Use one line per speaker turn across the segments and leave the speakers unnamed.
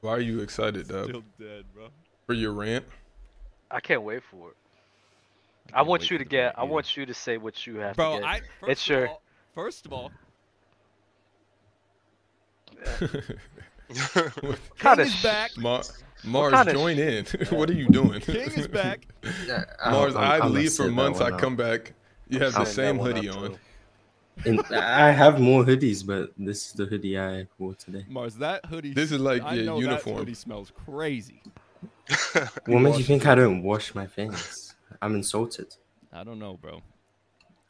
Why are you excited, Dub?
Still dead, bro.
For your rant?
I can't wait for it. I,
can't wait
want you
for
to
the
get. I
preview.
want you to say what you have
Bro,
to get.
I first
It's
of
your-
all, first of all, King
Kinda
is
sh-
back.
Mar-
kind
Mars,
of
join in. what are you doing?
King is back.
Yeah, I'm-
Mars,
I'm-
i
I'm gonna
leave
sit
for
that
months. I
one out.
come back. You have the
I'm
same
sitting that one
hoodie
out,
on.
too.
And I have more hoodies, but this is the hoodie I wore today.
Mars, that hoodie.
This is like
I
your
know
uniform.
That hoodie smells crazy.
What makes you think I don't wash my things? I'm insulted.
I don't know, bro.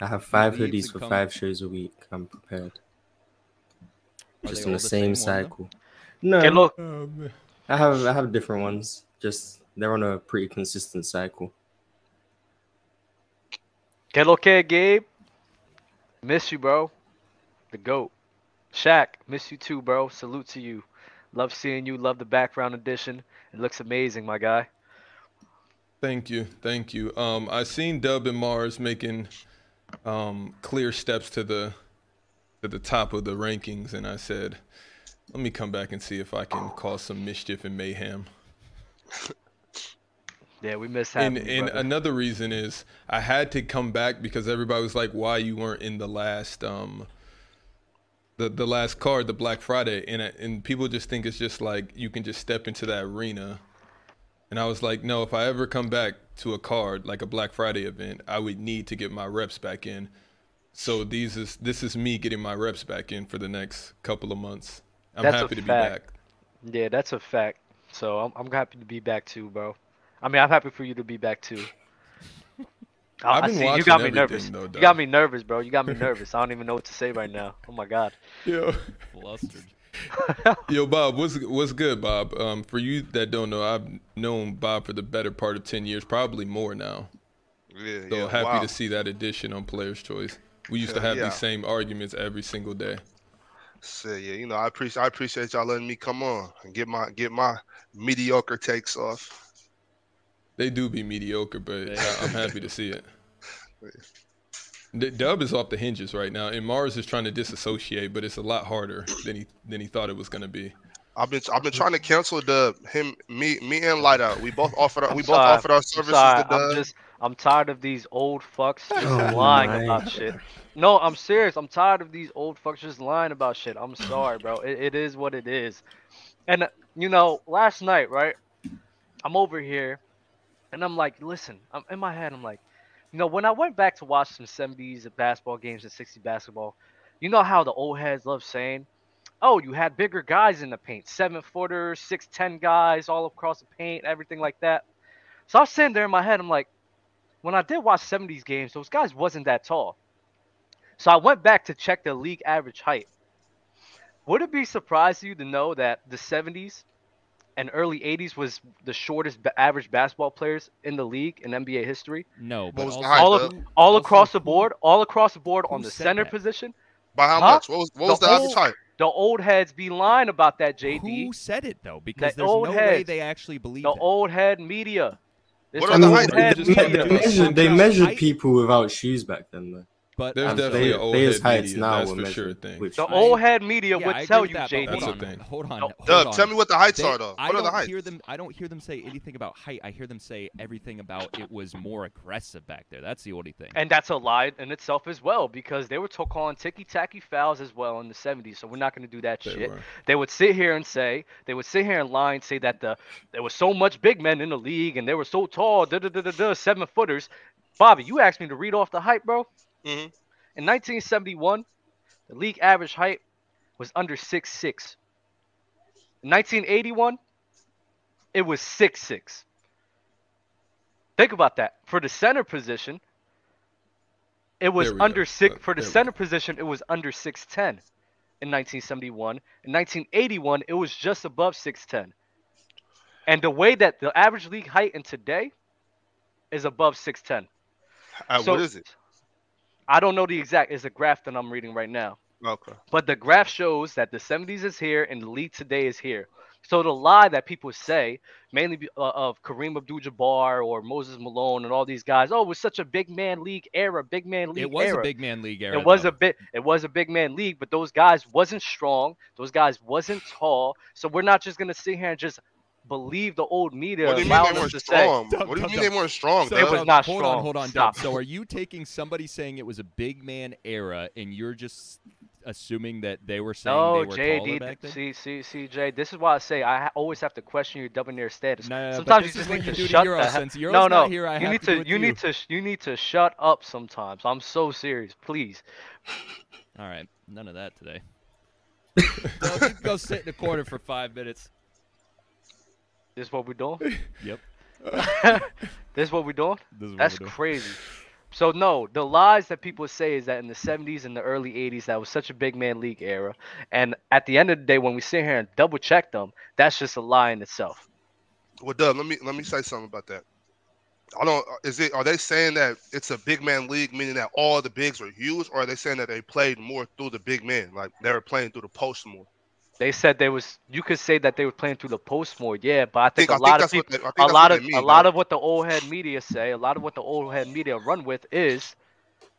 I have five
need
hoodies
to
for
come-
five shows a week. I'm prepared.
Are they
Just on
all
the
the
same,
same one, though?
cycle. No,
Hey, look,
Oh, man.
I have I have different ones. Just they're on a pretty consistent cycle.
Que lo que, Gabe? Miss you, bro. The GOAT. Shaq, miss you too, bro. Salute to you. Love seeing you. Love the background edition. It looks amazing, my guy.
Thank you, thank you. Um, I seen Dub and Mars making um, clear steps to the to the top of the rankings, and I said, "Let me come back and see if I can cause some mischief and mayhem."
Yeah, we miss having
And,
you,
and
brother.
another reason is I had to come back because everybody was like, "Why you weren't in the last um, the the last card, the Black Friday?" And I- and people just think it's just like you can just step into that arena. And I was like, "No, if I ever come back to a card like a Black Friday event, I would need to get my reps back in." So these is this is me getting my reps back in for the next couple of months. I'm
That's a
happy to
fact.
be back.
Yeah, that's a fact. So I'm, I'm happy to be back too, bro. I mean, I'm happy for you to be back too. I-
I've
I
been
see, you
watching
got me
everything,
nervous.
though,
you got
dog.
me nervous, bro. You got me nervous. I don't even know what to say right now. Oh my god.
Yeah.
Flustered.
Yo, Bob, what's what's good, Bob? Um, for you that don't know, I've known Bob for the better part of ten years, probably more now.
Yeah,
So
yeah,
happy
wow.
to see that addition on Player's Choice. We used to
Hell
have
yeah.
these same arguments every single day.
So, yeah, you know, I appreciate I appreciate y'all letting me come on and get my get my mediocre takes off.
They do be mediocre, but
Yeah.
I, am happy to see it. The dub is off the hinges right now, and Mars is trying to disassociate, but it's a lot harder than he than he thought it was going to be.
I've been I've been trying to cancel the him me me and Light Out. We both offered our, we
I'm
both
sorry.
offered our
I'm
services
sorry.
to
I'm
Dub.
just I'm tired of these old fucks just
Oh
lying
my.
about shit. No, I'm serious. I'm tired of these old fucks just lying about shit. I'm sorry, bro. It, it is what it is. And uh, you know, last night, right? I'm over here, and I'm like, listen. I'm in my head. I'm like, you know, when I went back to watch some 70s basketball games and 60s basketball, you know how the old heads love saying, "Oh, you had bigger guys in the paint, seven footers, six ten guys all across the paint, everything like that." So I was sitting there in my head, I'm like, when I did watch 70s games, those guys wasn't that tall. So I went back to check the league average height. Would it be surprised to you to know that the 70s and early 80s was the shortest ba- average basketball players in the league in NBA history?
No,
What
but
was the
also,
height,
All
Dub?
of, all
also,
across the
who-
board, all across the board
who
on the
said
center
that?
position.
By how
Huh?
much? What was what was
The
the,
whole-
average height?
The old heads be lying about that, JD.
Who said it though? Because there's no
old
way
heads.
they actually believe
the
it.
old head media. It's
What
the
are the
old
heights?
head
they,
just
they
talking about
measured, they
height.
measured people without shoes back then, though.
But um,
There's
I'm
And
definitely
sorry.
an
player-
old
players'
head
heights
media,
now
that's
were
for
measured
sure a thing.
with
The
heights.
old head media
Yeah,
would
I agree
tell
with
you,
that, but
JD.
That's a
Hold on,
thing.
hold on.
No,
hold
Dub,
on.
tell me what the heights
They-
are though.
I
What are the
don't
heights?
hear them. I don't hear them say anything about height. I hear them say everything about it was more aggressive back there. That's the only thing.
And that's a lie in itself as well because they were to- calling ticky tacky fouls as well in the 70s. So we're not going to do that
They
shit.
were.
They would sit here and say, they would sit here and lie and say that the there was so much big men in the league and they were so tall, da da da da da, seven footers. Bobby, you asked me to read off the height, bro.
Mhm.
In 1971, the league average height was under six six. In 1981, it was six six. Think about that. For the center position, it was
There we go.
under six.
Uh,
For the
there we
center position, it was under six ten. In 1971, in 1981, it was just above 610. And the way that the average league height in today is above 610.
Uh,
So-
what is it?
I don't know the exact. It's a graph that I'm reading right now.
Okay.
But the graph shows that the 70s is here and the league today is here. So the lie that people say, mainly be- uh, of Kareem Abdul-Jabbar or Moses Malone and all these guys, oh, it was such a big man league era, big man league
It was
era.
a big man league era.
It was
though.
a bit. It was a big man league, but those guys wasn't strong. Those guys wasn't tall. So we're not just gonna sit here and just believe the old media.
What do you mean
allow
they
them
weren't
to say-
strong?
Dumb,
What do you
dumb,
mean they
dumb.
weren't strong?
So,
It
Doug?
was not
hold
strong.
on, hold on,
Stop.
Dub. So are you taking somebody saying it was a big man era, and you're just assuming that they were saying
No,
they were taller
JD,
back then?
see, see, see, Jay. This is why I say I ha- always have to question your debonair status.
No, no, no, but
sometimes
this
you
is
just
what
need
you
to
do to
shut
Euro
the he-
since Euro's
No,
not
no,
here, I
you
have
need
to
to,
do it
you
to you.
need to, sh- you need to shut up sometimes. I'm so serious, please.
All right, none of that today. no, you can go sit in the corner for five minutes.
This is what we're doing.
Yep,
This is what we're doing.
this is what
That's
we're doing.
crazy. So no, the lies that people say is that in the 70s and the early 80s that was such a big man league era, and at the end of the day, when we sit here and double check them, that's just a lie in itself.
Well, Doug, let me let me say something about that. I don't. Is it? Are they saying that it's a big man league, meaning that all the bigs are huge, or are they saying that they played more through the big men, like they were playing through the post more?
They said they was you could say that they were playing through the post more, yeah, but I
I
think
think,
a
I think
lot of
that's
people,
what they, I think
a
that's
lot
what
of
they mean,
a lot
Doug.
of what the old head media say, a lot of what the old head media run with is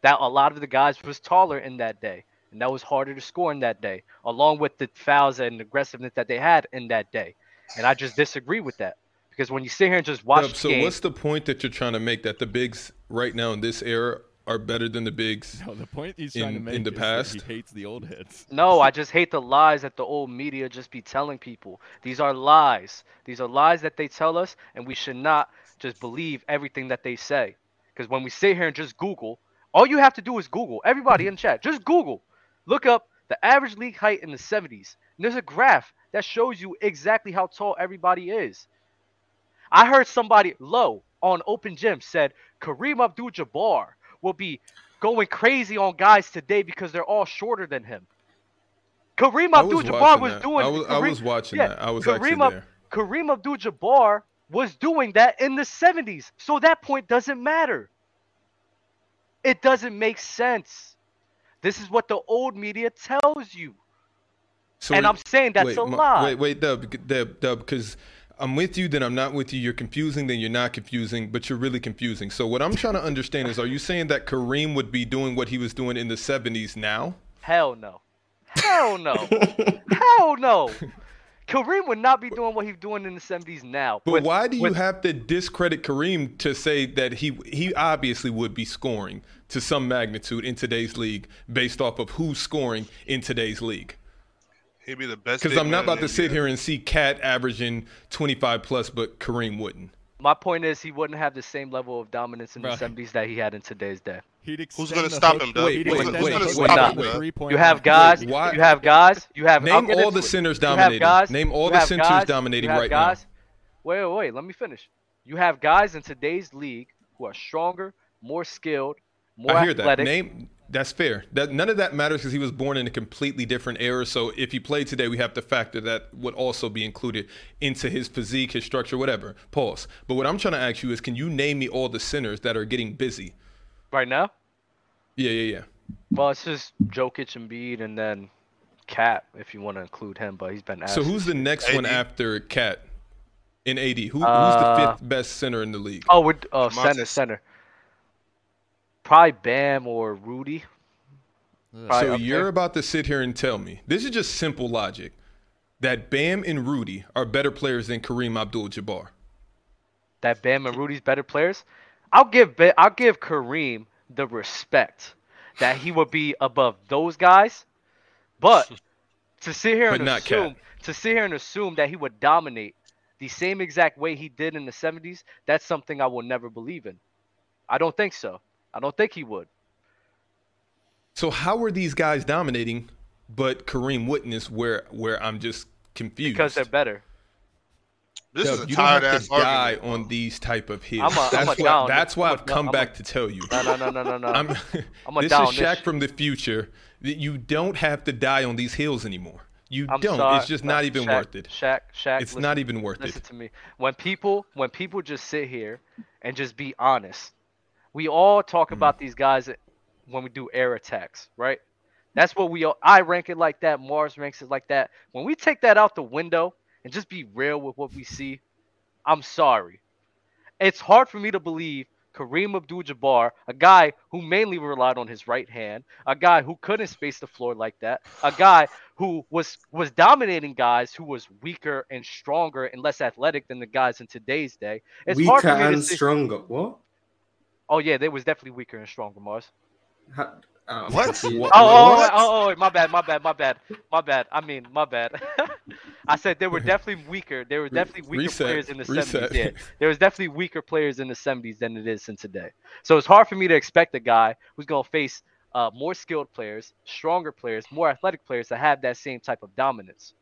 that a lot of the guys was taller in that day, and that was harder to score in that day, along with the fouls and aggressiveness that they had in that day. And I just disagree with that because when you sit here and just watch
Dub,
the
so
game,
what's the point that you're trying to make that the bigs right now in this era are better than the bigs?
No, the point he's
In-
trying to make
in the
is that
past?
he hates the old heads.
no, I just hate the lies that the old media just be telling people. These are lies. These are lies that they tell us, and we should not just believe everything that they say. Because when we sit here and just Google, all you have to do is Google. Everybody in chat, just Google. Look up the average league height in the 70s. And there's a graph that shows you exactly how tall everybody is. I heard somebody low on Open Gym said Kareem Abdul Jabbar will be going crazy on guys today because they're all shorter than him. Kareem
I was
Abdul Jabbar
watching
was
that.
doing
I was, I
Kareem-
was watching
yeah,
that. I was actually
Kareem, Ab-
there.
Kareem Abdul Jabbar was doing that in the 70s. So that point doesn't matter. It doesn't make sense. This is what the old media tells you.
So
and
are-
I'm saying that's
wait,
a
Ma-
lie.
Wait, wait, Dub, Dub, Dub, because I'm with you, then I'm not with you. You're confusing, then you're not confusing, but you're really confusing. So what I'm trying to understand is, are you saying that Kareem would be doing what he was doing in the '70s now?
Hell no. Hell no. Hell no. Kareem would not be doing what he's doing in the 70s now.
But
With-
why do you
with-
have to discredit Kareem to say that he he obviously would be scoring to some magnitude in today's league based off of who's scoring in today's league?
He'd be the best.
Because
big
I'm not
man
about
in
to sit
the-
here and see Cat averaging 25 plus, but Kareem wouldn't.
My point is, he wouldn't have the same level of dominance in
Bruh.
the 70s that he had in today's day.
He'd
Who's
extend
gonna
the
stop
hook-
him, Doug?
Wait,
he'd
wait,
extend the
wait,
hook
wait,
with
stop
the
it.
three-point
You have
line.
guys.
why-
You have guys. You have. I'll
Name
get
all
into
the
it.
centers
You have
dominating.
guys,
Name
you
all the
have
centers
guys,
dominating
you have
right now.
guys. Wait, wait, wait. Let me finish. You have guys in today's league who are stronger, more skilled, more
I hear
athletic.
that. Name that's fair. That none of that matters because he was born in a completely different era. So if he played today, we have to factor that would also be included into his physique, his structure, whatever. Pause. But what I'm trying to ask you is, can you name me all the centers that are getting busy?
right now,
Yeah, yeah, yeah.
well, it's just Jokic and Bede, and then Cap, if you want to include him, but he's been.
So
absent.
who's the next one
AD?
after Cat in AD? Who, who's the
Uh,
fifth best center in the league?
Oh, with uh, center,
Montes.
center. Probably Bam or Rudy. Probably
So
up
you're
there.
about to sit here and tell me this is just simple logic that Bam and Rudy are better players than Kareem Abdul-Jabbar.
that Bam and Rudy's better players, I'll give ba- I'll give Kareem the respect that he would be above those guys, but to sit here
But
and
not Cat.
assume to sit here and assume that he would dominate the same exact way he did in the '70s, that's something I will never believe in. I don't think so. I don't think he would.
So how are these guys dominating, but Kareem Witten is where where I'm just confused.
Because they're better.
This
Dub,
is a
you don't have
tired
to
ass
die
argument.
on these type of hits.
I'm a- I'm
that's
a
what,
down-
that's why
I'm a-
I've come
I'm a-
back to tell you.
No, no, no, no, no, no.
I'm,
I'm a
this
down
is
this-
Shaq from the future. That You don't have to die on these hills anymore. You
I'm
don't.
sorry.
It's just
No,
not even
Shaq,
worth it.
Shaq, Shaq.
It's
listen.
not even worth
listen
it.
to me. When people when people just sit here and just be honest, we all talk
Mm.
about these guys when we do air attacks, right? That's what we all I rank it like that, Mars ranks it like that. When we take that out the window and just be real with what we see, I'm sorry. It's hard for me to believe Kareem Abdul Jabbar, a guy who mainly relied on his right hand, a guy who couldn't space the floor like that, a guy who was was dominating guys who was weaker and stronger and less athletic than the guys in today's day. It's hard
Weaker
for me to
and
see-
stronger. What?
Oh yeah, they was definitely weaker and stronger, Mars.
How- oh,
What?
geez.
Oh,
Oh, oh,
What?
oh, oh, oh, my bad, my bad, my bad, my bad. I mean, my bad. I said they were definitely weaker. They were definitely weaker
Reset,
players in the
reset.
70s. Yeah, there was definitely weaker players in the 70s than it is in today. So it's hard for me to expect a guy who's going to face uh, more skilled players, stronger players, more athletic players to have that same type of dominance.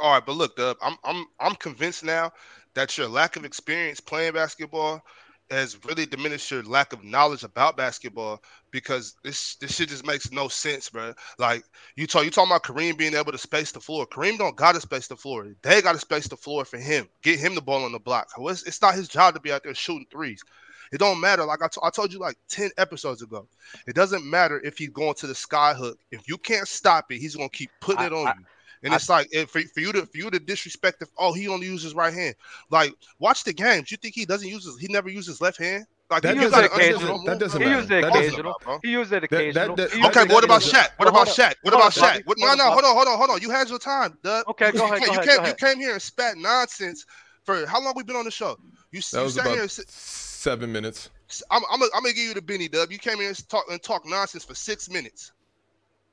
All right, but look, Dub, I'm I'm I'm convinced now that your lack of experience playing basketball has really diminished your lack of knowledge about basketball because this this shit just makes no sense, bro. Like you talk you talking about Kareem being able to space the floor. Kareem don't gotta space the floor. They gotta space the floor for him. Get him the ball on the block. Well, It's, it's not his job to be out there shooting threes. It don't matter. Like I to- I told you like 10 episodes ago. It doesn't matter if he's going to the sky hook. If you can't stop it, he's gonna keep putting
I-
it on
I-
you. And
I-
it's like if, for, for you to for you to disrespect the oh he only uses right hand. Like watch the games. You think he doesn't use his he never uses left hand? Like
That
you
doesn't-
gotta
that
understand
doesn't-
what
that
I'm
doesn't
talking
He
matter.
used
That
it
doesn't
occasional.
about, bro.
He used it
that-
occasional.
that-
He used
Okay,
Okay,
it
what about
occasional.
Shaq?
Hold
What about
on.
Shaq?
Hold
What about
on,
Shaq?
Bobby.
What, no,
Hold on,
no, hold
Bobby.
on, hold on, hold on, hold on. You had your time, Doug.
Okay, go
you,
ahead,
came,
go
you
ahead,
came,
go
you
ahead.
came here and spat nonsense for how long we been on the show? You, s-
That
you
was
sat
about
here. And, s-
seven minutes.
s- I'm, I'm, gonna- I'm gonna give you the Benny Dub. You came here and talk and talk nonsense for six minutes.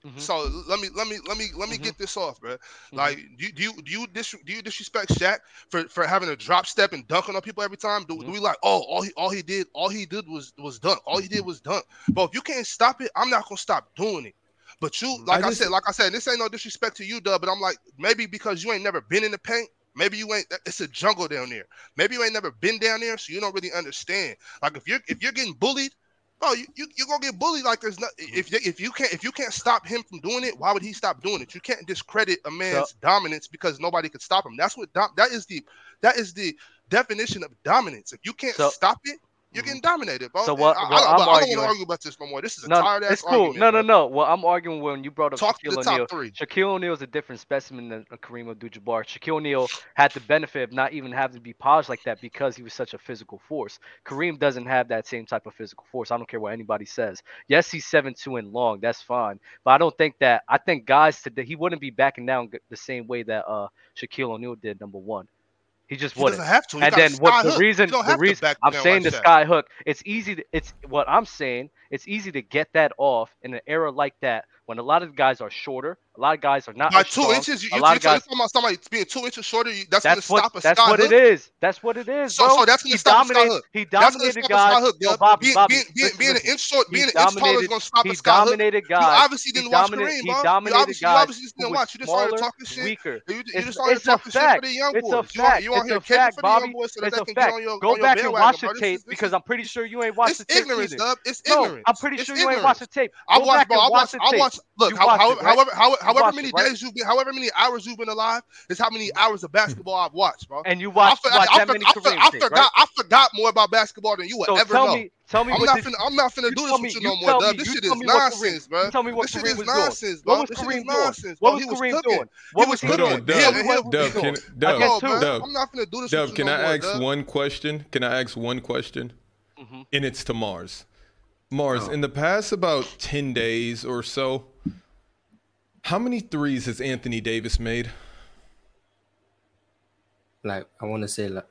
Mhm.
So let me let me let me let me
Mhm.
get this off, bro. Like, do you do you do you, dis- do you disrespect Shaq for, for having a drop step and dunking on people every time? Do, do we like, oh, all he all he did all he did was was dunk. All he did was dunk. But if you can't stop it, I'm not gonna stop doing it. But you, like I,
just-
said, like I said, this ain't no disrespect to you, Dub. But I'm like, maybe because you ain't never been in the paint. Maybe you ain't. It's a jungle down there. Maybe you ain't never been down there, so you don't really understand. Like if you're if you're getting bullied, bro, you you you're gonna get bullied. Like there's not if you- if you can't if you can't stop him from doing it, why would he stop doing it? You can't discredit a man's dominance because nobody could stop him. That's what dom- that is the that is the definition of dominance. If you can't
So-
stop it, you're
Mhm.
getting dominated, bro.
So what-
I, I,
what I'm
don't- but I don't want
arguing-
to argue about this no more. This is a
No,
tired ass
it's cool.
argument.
No, no,
bro.
no. Well, I'm arguing when you brought up
Talk to
Shaquille
the
O'Neal.
top three.
Shaquille O'Neal is a different specimen than a Kareem Abdul-Jabbar. Shaquille O'Neal had the benefit of not even having to be polished like that because he was such a physical force. Kareem doesn't have that same type of physical force. I don't care what anybody says. Yes, he's seven two and long. That's fine, but I don't think that. I think guys today he wouldn't be backing down g- the same way that uh Shaquille O'Neal did. Number one, he just
He
wouldn't
doesn't have to. He
and
got a
then what
sky
the
hook.
reason
You don't
the
have to
reason
back
I'm
down
saying the
like that.
sky hook it's easy to, it's what I'm saying it's easy to get that off in an era like that when a lot of guys are shorter a lot of guys are not
By
as
two
strong,
inches, you,
a
you,
lot
you're
of guys
talking about somebody being two inches shorter. You, that's,
that's
gonna
what
stop a
that's
sky
what
hook.
it is that's what it is
So,
bro
so that's gonna
he
stop a sky
dominated
hook.
he
That's gonna
dominated
stop a sky
guys
hook.
yo
Dub.
Bobby
being,
Bobby
being, being,
listen,
being an
listen.
inch short,
He
being an inch taller is
dominated-
gonna stop
he
a sky hook.
dominated
You
guys
obviously
he
didn't watch
dominated-
Kareem,
he
bro. You
dominated
obviously, you
guys
obviously just
who
didn't
was
watch. You just started
smaller,
talking shit.
weaker
You, you
It's-
just started
it's a
talking shit for
fact.
the young
It's a
boys. You want,
fact.
you
It's
want
a
here catching
fact,
for the young
Bobby.
boys so that
It's
they
a
can get
fact.
on your
Go
on your
back and watch
bandwagon,
the
bro. This
tape
is- this
because
is-
I'm pretty sure you ain't watched the
it's
tape
ignorance,
either.
Dub. It's
No,
ignorance.
I'm pretty
It's
sure you ain't
ignorance.
watched the tape.
I
Go
watch,
back
bro. I
and watch
watch.
the
I
tape.
watch. Look,
You
how,
watched
how,
it, right?
however, how, however
watched
many
it, right?
days you've been, however many hours you've been alive, is how many hours of basketball I've watched, bro.
And you watched,
I, for-
watched
I,
that
for-
many
I, for-
Kareem
I
tape,
forgot.
right?
I forgot more about basketball than you will
So
ever
tell
know.
me, tell me
I'm
what
not
this,
finna. I'm not finna
you tell
do this
me-
with you
you
no
tell
more, Dub.
me-
This
you
shit
tell
is
me what Kareem-
nonsense, bro.
you tell me what
This shit
Kareem
is
was
nonsense,
doing.
bro.
What was
This shit
Kareem
is
doing?
nonsense, bro.
What was
He was
Kareem
cooking.
doing? What was
He was
he
Hold
doing?
on,
cooking. Yeah,
Dub.
What
we-
was he
Dub,
doing?
can,
I
Dub,
get
Yo,
two.
bro.
Dub.
I'm not finna do this
Dub,
with you
can
no
I
more,
ask
Dub.
one question? Can I ask one question?
Mhm.
And it's to Mars. Mars,
Oh.
in the past about 10 days or so, how many threes has Anthony Davis made?
Like I want to say like.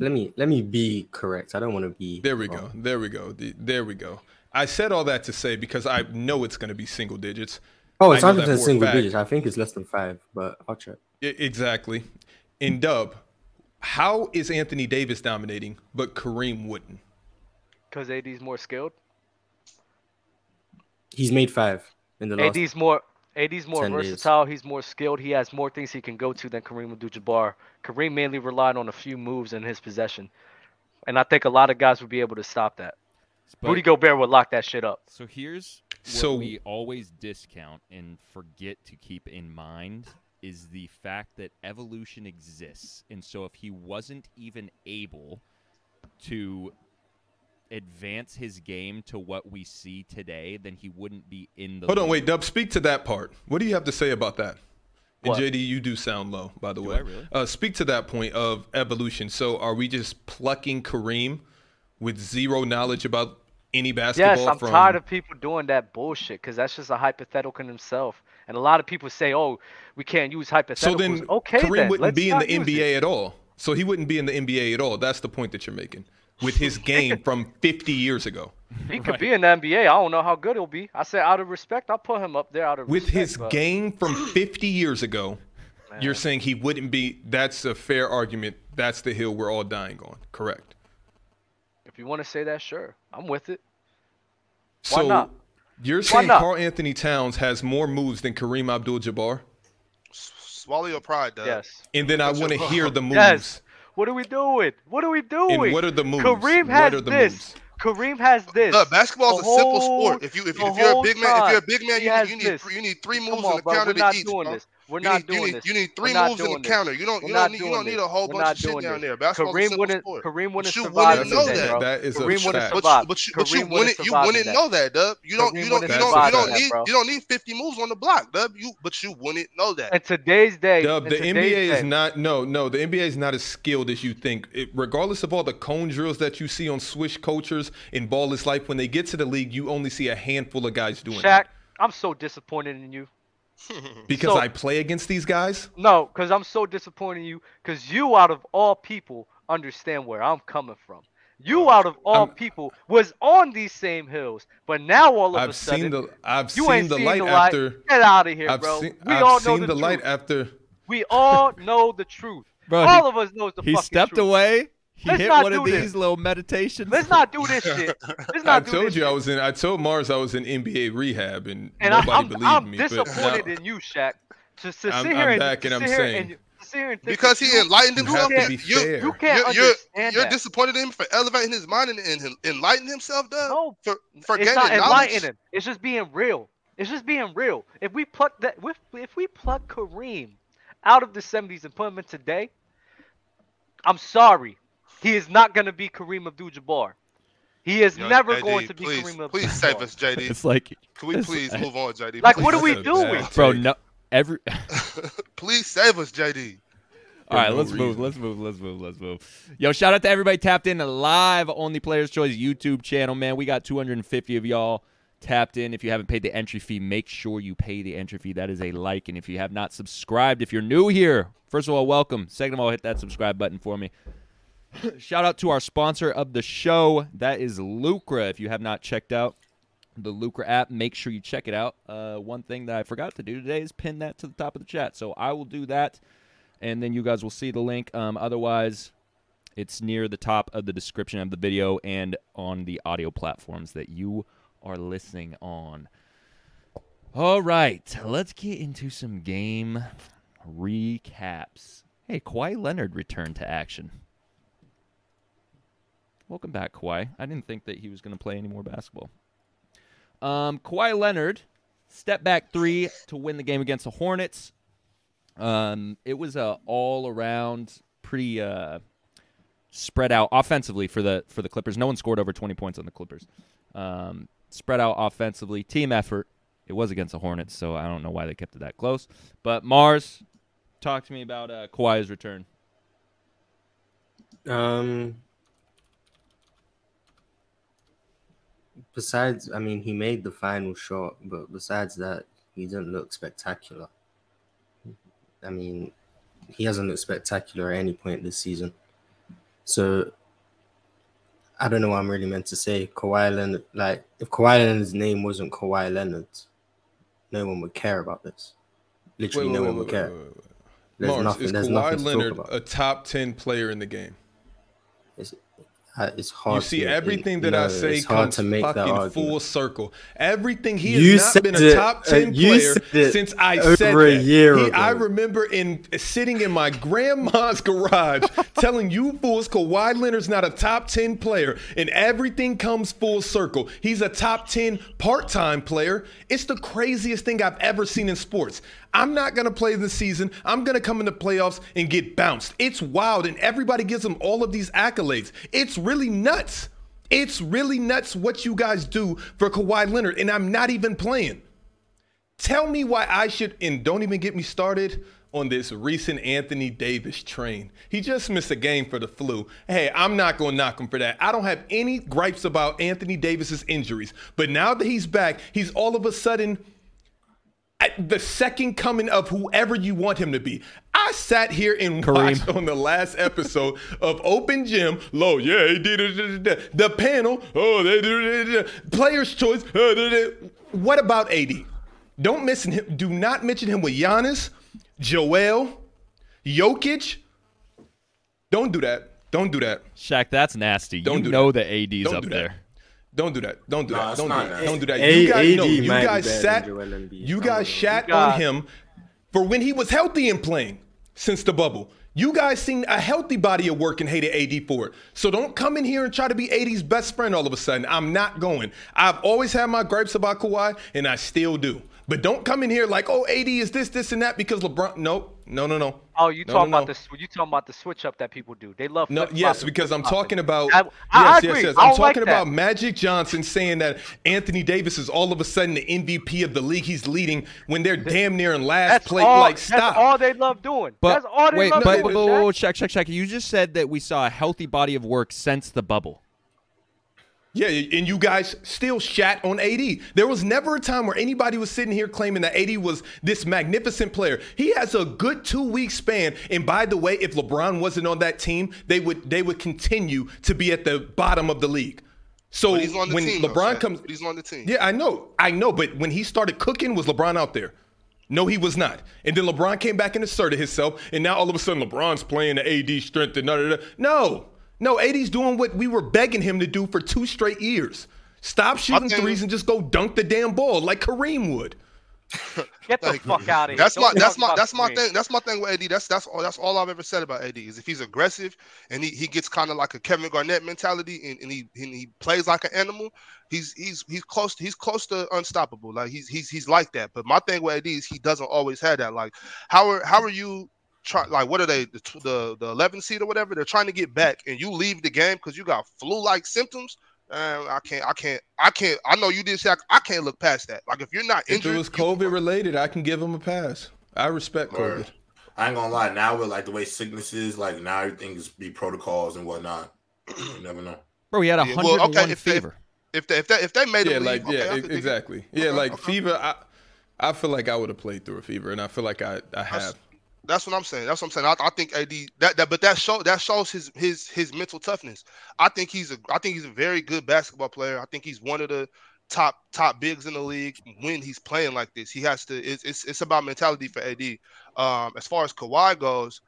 Let me let me be correct. I don't want to be.
There we go.
wrong.
There we go. The- There we go. I said all that to say because I know it's going to be single digits.
Oh, it's
I know
hundred
that
percent
for a
single
fact.
digits. I think it's less than five, but I'll check.
I- E, exactly. In Dub, how is Anthony Davis dominating, but Kareem wouldn't?
Because AD's more skilled.
He's made five in the last.
AD's more AD's more
10 days.
versatile. He's more skilled. He has more things he can go to than Kareem Abdul-Jabbar. Kareem mainly relied on a few moves in his possession, and I think a lot of guys would be able to stop that.
But-
Rudy Gobert would lock that shit up.
So here's what
So-
we always discount and forget to keep in mind is the fact that evolution exists. And so if he wasn't even able to advance his game to what we see today, then he wouldn't be in the
Hold on,
league.
wait, Dub, speak to that part. What do you have to say about that? And
What?
JD, you do sound low, by the
Do
way.
I really?
Uh, speak to that point of evolution. So, are we just plucking Kareem with zero knowledge about any basketball?
Yes, I'm
from,
tired of people doing that bullshit because that's just a hypothetical in himself. And a lot of people say, "Oh, we can't use hypotheticals."
So then,
okay,
Kareem
then.
wouldn't
Let's
be in the
not use it.
NBA at all. So he wouldn't be in the NBA at all. That's the point that you're making with his game from 50 years ago.
He could be in the NBA. I don't know how good he'll be. I said out of respect, I'll put him up there out of
With
respect,
his
but-
game from 50 years ago, you're saying he wouldn't be. That's a fair argument. That's the hill we're all dying on. Correct.
If you want to say that, sure, I'm with it. Why
So
not?
you're saying
not?
Carl Anthony Towns has more moves than Kareem Abdul-Jabbar,
S- Swallow your pride, Doug.
Yes.
and then I want to hear the moves.
Yes. What are we doing? What are we doing?
And what are the moves? What
Kareem has
are the
this.
moves?
Kareem has this.
Look, basketball is a
The
simple
whole-
sport. If you if,
the
if you're a
whole
big man, if you're a
time,
big
he
man, you,
has
you need
this.
three, you need three moves
Come
on
on,
the
bro.
counter
We're
to
not
each.
doing
bro.
this. We're
You
not
need- you
doing
need-
this.
you need
We're
3
not
moves in the
doing this.
counter. You don't-
We're
you
not
don't need- you
doing
don't need
this.
a whole
We're
bunch of
not
shit
doing
down
this.
there. Basketball's a
Kareem
simple
wouldn't.
sport.
Kareem wouldn't
you
survive
wouldn't
in
know
that,
that.
bro.
That is a
Kareem wouldn't
fact.
But
survive.
you, but you,
Kareem
but you wouldn't,
wouldn't
you
survive in
wouldn't
that.
know that, Dub. You
Kareem
don't, you don't, you
wouldn't
don't,
survive
you don't
in
that,
need,
bro.
you don't need 50 moves on the block, Dub. You, but you wouldn't know that.
In today's day,
Dub,
in
the
today's
NBA is
day,
not no no. The NBA is not as skilled as you think. It- regardless of all the cone drills that you see on swish cultures in ball is life, when they get to the league, you only see a handful of guys doing
Shaq.
that.
I'm so disappointed in you.
Because
so-
I play against these guys.
No, because I'm so disappointed in you. Because you, out of all people, understand where I'm coming from. You, out of all
Oh, I'm-
people, was on these same hills, but now all of a
I've
sudden,
seen the I've
you
seen
ain't
the
seen
light
the light.
after.
Get out of here,
I've
bro.
seen
we
I've
all know
seen
the,
the
truth.
light after.
We all know the truth.
Bro,
all of us knows the
he
fucking
stepped
truth.
away. He
Let's
hit
not
one of
do this.
these little meditations.
Let's not do this shit. Let's
I
not do
told
this
you I
shit.
was in. I told Mars I was in NBA rehab, and,
And
nobody
I, am
believed
I'm
me. but now-
disappointed in you, Shaq.
I'm-
To, to sit
I'm
here and
back
to
and I'm
sit here
saying-
and to sit here and think
because
that
he enlightened
You
himself.
have to
You,
be
you,
fair.
You can't
you're, you're,
understand
you're
that.
disappointed in him for elevating his mind and, and enlightening himself, Dub.
No,
for, for
it's
gaining
not
knowledge.
enlightening. It's just being real. It's just being real. If we pluck that, if, if we pluck Kareem out of the '70s and put him in today, I'm sorry, he is not going to be Kareem Abdul-Jabbar. He is
Yo,
never
JD,
going to be
please,
Kareem Abdul-Jabbar.
Please save us, JD.
It's like,
Can we
It's-
please move on, JD?
Like,
Please
what are we
save us.
That's a
doing?
bad
bro,
take.
no, every.
Please save us, JD.
All right,
no
let's move.
reason.
Let's move. Let's move. Let's move. Yo, shout out to everybody tapped in live on the Players Choice YouTube channel, man. We got 250 of y'all tapped in. If you haven't paid the entry fee, make sure you pay the entry fee. That is a like. And if you have not subscribed, if you're new here, first of all, welcome. Second of all, hit that subscribe button for me. shout out to our sponsor of the show. That is Lucra. If you have not checked out, the Lucra app. Make sure you check it out. Uh, one thing that I forgot to do today is pin that to the top of the chat. So I will do that, and then you guys will see the link. Um, otherwise, it's near the top of the description of the video and on the audio platforms that you are listening on. All right, let's get into some game recaps. Hey, Kawhi Leonard returned to action. Welcome back, Kawhi. I didn't think that he was going to play any more basketball. Um, Kawhi Leonard, step back three to win the game against the Hornets. Um, it was a all around pretty uh, spread out offensively for the for the Clippers. No one scored over twenty points on the Clippers. Um, spread out offensively, team effort. It was against the Hornets, so I don't know why they kept it that close. But Mars, talk to me about uh, Kawhi's return.
Um. Besides, I mean, he made the final shot, but besides that, he didn't look spectacular. I mean, he hasn't looked spectacular at any point this season. So, I don't know what I'm really meant to say. Kawhi Leonard, like, if Kawhi Leonard's name wasn't Kawhi Leonard, no one would care about this.
Wait,
Literally,
wait,
no
wait,
one would
wait,
care.
wait, wait, wait.
There's
Mars,
nothing.
is
There's
Kawhi
nothing to talk
Leonard
about.
a top ten player in the game?
It's, uh, it's hard.
you see
to-
everything that
no,
I say
it's hard
comes
to make that
fucking
argument.
full circle. Everything he
You
has not
said
been a
it,
top
uh,
ten
you
player
said it
since I
over
said
a
that.
year
He- I
ago.
remember in sitting in my grandma's garage telling you fools Kawhi Leonard's not a top ten player, and everything comes full circle. He's a top ten part time player. It's the craziest thing I've ever seen in sports. I'm not gonna play this season. I'm gonna come in the playoffs and get bounced. It's wild, and everybody gives him all of these accolades. It's really nuts. It's really nuts what you guys do for Kawhi Leonard, and I'm not even playing. Tell me why I should, and don't even get me started on this recent Anthony Davis train. He just missed a game for the flu. Hey, I'm not going to knock him for that. I don't have any gripes about Anthony Davis's injuries. But now that he's back, he's all of a sudden at the second coming of whoever you want him to be. I sat here and
Kareem.
watched on the last episode of Open Gym. Lo, yeah, he did it. did it, did it. The panel, oh, they did it. did it. Player's choice. oh, did it. What about AD? Don't mention him. Do not mention him with Giannis, Joel, Jokic. Don't do that. Don't do that.
Shaq, that's nasty.
Don't
you
do
know
that.
the AD's
Don't
up
do that.
there.
Don't do that. Don't do
Nah,
that.
it's
Don't do
not
that.
nice.
Don't do that.
A-
you guys,
AD
no, you
might be
guys
better than
sat.
Joel Embiid.
You
I'm
guys
not
shat
God.
on him for when he was healthy and playing since the bubble. You guys seen a healthy body of work and hated AD for it. So don't come in here and try to be AD's best friend all of a sudden. I'm not going. I've always had my gripes about Kawhi, and I still do. But don't come in here like, oh, AD is this, this, and that because LeBron. Nope. No, no, no.
Oh, you
No,
talking
no,
about
no.
this? You talking about the switch up that people do? They love.
No,
flip-flopping,
yes, because I'm talking
flip-flopping.
about
I- I- I
yes, yes,
agree.
yes.
I
I'm
don't like
talking
that.
about Magic Johnson saying that Anthony Davis is all of a sudden the MVP of the league. He's leading when they're damn near in last
That's
place.
all.
like stop.
That's all they love doing.
But
that's all they
wait,
love
but
doing.
whoa,
Shaq.
whoa, whoa, check, check, check. You just said that we saw a healthy body of work since the bubble.
Yeah, and you guys still shat on AD. There was never a time where anybody was sitting here claiming that AD was this magnificent player. He has a good two week span, and by the way, if LeBron wasn't on that team, they would they would continue to be at the bottom of the league. So
But he's on the
when
team. though,
LeBron
Shaq.
comes,
But he's on the team.
Yeah, I know. I know, but when he started cooking, was LeBron out there? No, he was not. And then LeBron came back and asserted himself, and now all of a sudden LeBron's playing the AD strength and da, da, da. No. No, AD's doing what we were begging him to do for two straight years. Stop shooting
thing-
threes and just go dunk the damn ball like Kareem would.
Get the
Like,
fuck out of here.
That's
Don't
my
talk
that's my
about
that's my
me.
thing. That's my thing with AD. That's that's all that's all I've ever said about AD is if he's aggressive and he, he gets kind of like a Kevin Garnett mentality and, and he and he plays like an animal, he's he's he's close he's close to unstoppable. Like he's he's he's like that. But my thing with AD is he doesn't always have that. Like how are how are you try like what are they the tw- the, the 11 seed or whatever? They're trying to get back and you leave the game because you got flu like symptoms. Uh, I can't. I can't. I can't. I know you did, Shaq. I can't look past that. Like if you're not
If
injured,
it was
you-
COVID related, I can give him a pass. I respect
Word.
COVID.
I ain't gonna lie. Now with like the way sickness is, like now everything's be protocols and whatnot. you never know.
Bro, he had a
Yeah,
101
well, okay, if they-
fever.
If they if they if they made
Yeah,
him
like
leave, okay,
yeah,
I
e-
could dig it.
exactly. Yeah,
Okay,
like
okay.
fever. I I feel like I would have played through a fever, and I feel like I I have.
That's what I'm saying. That's what I'm saying. I, I think AD that, that but that show that shows his his his mental toughness. I think he's a I think he's a very good basketball player. I think he's one of the top top bigs in the league when he's playing like this. He has to it's it's, it's about mentality for AD. Um as far as Kawhi goes,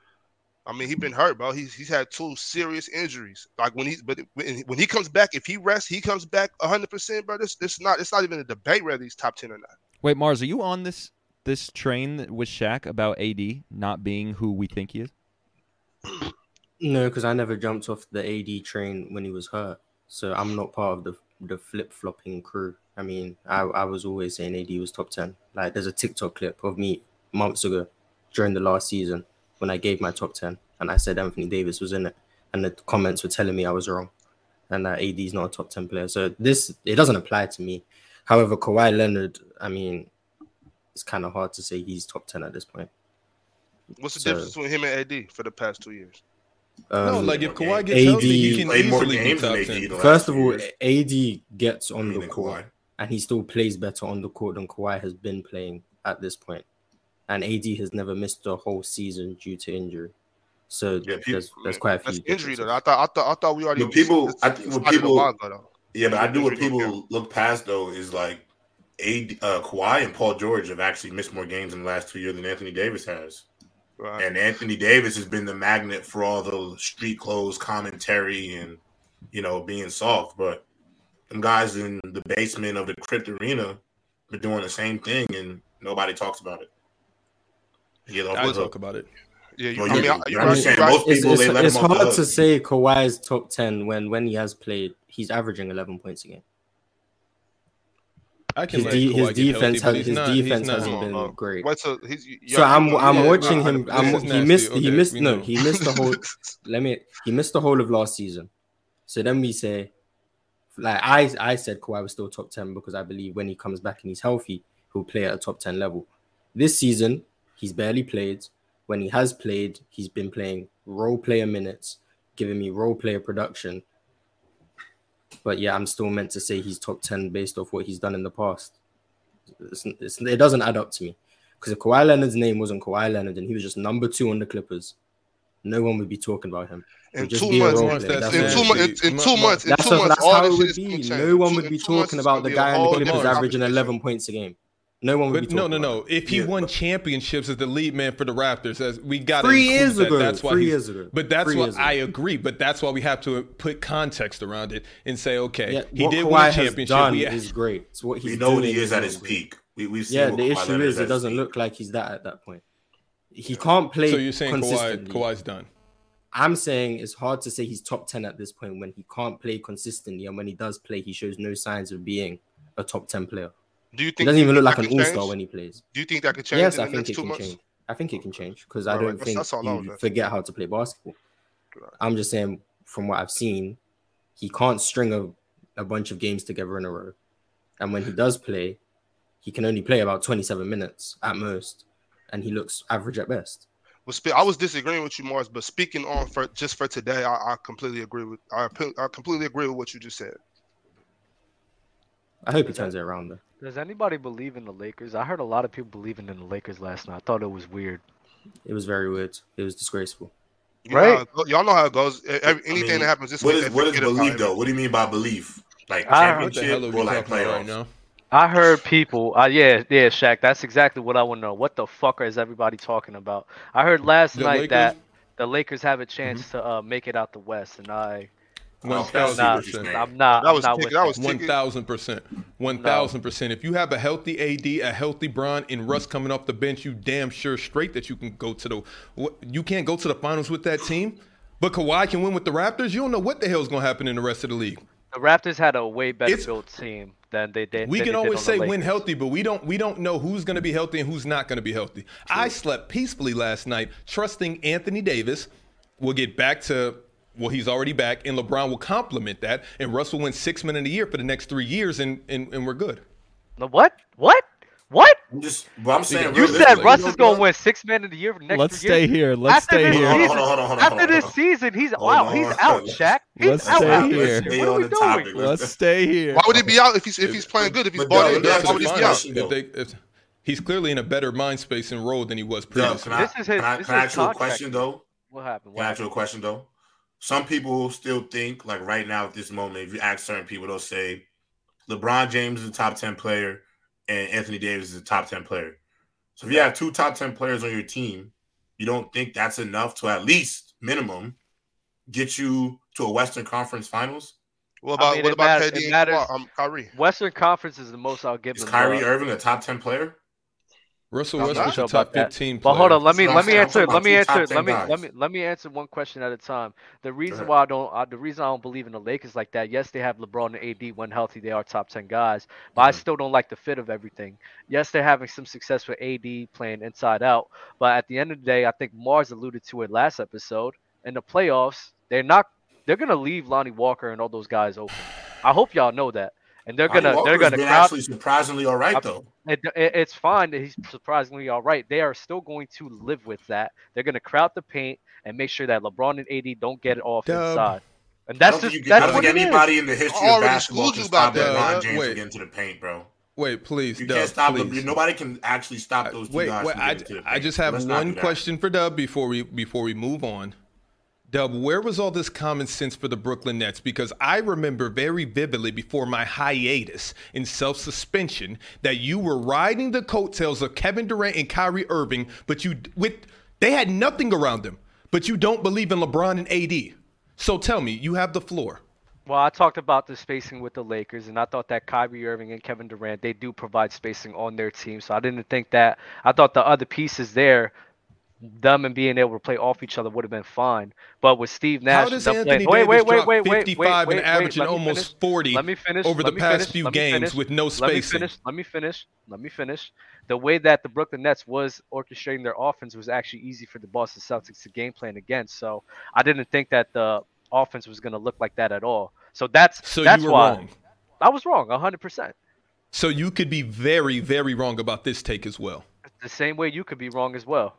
I mean, he's been hurt, bro. He's he's had two serious injuries. Like when he's but when when he comes back, if he rests, he comes back 100%, bro. This this not it's not even a debate whether he's top 10 or not.
Wait, Mars, are you on this this train that- with Shaq about AD not being who we think he is?
No, because I never jumped off the AD train when he was hurt, so I'm not part of the the flip flopping crew. I mean, I I was always saying AD was top ten. Like, there's a TikTok clip of me months ago during the last season when I gave my top ten and I said Anthony Davis was in it, and the comments were telling me I was wrong, and that AD is not a top ten player. So this it doesn't apply to me. However, Kawhi Leonard, I mean, it's kind of hard to say he's top ten at this point.
What's the
So-
difference between him and AD for the past two years?
No,
Um,
like if
okay.
Kawhi gets healthy, he
AD
can
Played more
easily be
games than
top
AD
ten.
the last
First of
few
all,
years.
AD gets on
Meaning
the
Kawhi.
court and he still plays better on the court than Kawhi has been playing at this point. And AD has never missed a whole season due to injury. So
Yeah, people-
there's, there's quite a few.
That's injury though.
differences.
I thought I thought I thought we already.
But people- I think when
I did a
people-
while ago, though.
Yeah, but I do what
Injury don't
people look past though is like, AD, uh, Kawhi and Paul George have actually missed more games in the last two years than Anthony Davis has.
Right.
and Anthony Davis has been the magnet for all the street clothes commentary and you know being soft, but them guys in the basement of the crypt arena are doing the same thing and nobody talks about it. You know,
I
but-
talk about it.
yeah, you,
Well,
I mean, I,
yeah, yeah,
you
I'm
right,
saying
you right.
most-
It's,
people, they
it's-
let him
it's
off the
hard to
hook.
say Kawhi is top 10 when, when he has played, he's averaging 11 points a game.
I can
His,
let
de-
Kawhi
his
get healthy,
defense,
but
has,
he's
his
not- he's
defense
not-
hasn't been
Uh,
great.
Wait till he's.
So I'm I'm
yeah,
watching him.
this
I'm,
is
he
nasty.
missed he
Okay,
missed
we
no
know.
he missed the whole let me he missed the whole of last season. So then we say like I I said Kawhi was still top 10 because I believe when he comes back and he's healthy, who'll play at a top 10 level. This season, he's barely played. When he has played, he's been playing role player minutes, giving me role player production. But yeah, I'm still meant to say he's top 10 based off what he's done in the past. It's, it's, it doesn't add up to me. Because if Kawhi Leonard's name wasn't Kawhi Leonard and he was just number two on the Clippers, no one would be talking about him.
In
Just
two
be a
months,
role
in
player. That's
two
it.
months, in- in
That's
two
how-
months, in
That's,
two
how,
months,
that's
all
how
this
it
shit
would
is
be.
gonna change.
No one
In
would be
two months,
talking
it's
about
gonna
the
be
guy in
all
the
different
Clippers averaging
conversation.
11 points a game. No one would be
But
talking
no, no, no.
about that.
If he
Yeah,
won
but-
championships as the lead man for the Raptors, as we got
Three years
that.
ago,
That's why
three
he's-
years ago,
But that's
three
what
years ago.
I agree. But that's why we have to put context around it and say, okay,
Yeah,
he
what
did
Kawhi
win a
has
championship.
done
We-
is great. It's what he's
we know
doing
what he is at
is
his
great.
peak. We we see
Yeah,
what
the
Kawhi
issue
Leonard
is
at
it
his
doesn't
peak.
look like he's that at that point. He can't play
So you're saying Kawhi,
consistently.
Kawhi's done?
I'm saying it's hard to say he's top 10 at this point when he can't play consistently and when he does play, he shows no signs of being a top 10 player.
Do you
He
think
doesn't even look like
that
an
could
all-star
change?
when he plays.
Do you think that could change
yes,
in
I
the
think
next
it
two
can
months?
change. I think it can change because
Right,
I
right.
don't
That's-
think
that's all I was
you
asking.
forget how to play basketball. I'm just saying from what I've seen, he can't string a, a bunch of games together in a row. And when he does play, he can only play about 27 minutes at most, and he looks average at best.
Well, spe- I was disagreeing with you, Mars, but speaking on for just for today, I, I completely agree with I, pe- I completely agree with what you just said.
I hope he turns it around though.
Does anybody believe in the Lakers? I heard a lot of people believing in the Lakers last night. I thought it was weird.
It was very weird. It was disgraceful.
You know how
Right.
it go- y'all know how it goes. E- every-
I mean,
anything that happens this
What
week,
is
they
what is
forget about
belief
it.
though? What do you mean by belief? Like
I don't know.
What the
championship
hell are we
or like
talking about right
playoffs?
now?
I heard people. Uh, yeah, yeah, Shaq. That's exactly what I want to know. What the fuck is everybody talking about? I heard last
The
night
Lakers? Mm-hmm.
that the Lakers have a chance to uh, make it out the West, and I,
One
I don't see
thousand
nah,
what you're
percent.
saying.
I'm not.
That was
I'm not
ticket-
with
that
that.
was
One
Ticket-
thousand percent. One
No.
thousand percent. If you have a healthy AD, a healthy Bron, and Russ coming off the bench, you damn sure straight that you can go to the. what- You can't go to the finals with that team, but Kawhi can win with the Raptors. You don't know what the hell's going to happen in the rest of the league.
The Raptors had a way better
It's-
built team than they did.
We can
than they did
always
on the
say win
Lakers.
healthy, but we don't we don't know who's going to be healthy and who's not going to be healthy. I slept peacefully last night, trusting Anthony Davis will get back to well, he's already back, and LeBron will complement that, and Russell wins six men in a year for the next three years, and and, and we're good.
No, What? What? What?
I'm just, but I'm saying
You
Realistically,
said
realistically,
Russ
you
is
know,
going to win six man of the year for the next
Let's
three years?
stay here. Let's
After
stay
this
Hold on,
here.
season-
hold on, hold on, hold on,
After
hold on,
this
hold on.
season, he's
Hold
out.
on,
he's
hold on.
out, Shaq. He's
Let's
out.
stay
out
here.
this
Stay
year. What are
on
we
the
doing?
topic.
Let's stay here.
Why would he be out if he's if he's playing good? If he's
But
bought
Dog,
in,
let me
why
ask you
would
the
he be
final.
out?
question,
If
though.
they- if- he's clearly in a better mind space and role than he was
Yo,
previously.
can I,
This is his-
can I,
this
can
is
I
his
ask you a
contract.
question though?
What happened? What
Can I ask you
happened?
a question though? Some people still think, like right now at this moment, if you ask certain people, they'll say LeBron James is a top 10 player and Anthony Davis is a top 10 player. So if you have two top 10 players on your team, you don't think that's enough to at least minimum get you to a Western Conference finals?
What about
mean,
what
it
about
matters-
KD
it
and
matters.
Kawhi? Um, Kyrie.
Western Conference is the most I'll give
Is
them.
Kyrie
dog.
Irving a top 10 player?
Russell
I'm not
Westbrook's
sure
a
about
top
that.
fifteen player.
But hold on, let me
That's
let me
what I'm
answer
saying.
let me
I'm talking
answer
about two
let me let
top ten
me
guys.
let me answer one question at a time. The reason
ahead.
why I don't uh, the reason I don't believe in the Lakers like that. Yes, they have LeBron and AD when healthy, they are top ten guys. But I
Mhm.
still don't like the fit of everything. Yes, they're having some success with AD playing inside out, but at the end of the day, I think Mars alluded to it last episode. In the playoffs, they're not they're gonna leave Lonnie Walker and all those guys open. I hope y'all know that. And they're
Lonnie
gonna
Walker's
they're gonna
been
crowd
actually surprisingly all right
I'm-
though.
it, it- it's fine that he's surprisingly all right. They are still going to live with that. They're going to crowd the paint and make sure that LeBron and AD don't get it off
Dub.
inside. And
I
that's
don't think
just
you get- I
that's
don't
what
think
it is.
anybody in the
I
history of
already
basketball
schooled
can
you about
stop
that.
LeBron
Uh,
James
wait.
from getting to the paint, bro.
Wait, please,
You
Dub,
can't stop
please.
them. Nobody can actually stop
Uh,
those two
wait,
guys.
wait.
from
I,
getting to the
I
paint.
just have
Let's not do
one
that.
question for Dub before we before we move on. Dub, where was all this common sense for the Brooklyn Nets? Because I remember very vividly before my hiatus in self suspension that you were riding the coattails of Kevin Durant and Kyrie Irving, but you with they had nothing around them. But you don't believe in LeBron and AD. So tell me, you have the floor.
Well, I talked about the spacing with the Lakers, and I thought that Kyrie Irving and Kevin Durant they do provide spacing on their team. So I didn't think that. I thought the other pieces there, them and being able to play off each other would have been fine. But with Steve Nash,
How does
the play-
Anthony
wait,
Davis
wait, wait,
drop
wait, wait, wait,
55
wait,
and averaging
let me
almost
finish.
40
Let me finish.
over the
Let me
past
finish.
few
Let me
games
finish.
with no
Let me
spacing?
finish. Let me finish. Let me finish. The way that the Brooklyn Nets was orchestrating their offense was actually easy for the Boston Celtics to game plan against. So I didn't think that the offense was going to look like that at all. So that's
So
that's
you were
why
wrong.
I was wrong, hundred percent.
So you could be very, very wrong about this take as well.
The same way you could be wrong as well,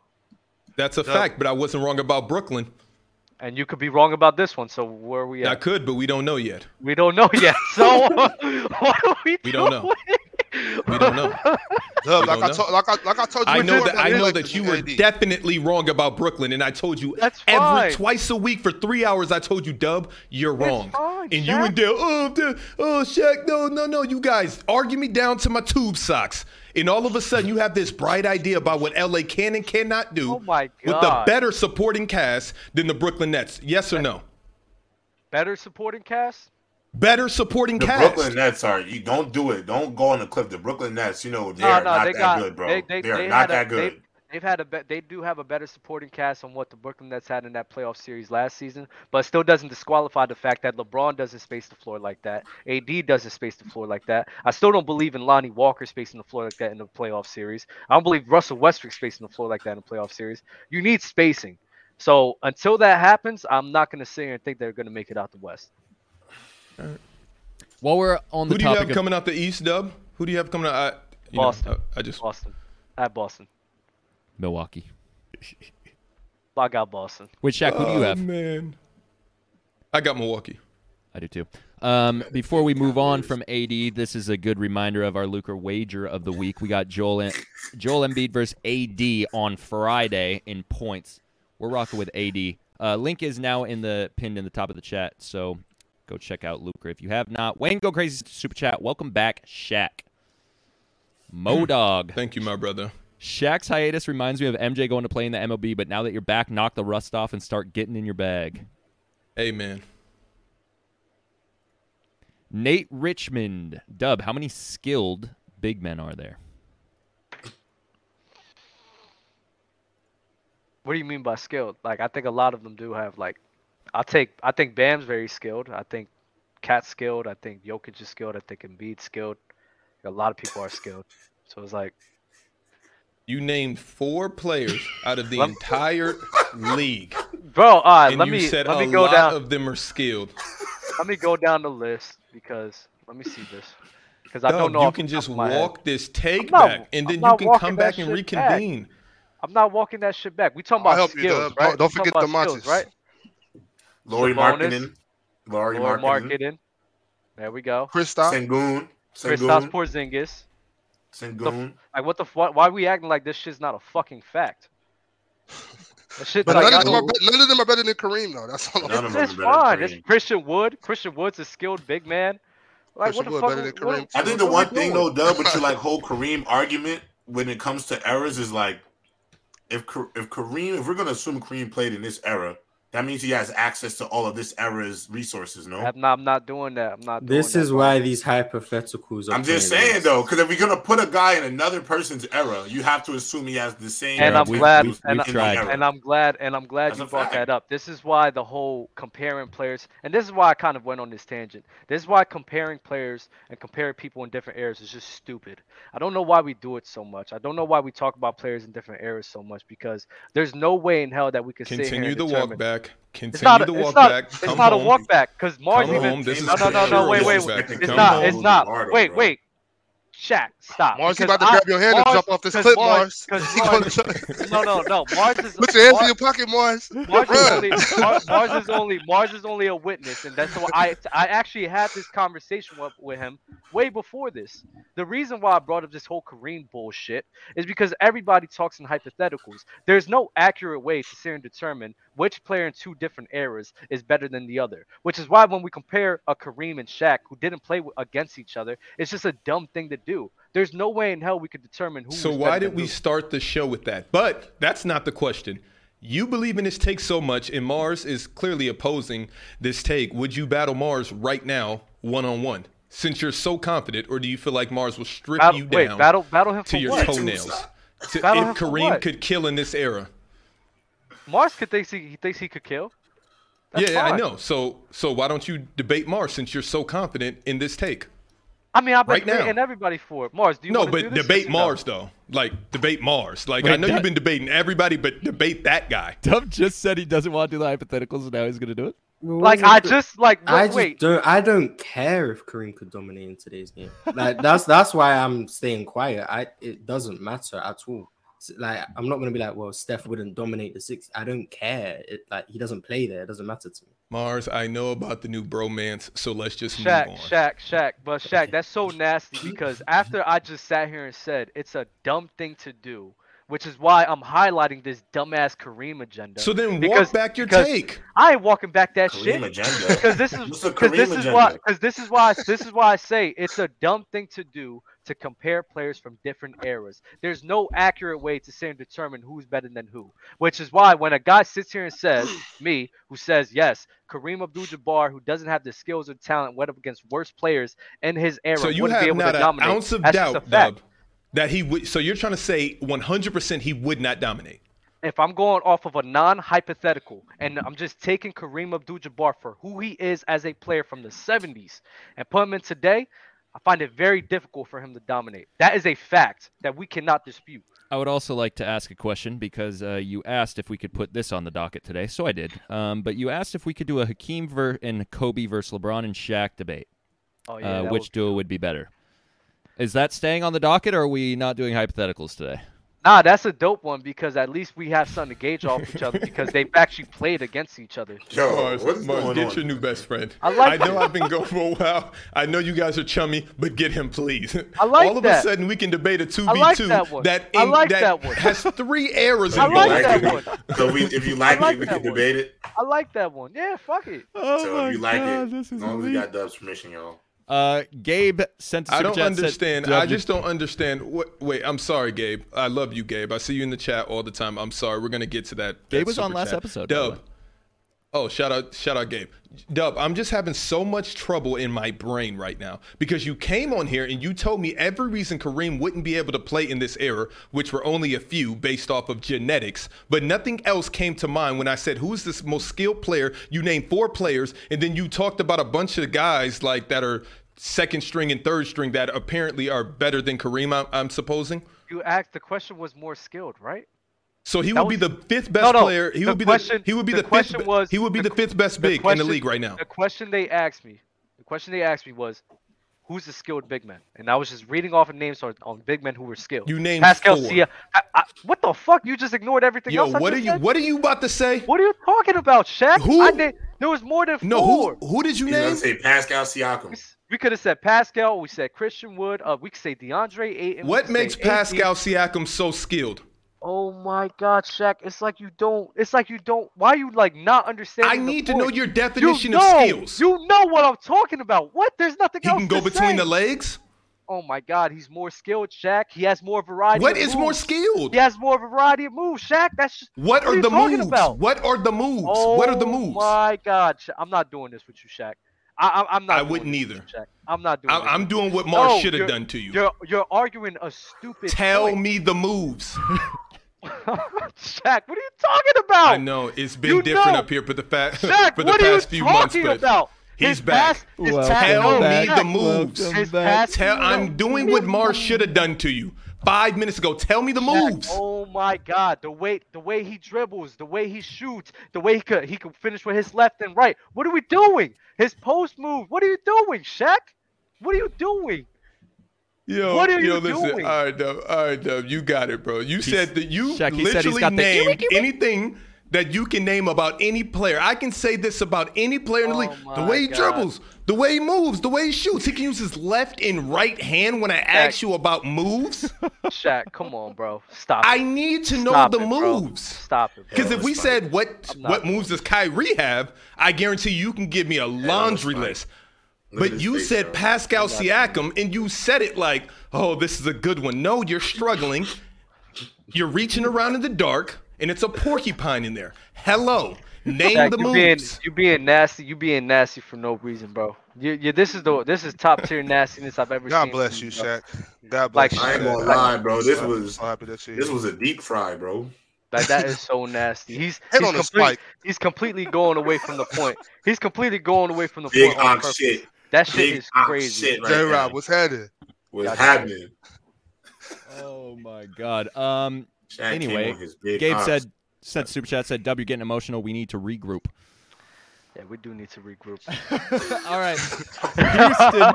That's a fact, but I wasn't wrong about Brooklyn.
and you could be wrong about this one. So where are we
I
at?
could, but we don't know yet.
We don't know yet. So what are we?
We don't know.
doing?
We don't know.
Dub,
We
like,
don't
I
know.
told, like, I, like I told you,
I know
before,
that I
man,
know
like,
that you
AD.
were definitely wrong about Brooklyn, and I told you
That's
every
fine.
twice a week for three hours. I told you, Dub, you're wrong,
fine,
and you were
Shaq.
there. Oh, the- oh, Shaq, no, no, no. You guys argue me down to my tube socks, and all of a sudden you have this bright idea about what LA can and cannot do
Oh my
with the
God.
better supporting cast than the Brooklyn Nets. Yes or no?
Better supporting cast.
Better supporting
The
cast.
Brooklyn Nets are you don't do it. Don't go on the cliff. The Brooklyn Nets, you know, they
No,
are
no,
not
they
that
got-
good, bro.
they-
They,
they-
are
they
not
had a-
that good.
They've had a bet. They do have a better supporting cast on what the Brooklyn Nets had in that playoff series last season, but still doesn't disqualify the fact that LeBron doesn't space the floor like that. AD doesn't space the floor like that. I still don't believe in Lonnie Walker spacing the floor like that in the playoff series. I don't believe Russell Westbrook spacing the floor like that in the playoff series. You need spacing. So until that happens, I'm not going to sit here and think they're going to make it out the West.
While we're on the
Who do you
topic
have
of
coming out the East, Dub? Who do you have coming out? I, you know,
Boston.
I, I just
Boston, at Boston,
Milwaukee,
block out Boston.
which Shaq, who do you
Oh,
have?
Man, I got Milwaukee.
I do too. Um, before we move on from AD, this is a good reminder of our Lucre wager of the week. We got Joel en- Joel Embiid versus AD on Friday in points. We're rocking with AD. Uh, link is now in the pinned in the top of the chat, so go check out Lucre if you have not. Wayne, go crazy super chat. Welcome back, Shaq. Modog.
Thank you, my brother.
Shaq's hiatus reminds me of MJ going to play in the MLB, but now that you're back, knock the rust off and start getting in your bag.
Amen.
Nate Richmond. Dub, how many skilled big men are there?
What do you mean by skilled? Like I think a lot of them do have like I take I think Bam's very skilled. I think Cat's skilled. I think Jokic is skilled. I think Embiid's skilled. A lot of people are skilled. So it's like
You named four players out of the
Lem-
entire league,
Bro, all right,
and
let
you
me
said
let
a
me go
lot
down
of them are skilled.
let me go down the list because let me see this. Because I
Dub,
don't know.
you
off the
can
top
just
of my head.
walk this take
not-
back,
I'm
and then you
not
can
walking
come
that
back and
shit back.
reconvene.
I'm not walking that shit back. We talking
I'll
about
help you,
skills,
Dub.
right?
Don't- don't
We talking
forget
about skills,
DeMontis.
right?
Lori
Sabonis,
Markkinen, Lori
Lord
Markkinen,
marketing. There we go.
Kristaps.
Sengun,
Kristaps
Sengun,
Porzingis.
Sengun.
Like what the fuck? Why we acting like this shit's not a fucking fact? That shit's
But
like,
none,
I-
of them are, be- none of them are better than Kareem, though. That's all. I'm
None
saying.
of them.
it's
are better
fine.
than
It's
Kareem.
Christian Wood. Christian Wood's a skilled big man. Like
Christian
what the
Wood
fuck?
better than
what-
Kareem,
I
too.
think the
What
one
we
thing though,
doing?
Dub, with your like whole Kareem argument when it comes to errors is like, if Ka- if Kareem, if we're gonna assume Kareem played in this era, that means he has access to all of this era's resources. No,
I'm not, I'm not doing that. I'm not.
This
doing
is
that,
why these hypotheticals are.
I'm just
playing
saying
us.
though, because if we're gonna put a guy in another person's era, you have to assume he has the same.
And
Yeah,
I'm
we-
glad-
we-
and
we've
I-
tried.
and
And I'm glad. And I'm glad
That's
you
a
brought
fact.
that up. This is why the whole comparing players, and this is why I kind of went on this tangent. This is why comparing players and comparing people in different eras is just stupid. I don't know why we do it so much. I don't know why we talk about players in different eras so much because there's no way in hell that we can sit here
Continue
and
the
determine-
walk back.
It's not,
Continue
a,
the walk
it's not,
back.
it's
Come
not a
home.
walk back because Mars
Come
even.
home. This is
no, no, no,
sure
no, wait,
a
wait,
walk
wait.
back.
It's
Come
not.
home.
It's not.
Harder,
wait,
bro.
wait. Shaq, stop.
Mars, he
because
about to
I-
grab your hand and
Mars-
jump off this
because
cliff,
Mars-
Mars.
because
He gonna
Mars-
jump-
No, no, no. Mars is.
Put your hands in
Mar-
your pocket, Mars.
Mars is,
Bruh.
only, Mar- Mars is only Mars is only a witness, and that's why I I actually had this conversation with, with him way before this. The reason why I brought up this whole Kareem bullshit is because everybody talks in hypotheticals. There's no accurate way to sit and determine which player in two different eras is better than the other, which is why when we compare a Kareem and Shaq who didn't play w- against each other, it's just a dumb thing to do. There's no way in hell we could determine who.
So
was
why
better
did
than
we
who.
start the show with that? But that's not the question. You believe in this take so much, and Mars is clearly opposing this take. Would you battle Mars right now, one on one, since you're so confident, or do you feel like Mars will strip
battle,
you down
wait battle battle him
to
for
your
what?
toenails? To- if
Battle him for
Kareem
what?
could kill in this era,
Mars could thinks he, he thinks he could kill. That's
yeah, yeah, I
fine.
know. So, so why don't you debate Mars since you're so confident in this take?
I mean, I've been
Right now.
debating everybody for it. Mars, do you
No,
wanna do
but
this? Yes
debate
or no?
Mars though. Like debate Mars. Like I
Wait,
know
that-
you've been debating everybody, but debate that guy.
Dub just said he doesn't want to do the hypotheticals, and now he's going to do it.
Like I just like wait,
I just
wait.
don't. I don't care if Kareem could dominate in today's game. Like that's that's why I'm staying quiet. I it doesn't matter at all. S- Like I'm not gonna be like, well, Steph wouldn't dominate the six. I don't care. It like he doesn't play there. It doesn't matter to me.
Mars, I know about the new bromance, so let's just
Shaq,
move on.
Shaq, Shaq. But Shaq, that's so nasty because after I just sat here and said it's a dumb thing to do, which is why I'm highlighting this dumbass Kareem agenda.
So then walk
Because-
back your
because-
take.
I ain't walking back that
Kareem
shit.
agenda.
because this is
What's the
because this
Kareem
is why
agenda?
because this is why this is why I say it's a dumb thing to do to compare players from different eras. There's no accurate way to say and determine who's better than who, which is why when a guy sits here and says me, who says yes, Kareem Abdul-Jabbar, who doesn't have the skills or talent, went up against worse players in his era,
So you
wouldn't be
have
able
not
to
an
dominate.
ounce of
That's just a
doubt,
fact.
Dub, that he would. So you're trying to say 100% he would not dominate.
if I'm going off of a non-hypothetical and I'm just taking Kareem Abdul-Jabbar for who he is as a player from the 70s and put him in today, I find it very difficult for him to dominate. That is a fact that we cannot dispute.
I would also like to ask a question because uh, you asked if we could put this on the docket today, so I did. Um, but you asked if we could do a Hakeem ver- and Kobe versus LeBron and Shaq debate.
Oh yeah,
uh,
that
which
was-
duo would be better? Is that staying on the docket, or are we not doing hypotheticals today?
nah, that's a dope one because at least we have something to gauge off each other because they've actually played against each other.
Yo,
Mars,
what's
Mars
Oh, going
get
on?
your new best friend.
I like
I know I've been going for a while. I know you guys are chummy, but get him, please.
I like
All of
that.
a sudden, we can debate a 2v2
I like that one. I like that one.
has three errors
I
in
like
it.
that
it,
one.
So we, if you
I
like,
like
it, we
that
can
one.
debate it.
I like that one. Yeah, fuck it.
Oh
so if you like it, as long as we got Dub's permission, y'all.
Uh, Gabe sent. a
I
super
don't
chat, said,
understand.
"Dub,
I
you-
just don't understand. What, wait, I'm sorry, Gabe. I love you, Gabe. I see you in the chat all the time. I'm sorry. We're gonna get to that.
Gabe
that
was on
super
last
chat.
episode, by the way.
Dub. Oh, shout out, shout out, Gabe. Dub, I'm just having so much trouble in my brain right now because you came on here and you told me every reason Kareem wouldn't be able to play in this era, which were only a few based off of genetics, but nothing else came to mind when I said, "Who's this most skilled player?" You named four players, and then you talked about a bunch of guys like that are second string and third string that apparently are better than Kareem. I'm, I'm supposing.
You asked the question was more skilled, right?
So he
That
would be
was-
the fifth best
no,
player. He
the
would be
question-
the he would be
the
the,
question
fifth.
was-
he would be
the-
the, fifth best
the
big in
question-
the league right now.
The question they asked me, the question they asked me was, "Who's the skilled big man?" And I was just reading off of names on, on big men who were skilled.
You named
Pascal
four.
Sia. I- I- what the fuck? You just ignored everything
Yo,
else. I
what are
just
you
said?
what are you about to say?
What are you talking about, Shaq?
Who?
I na- there was more than
No,
four.
who who did you
He's gonna
name?
say Pascal Siakam.
We could have said Pascal. We said Christian Wood. Uh, we could say DeAndre Ayton. we
What
could
makes
say AD.
Pascal Siakam so skilled?
Oh my God, Shaq! It's like you don't. It's like you don't. Why are you like not
I
understanding? the
need to
point?
know your
You
definition
know-
of skills.
You know what I'm talking about. What? There's nothing
he
else.
can go
to
between
say.
the legs.
Oh my God, he's more skilled, Shaq. He has more variety.
What
of
is
moves.
more skilled?
He has more variety of moves, Shaq. That's just,
What,
are
are
you
the
talking
moves?
about?
What are the moves?
oh
what are the moves?
My God, Sha- I'm not doing this with you, Shaq. I, I, I'm not.
I
doing
wouldn't
this with
either.
you, Shaq. I'm not doing.
I,
this
I'm
with
doing what Mars
No,
should have
Oh, you're-
done to
you.
you.
You're you're arguing a stupid.
Tell
point.
me the moves.
Shaq. What are you talking about?
I know it's been
You
different
know.
up here, but the fact
Shaq,
for the
what are you
past few months,
talking
but
about?
he's
His
back.
Past, his
Well,
past,
tell
no,
me
Shaq.
the moves.
Welcome
His
back.
past,
Tell, I'm doing what Mars should have done to you five minutes ago. Tell me the
Shaq,
moves.
Oh my God! The way the way he dribbles, the way he shoots, the way he could he could finish with his left and right. What are we doing? His post move. What are you doing, Shaq? What are you doing?
Yo,
What are
yo,
you
listen.
doing?
All right, Dub. All right, Dub. You got it, bro. You said that you
Shaq, he said he's
literally
got the-
named anything that you can name about any player. I can say this about any player in the
Oh
league. The
my
way he
God.
dribbles, the way he moves, the way he shoots. He can use his left and right hand when I ask you about moves.
Shaq, come on, bro. Stop.
I
it.
need to know
Stop
the
it, bro.
moves.
Stop it. bro.
Because if we
Hell, it's
said what
I'm not
what moves does Kyrie have, I guarantee you can give me a laundry
fine.
list.
Look
But
at his
you
face,
said
bro.
Pascal Siakam, and you said it like, "Oh, this is a good one." No, you're struggling. you're reaching around in the dark, and it's a porcupine in there. Hello, name
Shaq,
the
you being
moves.
you being nasty. You being nasty for no reason, bro. You, you this is the this is top tier nastiness I've ever seen.
God
from
bless you,
bro.
Shaq. God
Like,
bless you.
I ain't
Shaq.
gonna lie, bro. This
So-
was
so happy to see
this
you.
was a deep fry, bro.
Like that is so nasty. He's
Hit
he's,
on the
complete-
spike.
he's completely going away from the point. He's completely going away from the
Big
point. on
ox
purpose.
shit
That shit
Big
is
ox
crazy.
shit right
J
now.
Rob, what's happening?
was
Gotcha.
happening.
Oh my God. Um,
Shaq came
Anyway,
on his big
Gabe
ox.
said sent super chat said W getting emotional. We need to regroup.
Yeah, we do need to regroup.
All right. Houston,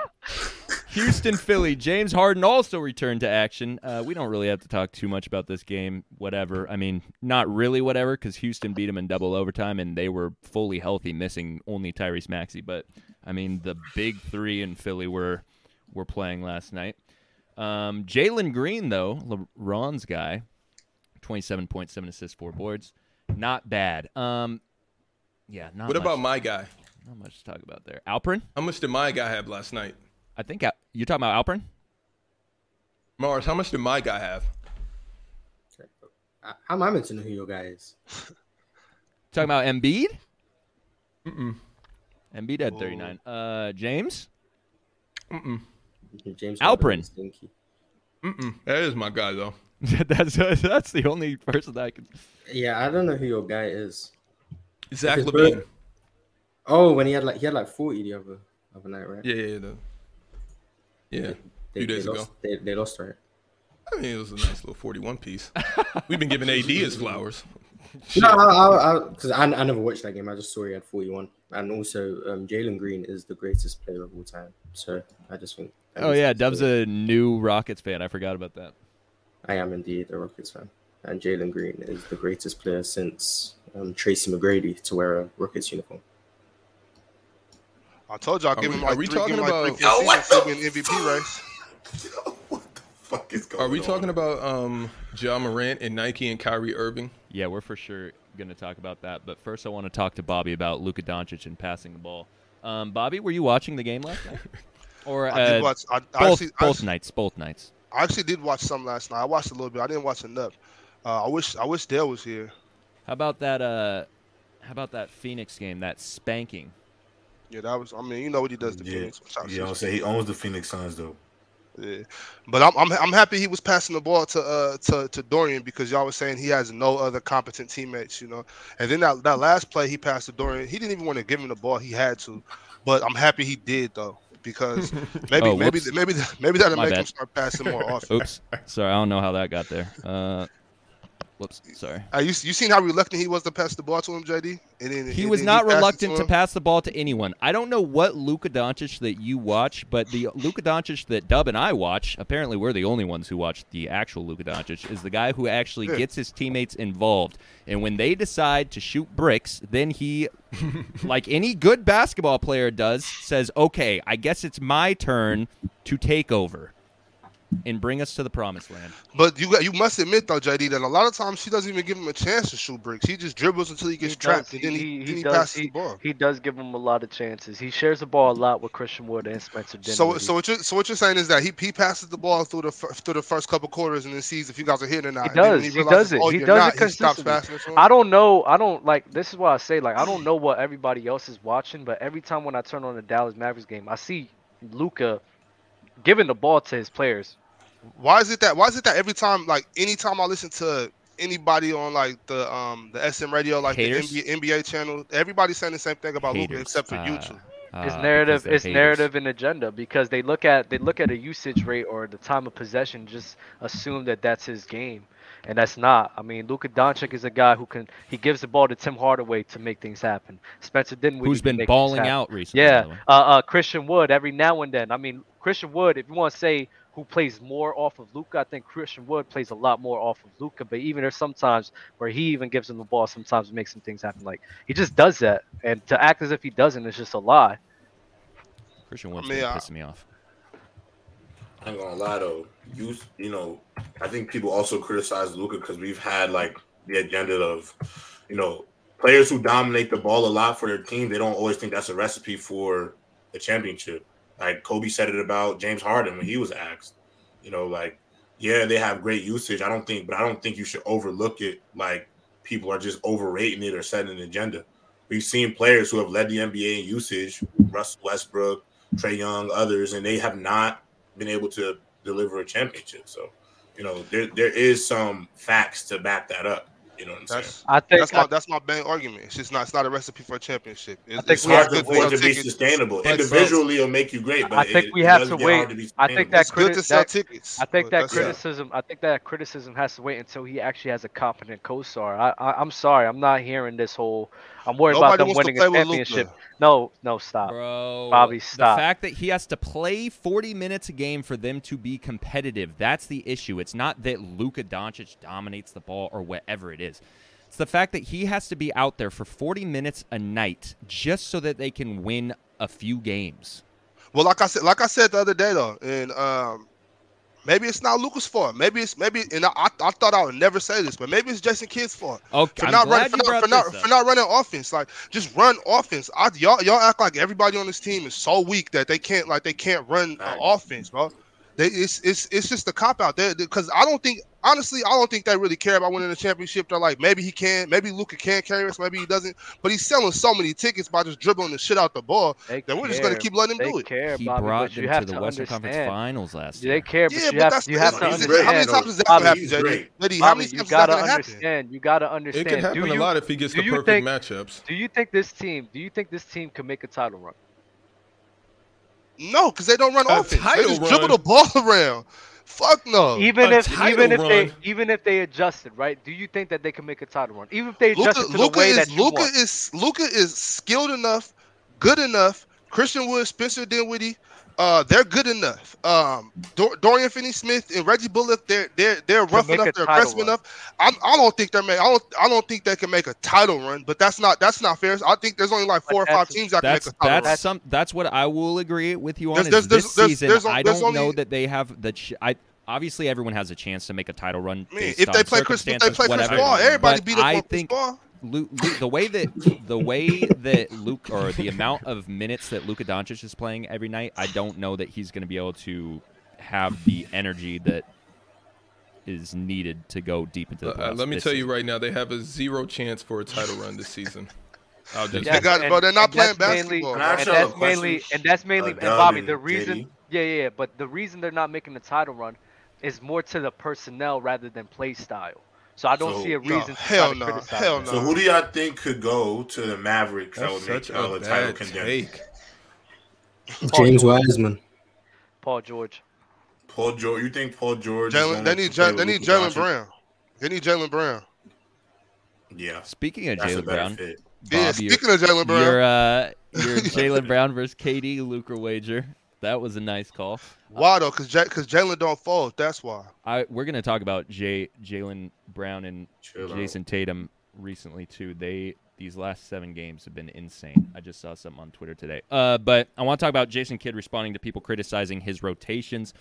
Houston, Philly. James Harden also returned to action. Uh, we don't really have to talk too much about this game. Whatever. I mean, not really whatever, because Houston beat them in double overtime, and they were fully healthy, missing only Tyrese Maxey. But I mean, the big three in Philly were were playing last night. Um, Jalen Green, though, LeBron's guy, twenty-seven point seven assists, four boards. Not bad. Um, yeah. Not
What
much.
about my guy?
Not much to talk about there. Alperin?
How much did my guy have last night?
I think Al- you're talking about Alperin?
Mars, how much did my guy have?
I- Uh, How am I meant to know who your guy is?
Talking about Embiid?
Mm-mm.
Embiid had
Oh.
39. Uh, James?
Mm-mm.
James Harden
Alperin.
is stinky.
Mm-mm. That is my guy, though.
that's that's the only person that I can.
Yeah, I don't know who your guy is.
Zach
It's
Levine.
Bert. Oh, when he had like he had like forty the other other night, right?
Yeah, yeah, yeah. the- Yeah.
they,
few days
they
ago.
lost, They, they lost, right?
I mean, it was a nice little 41 piece. We've been giving AD his flowers.
No, I because I, I, never watched that game. I just saw he had forty-one, and also um, Jalen Green is the greatest player of all time. So I just think. I
Oh
just
yeah,
think
Dub's
so.
a new Rockets fan. I forgot about that.
I am indeed a Rockets fan, and Jalen Green is the greatest player since um, Tracy McGrady to wear a Rockets uniform.
I told you I'll
Are
give
we-
him like
are we
three, give
talking
him like three
about-
full
Yo, what
seasons,
the
he'll be an MVP race.
what the fuck is going
Are we
on?
talking about um, Ja Morant and Nike and Kyrie Irving?
Yeah, we're for sure going to talk about that. But first, I want to talk to Bobby about Luka Doncic and passing the ball. Um, Bobby, were you watching the game last night? Or
I
uh,
did watch. I, I
both
actually, I
both
actually-
nights? Both nights.
I actually did watch some last night. I watched a little bit. I didn't watch enough. Uh, I wish I wish Dale was here.
How about that? Uh, how about that Phoenix game? That spanking.
Yeah, that was. I mean, you know what he does to
Yeah.
Phoenix. Shout out
You know what I'm
to-
saying? He owns the Phoenix Suns, though.
Yeah. But I'm, I'm I'm happy he was passing the ball to uh to, to Dorian because y'all was saying he has no other competent teammates, you know. And then that, that last play he passed to Dorian, he didn't even want to give him the ball. He had to, but I'm happy he did though because maybe
Oh,
maybe
whoops.
maybe maybe that'll
My
make him
bad.
start passing more often.
Oops. Sorry, I don't know how that got there. Uh, whoops. Sorry.
Uh, you you seen how reluctant he was to pass the ball to him, JD? And then,
He
and
was
then
not
passed it
reluctant to
him?
pass the ball to anyone. I don't know what Luka Doncic that you watch, but the Luka Doncic that Dub and I watch, apparently we're the only ones who watch the actual Luka Doncic, is the guy who actually
Yeah.
gets his teammates involved. And when they decide to shoot bricks, then he, like any good basketball player does, says, okay, I guess it's my turn to take over and bring us to the promised land.
But you got you must admit though, JD, that a lot of times he doesn't even give him a chance to shoot bricks. He just dribbles until he
does.
gets trapped,
He-
and then
he- he
he, then he
does.
passes the ball.
he does give him a lot of chances. He shares the ball a lot with Christian Wood and Spencer Dinwiddie.
So, so what you're so what you're saying is that he he passes the ball through the fir- through the first couple quarters and then sees if you guys are hitting or not.
He
And then when
does. He
realizes,
does it.
"Oh,
He
you're
does
not,"
it
He stops
consistently.
passing it to him.
I don't know. I don't like. This is why I say like I don't know what everybody else is watching, but every time when I turn on the Dallas Mavericks game, I see Luca giving the ball to his players.
Why is it that? Why is it that every time, like anytime I listen to anybody on like the um the SM radio, like
Haters?
the NBA, NBA channel, everybody's saying the same thing about Luca
Haters.
except for
Ah,
YouTube.
ah,
It's
because
narrative.
they're
It's
haters.
narrative and agenda because they look at they look at a usage rate or the time of possession, just assume that that's his game, and that's not. I mean, Luka Doncic is a guy who can he gives the ball to Tim Hardaway to make things happen. Spencer Dinwiddie
Who's
can
been
make things
balling
happen.
out recently. by
Yeah,
the way.
uh, uh, Christian Wood every now and then. I mean, Christian Wood, if you want to say who plays more off of Luca, I think Christian Wood plays a lot more off of Luca. But even there's sometimes where he even gives him the ball, sometimes makes some things happen. Like he just does that, and to act as if he doesn't is just a lie.
Christian Wood's
mean,
been
I-
pissing me off.
I ain't gonna lie though. You you know, I think people also criticize Luca because we've had like the agenda of, you know, players who dominate the ball a lot for their team. They don't always think that's a recipe for the championship. Like Kobe said it about James Harden when he was asked. You know, like yeah, they have great usage. I don't think, but I don't think you should overlook it. Like people are just overrating it or setting an agenda. We've seen players who have led the NBA in usage, Russell Westbrook, Trey Young, others, and they have not been able to deliver a championship. So, you know, there there is some facts to back that up. You know what I'm saying?
That's
I think
that's my that's my main argument. It's just not it's not a recipe for a championship. It's,
think
It's
we
hard
have
to,
to
for it
sell
to be
tickets.
sustainable.
But-
Individually, it'll make you great, but
I think
it-
we
it
have
does
to
get hard
wait.
be
I think
sustainable.
that
It's good to
criti-
sell
that-
tickets.
I think
but
that
that's it.
criticism. I think that criticism has to wait until he actually has a competent co-star. I, I, I'm sorry, I'm not hearing this whole. I'm worried
Nobody
about them
wants to
winning
play
a
with
championship.
Luka.
No, no,
Uh,
stop.
Bro,
Bobby, stop.
The fact that he has to play 40 minutes a game for them to be competitive, that's the issue. It's not that Luka Doncic dominates the ball or whatever it is. It's the fact that he has to be out there for 40 minutes a night just so that they can win a few games.
Well, like I said, like I said the other day though, and um, maybe it's not Lucas' fault. Maybe it's maybe, and I, I, I thought I would never say this, but maybe it's Jason Kidd's fault
Okay,
for
I'm
not
glad
running
you
for, not,
brought
for, not,
this up.
for not running offense. Like just run offense. I, y'all y'all act like everybody on this team is so weak that they can't like they can't run uh,
Right.
offense, bro. They, it's it's it's just a cop out there because I don't think honestly I don't think they really care about winning the championship. They're like maybe he can, maybe Luca can carry us, maybe he doesn't. But he's selling so many tickets by just dribbling the shit out the ball
They
that we're just gonna
care.
keep letting him
They
do it.
care,
he
Bobby,
brought
but
them
you have
to the
to
Western Conference
understand.
Finals last
They
year.
care, but
Yeah,
you
but
have
that's
you have
the
to
thing.
thing. How many
understand.
times
though,
does that
Bobby,
happen,
He's
JD?
great.
Liddy, How
Bobby,
many
you
times is that
gotta
gonna happen?
understand. You gotta understand.
It could happen
do you,
a lot if he gets
do
the
you
perfect
think-
matchups.
Do you think this team? Do you think this team can make a title run?
No, because they don't run
A
offense. They
title
just
run.
dribble the ball around. Fuck no.
even
a
if
title
even if they
run.
even if they adjusted, right? Do you think that they can make a title run? Even if they
Luca,
adjusted to the
Luca
way that
is
you
Luca
want.
is Luca is skilled enough, good enough. Christian Wood, Spencer Dinwiddie, uh, they're good enough. Um, Dor- Dorian Finney-Smith and Reggie Bullock, they're they're they're
To
rough
make
enough,
a
they're
title
aggressive
run.
enough. I'm, I don't think they're make, I don't I don't think they can make a title run, but that's not that's not fair. I think there's only like
But
four or five
that's-
teams that can make
That's
a title run.
that's some that's what I will agree with you on.
There's-
is
there's-
this
there's- there's-
season,
there's on-
I
there's
don't
only-
know that they have the. Ch- I obviously everyone has a chance to make a title run.
Man,
based
if they
on
play Chris, if they
circumstances,
play Chris
whatever.
Paul, everybody
But
beat up
I
on Chris
think
Paul.
Lu- Lu- the way that the way that Luke or the amount of minutes that Luka Doncic is playing every night, I don't know that he's going to be able to have the energy that is needed to go deep into the
Uh,
playoffs.
let me
this
tell you
season.
right now, they have a zero chance for a title run this season. I'll just
They got- bro, they're not playing
that's mainly-
basketball.
Can I ask
and
y'all a
that's
question?
mainly and that's mainly
Uh,
and
Dub
Bobby.
and
The reason,
JD?
yeah, yeah, yeah, but the reason they're not making the title run is more to the personnel rather than play style. So I don't
So,
see a
no,
reason to
hell
try to
no,
criticize.
hell
them.
no.
So who do y'all think could go to the Mavericks that
That's
would make
such
y'all
a
a title
bad
contender?
take.
Paul
James
George.
Wiseman.
Paul George.
Paul George. You think Paul George? is
Jalen,
going
they
to
need
play
Jalen,
with
they need
Luka
Jalen
Doncic?
Brown. They need Jalen Brown.
Yeah,
Speaking of
that's a
Jalen
better
Brown,
fit.
yeah,
Bobby,
speaking of Jalen Brown,
Your uh, your Jalen Brown versus KD Lucre wager. That was a nice call.
why though? Because because Jalen don't fall. That's why.
I we're gonna talk about Jay Jalen Brown and
Chill out.
Jason Tatum recently too. They these last seven games have been insane. I just saw something on Twitter today. Uh, but I want to talk about Jason Kidd responding to people criticizing his rotations.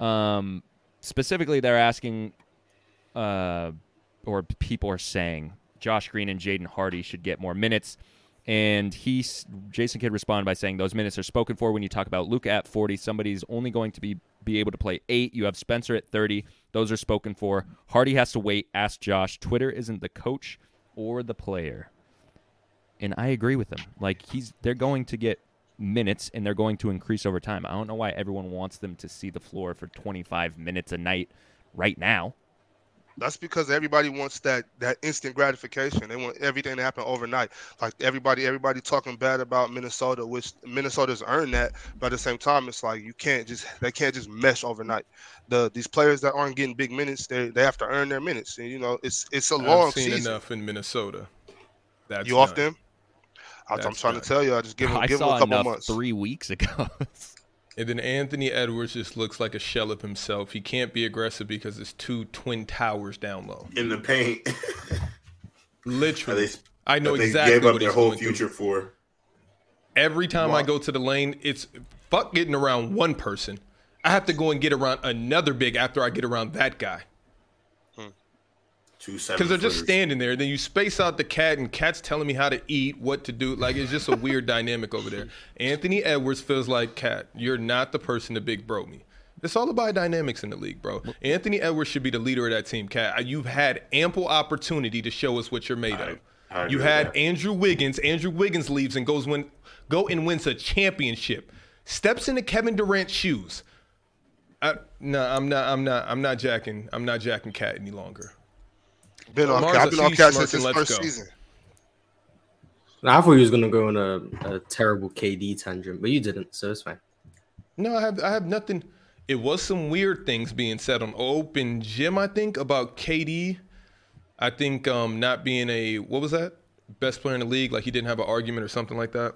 Um, specifically, they're asking, uh, or people are saying Josh Green and Jaden Hardy should get more minutes. And he, s- Jason Kidd responded by saying, "Those minutes are spoken for when you talk about Luca at 40. Somebody's only going to be be able to play eight. You have Spencer at 30. Those are spoken for. Hardy has to wait. Ask Josh. Twitter isn't the coach or the player." And I agree with him. Like he's, they're going to get minutes and they're going to increase over time. I don't know why everyone wants them to see the floor for 25 minutes a night right now.
That's because everybody wants that that instant gratification. They want everything to happen overnight. Like everybody, everybody talking bad about Minnesota, which Minnesota's earned that. But at the same time, it's like you can't just they can't just mesh overnight. The these players that aren't getting big minutes, they they have to earn their minutes. And you know, it's it's a long
I've seen
season.
enough in Minnesota. That's
You off
none.
them? I, I'm
That's
trying
done.
to tell you. I just give them
I
give them
saw
a couple
enough
months.
three weeks ago.
And then Anthony Edwards just looks like a shell of himself. He can't be aggressive because it's two twin towers down low.
in the paint.
Literally,
they-
I know
that they
exactly
gave up
what
their
he's
whole
going through.
future for.
Every time
Wow.
I go to the lane, it's fuck getting around one person. I have to go and get around another big after I get around that guy.
Two seven.
Because they're just
footers.
standing there. Then you space out the cat, and cat's telling me how to eat, what to do. Like, it's just a weird dynamic over there. Anthony Edwards feels like, cat, you're not the person to big bro me. It's all about dynamics in the league, bro. Anthony Edwards should be the leader of that team, cat. You've had ample opportunity to show us what you're made of.
I agree
you
with
had
that.
Andrew Wiggins. Andrew Wiggins leaves and goes win, go and wins a championship. Steps into Kevin Durant's shoes. I, no, I'm not. I'm not. I'm not jacking. I'm not jacking Cat any longer.
Been on,
Lamar's
I've
a
been on
sea
catch
smurf
since
and
his
let's
first
go.
season.
I thought you was gonna go on a, a terrible KD tangent, but you didn't, so it's fine.
No, I have I have nothing. It was some weird things being said on open gym, I think, about KD. I think um not being a what was that? best player in the league? Like he didn't have an argument or something like that.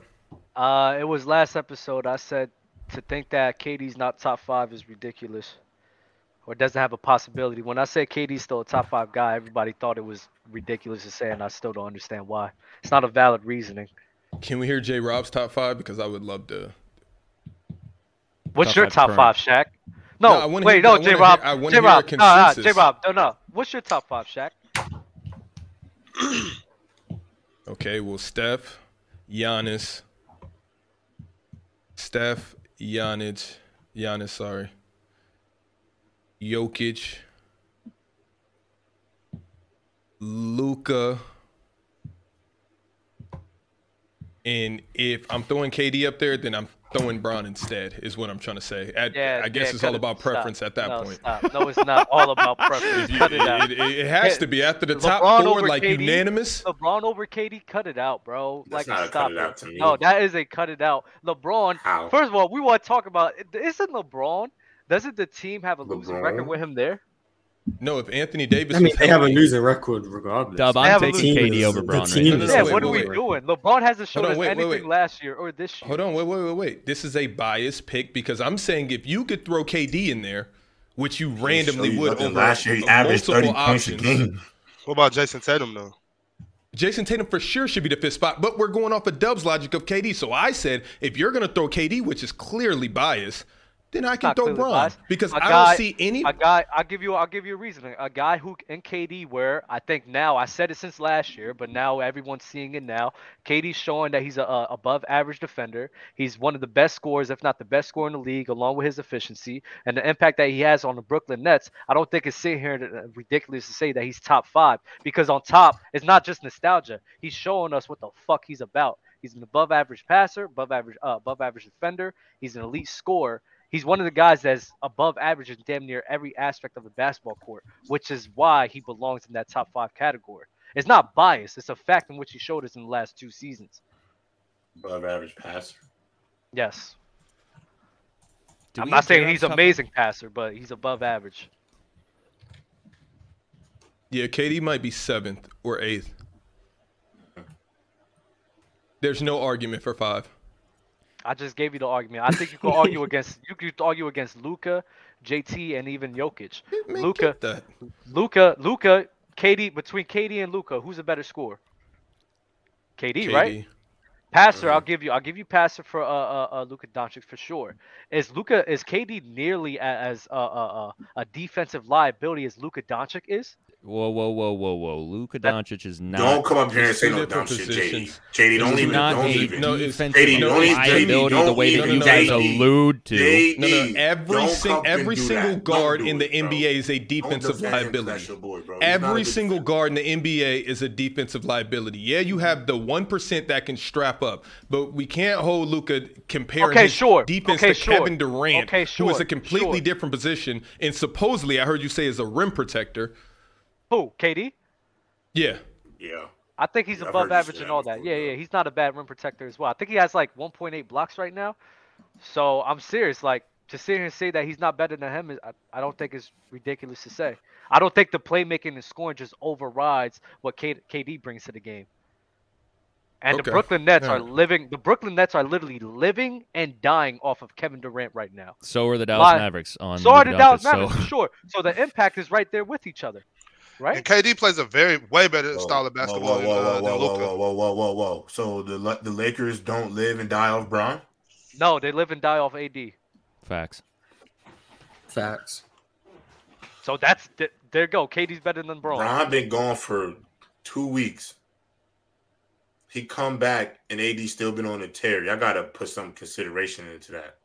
Uh, it was last episode. I said to think that KD's not top five is ridiculous, or doesn't have a possibility. When I said KD's still a top five guy, everybody thought it was ridiculous to say, and I still don't understand why. It's not a valid reasoning.
Can we hear J. Rob's top five? Because I would love to.
What's
Top
your
five
top
current.
five, Shaq?
No,
No,
I wanna
wait,
hear- I
no,
wanna
J
hear-
Rob,
I wanna
J
hear
Rob,
a
nah, nah,
consensus.
J Rob, no, no. What's your top five, Shaq?
Okay, well, Steph, Giannis, Steph, Giannis, Giannis, sorry, Jokic, Luca, and if I'm throwing KD up there, then I'm throwing Brown instead. Is what I'm trying to say. At, I guess
yeah,
it's
cut
all
it.
about
Stop.
preference at that
No,
point.
stop. No, it's not all about preference.
If you-
Cut it out.
it, it- it has
Yeah,
to be after the
LeBron
top four,
over
like
KD?
unanimous.
LeBron over KD, cut it out, bro.
That's
like,
not a
stop
cut it out to me.
No, that is a cut it out. LeBron.
How?
First of all, we want to talk about. Isn't LeBron? Doesn't the team have a losing
LeBron?
record with him there?
No, if Anthony Davis,
I mean,
was
they have a
healthy-
losing record regardless.
Dub,
They
I'm
have a
taking
losing-
KD over
the
Braun.
team
Right
is-
now.
No,
yeah,
wait,
what are
wait,
we
wait.
doing? LeBron hasn't shown
Hold on,
us
wait, wait,
anything
wait.
last year or this year.
Hold on, wait, wait, wait, wait. This is a biased pick because I'm saying if you could throw KD in there, which you randomly
Show you
would
nothing.
over
last year. He averaged
multiple
thirty points a
options,
game.
What about Jason Tatum though?
Jason Tatum for sure should be the fifth spot. But we're going off of Dub's logic of KD. So I said if you're going to throw KD, which is clearly biased, then I can
Not
throw
clearly
Bron
biased.
because
A
I
guy-
don't see any.
A guy, I'll give you, I'll give you a reasoning. A guy who and KD were, I think now, I said it since last year, but now everyone's seeing it now. KD's showing that he's a, a above average defender. He's one of the best scorers, if not the best scorer in the league, along with his efficiency and the impact that he has on the Brooklyn Nets. I don't think it's sitting here that- uh, ridiculous to say that he's top five because on top, it's not just nostalgia. He's showing us what the fuck he's about. He's an above average passer, above average, uh, above average defender. He's an elite scorer he's one of the guys that's above average in damn near every aspect of the basketball court, which is why he belongs in that top five category. It's not bias; it's a fact in which he showed us in the last two seasons.
Above average passer.
Yes,
Do
I'm
we
not
have
saying
J-Rob's
he's
top-
amazing passer, but he's above average.
Yeah, KD might be seventh or eighth. There's no argument for five.
I just gave you the argument. I think you could argue against you could argue against Luca, JT, and even Jokic.
Man,
Luka-
get that.
Luca, Luca, KD between KD and Luca, who's a better scorer? KD,
KD.
right? Passer, I'll give you. I'll give you passer for uh, uh, uh Luka Doncic for sure. Is Luka is KD nearly a- as uh, uh, uh, a defensive liability as Luka Doncic is?
Whoa, whoa, whoa, whoa, whoa. Luka
That-
Doncic is
don't
not.
come up here and
It's
say
two
no dumb
different
shit, JD.
positions.
JD,
This
don't
is
even.
not
Don't
a-
even.
no,
no,
it's-
defensive
JD,
don't even-
liability
JD,
the way
don't
that you
even-
guys
no, no, no.
allude to.
JD,
No, no. Every,
don't
sing,
come
every
and do
single
that.
guard
Don't do
in the
it, bro.
NBA is a
Don't
defensive
defend him 'cause that's
liability.
your boy, bro. He's not a
Every
good
single
defender.
guard in the NBA is a defensive liability. Yeah, you have the one percent that can strap up, but we can't hold Luca comparing
Okay,
his
sure.
defense
Okay,
to
sure.
Kevin Durant,
Okay,
who is
sure,
a completely
sure.
different position and supposedly, I heard you say, is a rim protector.
Who KD?
Yeah,
Yeah.
I think he's
Yeah, I've heard
above
you say
average
that
and all that.
before,
Yeah,
yeah.
yeah, he's not a bad rim protector as well. I think he has like 1.8 blocks right now. So I'm serious. Like to sit here and say that he's not better than him is, I, I don't think is ridiculous to say. I don't think the playmaking and scoring just overrides what K, KD brings to the game. And
Okay.
the Brooklyn Nets
All
are
right.
living. The Brooklyn Nets are literally living and dying off of Kevin Durant right now.
So are the Dallas
Why?
Mavericks on.
So are
Luka
the Dallas
Doncic,
Mavericks
so-
for sure. So the impact is right there with each other, right?
And KD plays a very way better
Whoa,
style of
whoa,
basketball
Whoa,
than,
whoa,
uh, than
whoa, whoa,
Luca.
whoa, whoa, whoa, whoa, whoa. So the La- the Lakers don't live and die off Bron.
No, they live and die off AD.
Facts.
Facts.
So that's th- there. You go. KD's better than Braun.
Bron been gone for two weeks. He come back and AD still been on the tear. Y'all gotta put some consideration into that.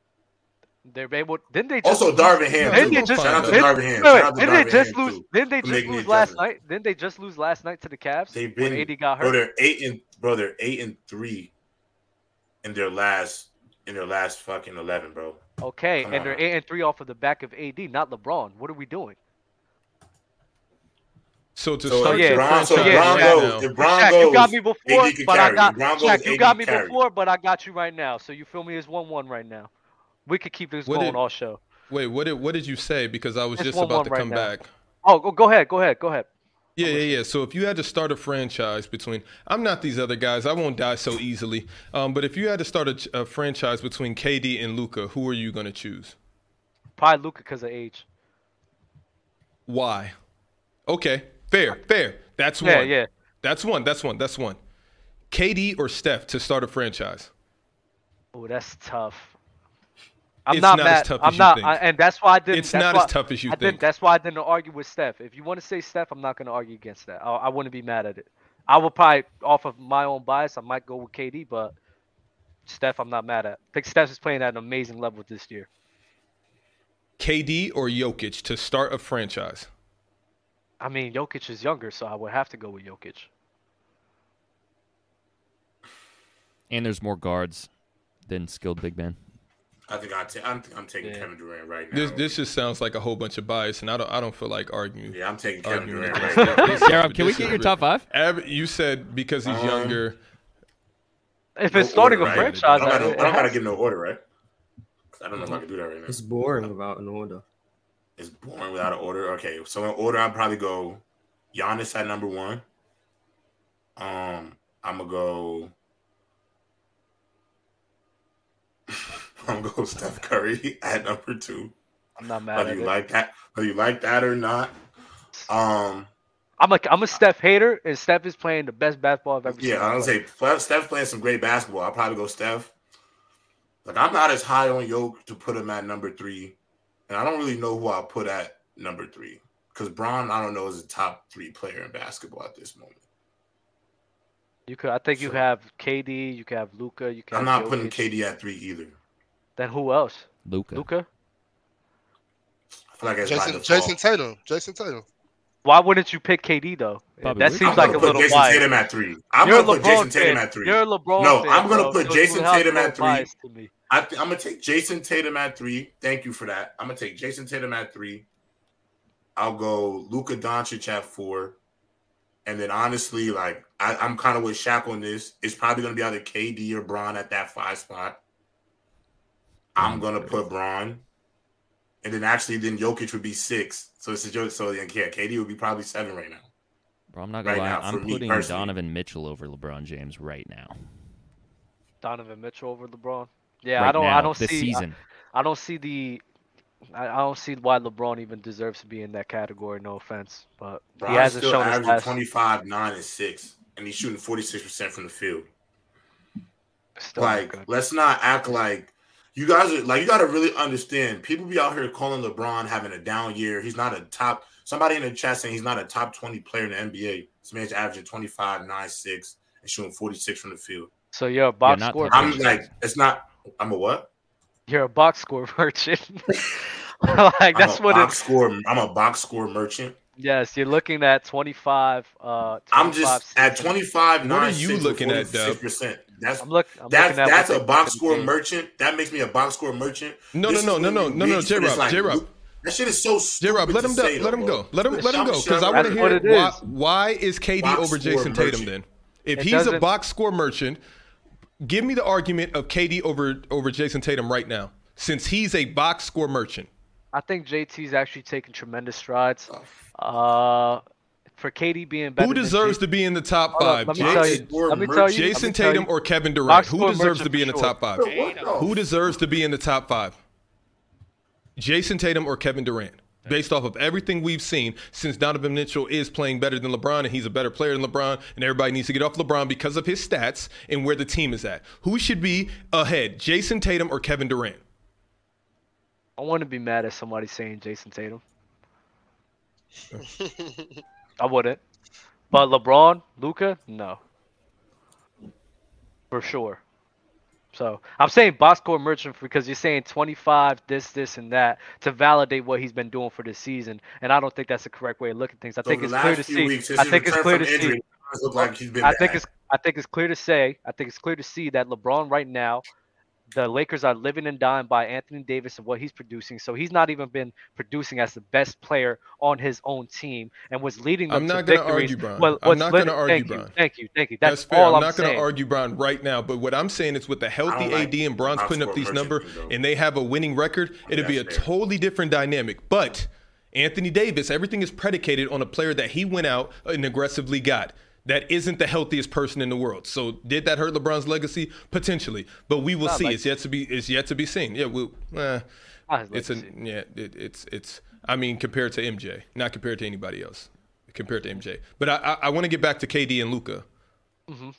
They're able. Didn't they just
Also, Darvin Ham.
They
too.
did just-
Shout out to
they-
Darvin Ham.
Wait,
Shout
wait,
out to
didn't
Darvin
they just
Ham
lose?
too.
Didn't they
for
just
making the
lose last
adjustment.
night? Didn't they just lose last night to the Cavs
They've
when
been-
AD got
Bro,
hurt?
they're eight and bro, they're eight and three in their last in their last fucking eleven, bro.
Okay,
Come
and
on.
they're eight and three off of the back of AD, not LeBron. What are we doing?
so to
So,
start
yeah,
if
your
Bron, so
franchise
if
yeah,
Bron
right
Shaq.
goes,
now-
if Bron
Shaq,
goes,
you got me before,
can
but I
carry.
got
Bron
Shaq,
goes,
you
AD
got me
carry.
before, but I got you right now. So you feel me? It's one one right now. We could keep this
What
going
did-
all show.
Wait, what did what did you say? Because I was
It's
just
1-1
about to
right
come
now.
back.
Oh, go, go ahead, go ahead, go ahead.
Yeah, yeah, yeah. So if you had to start a franchise between, I'm not these other guys. I won't die so easily. Um, but if you had to start a, ch- a franchise between KD and Luca, who are you going to choose?
Probably Luca because of age.
Why? Okay, fair, fair. That's
Yeah,
one.
yeah.
That's one. That's one. That's one. KD or Steph to start a franchise.
Oh, that's tough. I'm
It's
not,
not as
mad.
tough
I'm
as you
not,
think.
I, and that's why I didn't.
It's
that's
not
why,
as tough as you
I
think.
Didn't, that's why I didn't argue with Steph. If you want to say Steph, I'm not going to argue against that. I, I wouldn't be mad at it. I would probably, off of my own bias, I might go with KD, but Steph, I'm not mad at. I think Steph is playing at an amazing level this year.
KD or Jokic to start a franchise.
I mean, Jokic is younger, so I would have to go with Jokic.
And there's more guards than skilled big men.
I think I ta- I'm, I'm taking
Yeah.
Kevin Durant right now.
This this just sounds like a whole bunch of bias, and I don't I don't feel like arguing.
yeah, I'm taking Kevin
arguing
Durant
against
right now.
that. This is-
Darren, can we
this is
get your
ri-
top five?
Every- you said because he's
Um,
younger.
If
No
it's starting
order,
a
right?
franchise,
I
I,
don't,
it
I don't gotta
has-
give no order, right? 'Cause I don't
Mm-hmm.
know if I can do that right now.
It's boring about an order.
It's boring without an order. Okay, so in order, I'd probably go Giannis at number one. Um, I'm gonna go. I'm gonna go Steph Curry at number two.
I'm not mad
Whether
at
you
it.
like that, whether you like that or not. Um,
I'm a I'm a Steph hater, and Steph is playing the best basketball I've ever seen.
yeah, I
him
don't
play.
say Steph- Steph playing some great basketball. I'll probably go Steph. Like I'm not as high on Yoke to put him at number three, and I don't really know who I'll put at number three because Braun I don't know is a top three player in basketball at this moment.
you could. I think you
Sure.
have KD, you could have Luca, you can.
I'm not putting
KD.
KD at three either.
Then who else?
Luca.
Luca.
I feel like it's by
Jason,
default.
Jason Tatum. Jason Tatum.
Why wouldn't you pick KD though?
Bobby,
that
we-
I'm
seems like
gonna
a
put
little
Jason
biased.
Tatum at three. I'm
You're a
gonna put
LeBron
Jason Tatum
fan.
at 3
You're a LeBron
No,
fan,
I'm gonna
bro,
put
so
Jason
somehow it's
Tatum
a
at
little
three.
biased to me.
I th- I'm gonna take Jason Tatum at three. Thank you for that. I'm gonna take Jason Tatum at three. I'll go Luka Doncic at four, and then honestly, like I, I'm kind of with Shaq on this. It's probably gonna be either KD or Braun at that five spot.
Mm,
I'm gonna put Braun, and then actually, then Jokic would be six. So it's a joke. So yeah, KD would be probably seven right now.
Bro, I'm not gonna
Right
lie.
now, for
I'm
me
putting
personally.
Donovan Mitchell over LeBron James right now.
Donovan Mitchell over LeBron. Yeah,
Right
I don't.
now,
I don't
this
see.
season.
I, I don't see the. I, I don't see why LeBron even deserves to be in that category. No offense, but he
Braun's
hasn't
still
shown his
averaging
last.
25, 9, and six, and he's shooting 46 percent from the field.
still not
Like,
good.
let's not act like you guys are like you gotta really understand. People be out here calling LeBron having a down year. He's not a top somebody in the chat saying he's not a top 20 player in the NBA. This man's averaging 25, 9, 6, and shooting 46 from the field.
So you're a box
not
score.
top
I'm
merchant.
like, it's not I'm a what?
You're a box score merchant. like that's
I'm a
what
box
it's.
score. I'm a box score merchant.
Yes, you're looking at 25. Uh, 25
I'm just at
seasons.
25, 9,
What are you looking at, Dub?
percent. That's
I'm, look, I'm
that's
looking at
that's
what
a
they
box
did
score
to the
merchant. That makes me a box score merchant.
No,
This
no,
is
no, no,
when
no, no,
you
no,
reach for
J
this,
Rob,
like,
J Rob,
loop- That shit is so
J
stupid.
Rob, let
to
him do-
say,
let him
though,
go,
bro.
let him
It's
let him
dumb
go,
shit.
because I want
That's
to
what
hear
it
why,
is.
why is KD
Box
over
score
Jason Tatum
merchant.
then? If
It
he's a
doesn't-
box score merchant, give me the argument of KD over over Jason Tatum right now, since he's a box score merchant.
I think JT's actually taking tremendous strides.
Oh.
Uh, for KD being better,
Who deserves to
than
be in the top
Hold up,
five?
let me
Jason,
tell you.
Jason-
Let me tell you. let
Jason
me tell you.
Tatum or Kevin Durant?
Box
Who
score
deserves to
merchant
be in the
for
top
sure.
five?
Bro, what the
Who deserves to be in the top five? Jason Tatum or Kevin Durant? Based off of everything we've seen, since Donovan Mitchell is playing better than LeBron and he's a better player than LeBron, and everybody needs to get off LeBron because of his stats and where the team is at. Who should be ahead, Jason Tatum or Kevin Durant?
I want to be mad at somebody saying Jason Tatum. I wouldn't. But LeBron, Luca, no. For sure. So I'm saying box score merchant because you're saying 25, this, this, and that to validate what he's been doing for this season, and I don't think that's the correct way of looking at things. I
So
think
the
it's
last
clear to
few
see.
weeks, since
I
his
think it's
return
clear to
from
see.
injury, it looks like he's been
I think
bad.
it's I think it's clear to say I think it's clear to see that LeBron right now, the Lakers are living and dying by Anthony Davis and what he's producing. So he's not even been producing as the best player on his own team and was leading them
I'm
to
not gonna
victories.
argue, Bron.
Well,
I'm
what's
not
lit-
gonna argue,
thank you,
Bron.
Thank you, thank you.
That's,
That's,
fair. I'm
all I'm,
not going
saying.
to argue Bron right now, but what I'm saying is with the healthy
I don't like
AD and Bron's
box
putting up
score
these
merchant
numbers
thing, though.
and they have a winning record, it'll be a
That's fair.
totally different dynamic. But Anthony Davis, everything is predicated on a player that he went out and aggressively got. That isn't the healthiest person in the world. So did that hurt LeBron's legacy? Potentially, but we will
Not
see.
like-
it's yet to be. It's yet to be seen. Yeah, we. Uh,
Not his
it's a
legacy.
yeah. It, it's it's. I mean, compared to MJ, not compared to anybody else. Compared to MJ, but I I, I want to get back to KD and Luca.
Mm-hmm.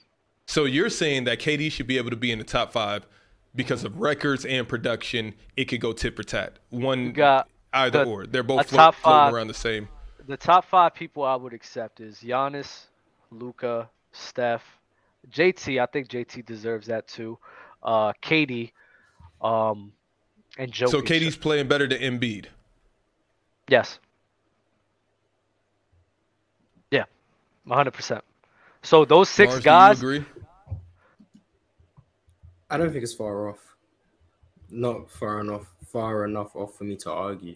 So you're saying that KD should be able to be in the top five because of records and production. It could go tit for tat. One
got
either
the-
or. They're
a
both float,
top
floating
five.
around the same.
The top five people I would accept is Giannis, Luca, Steph, JT. I think JT deserves that too. Uh, Katie, um, and Joe.
So KD's playing better than Embiid.
Yes. Yeah, 100%. So those six
Lawrence, do you
guys,
agree?
I don't think it's far off. Not far enough, far enough off for me to argue.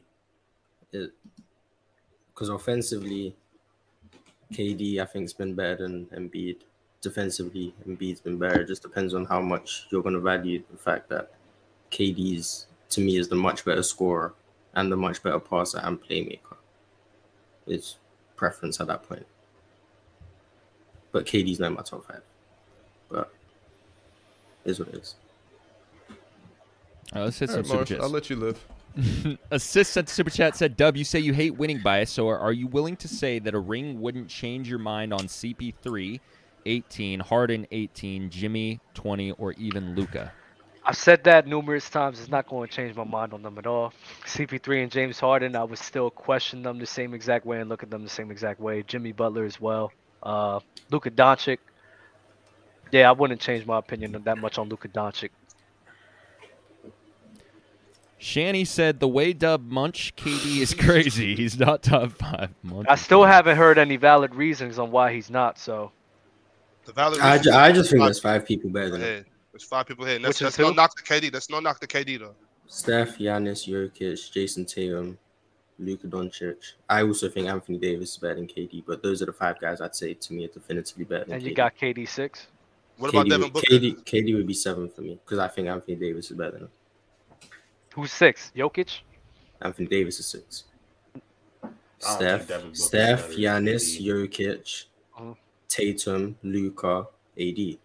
It because offensively, KD I think's been better than Embiid. Defensively, Embiid's been better. It just depends on how much you're going to value the fact that KD's to me is the much better scorer and the much better passer and playmaker. It's preference at that point. But KD's not in my top five. But it is what it is.
Uh, let's hit
All
some
right,
super
Lawrence,
chats.
I'll let you live.
Assist sent super chat said, "Dub, you say you hate winning bias, so are- are you willing to say that a ring wouldn't change your mind on CP3, 18, Harden 18, Jimmy 20, or even Luca?"
I've said that numerous times. It's not going to change my mind on them at all. CP3 and James Harden, I would still question them the same exact way and look at them the same exact way. Jimmy Butler as well. Uh, Luka Doncic. Yeah, I wouldn't change my opinion that much on Luka Doncic.
Shanny said, "The way Dub munch KD is crazy. He's not top five. Munch
I
is
still
crazy."
haven't heard any valid reasons on why he's not. So
The Valerie.
I, ju- I just think there's five people better than him.
ahead. There's five people ahead. And That's,
Which is
that's no
who?
knock to KD. That's no knock to KD though.
Steph, Giannis, Jokic, Jason Tatum, Luka Doncic. I also think Anthony Davis is better than KD, but those are the five guys I'd say to me are definitively better than
and
KD.
you got KD six.
What about
KD
Devin
would-
Booker?
KD, KD would be seven for me because I think Anthony Davis is better than him.
Who's six? Jokic.
Anthony Davis is six.
I don't
Steph,
think Devin Booker's
Steph,
better than
Giannis,
KD.
Jokic,
Mhm.
Tatum, Luka, AD.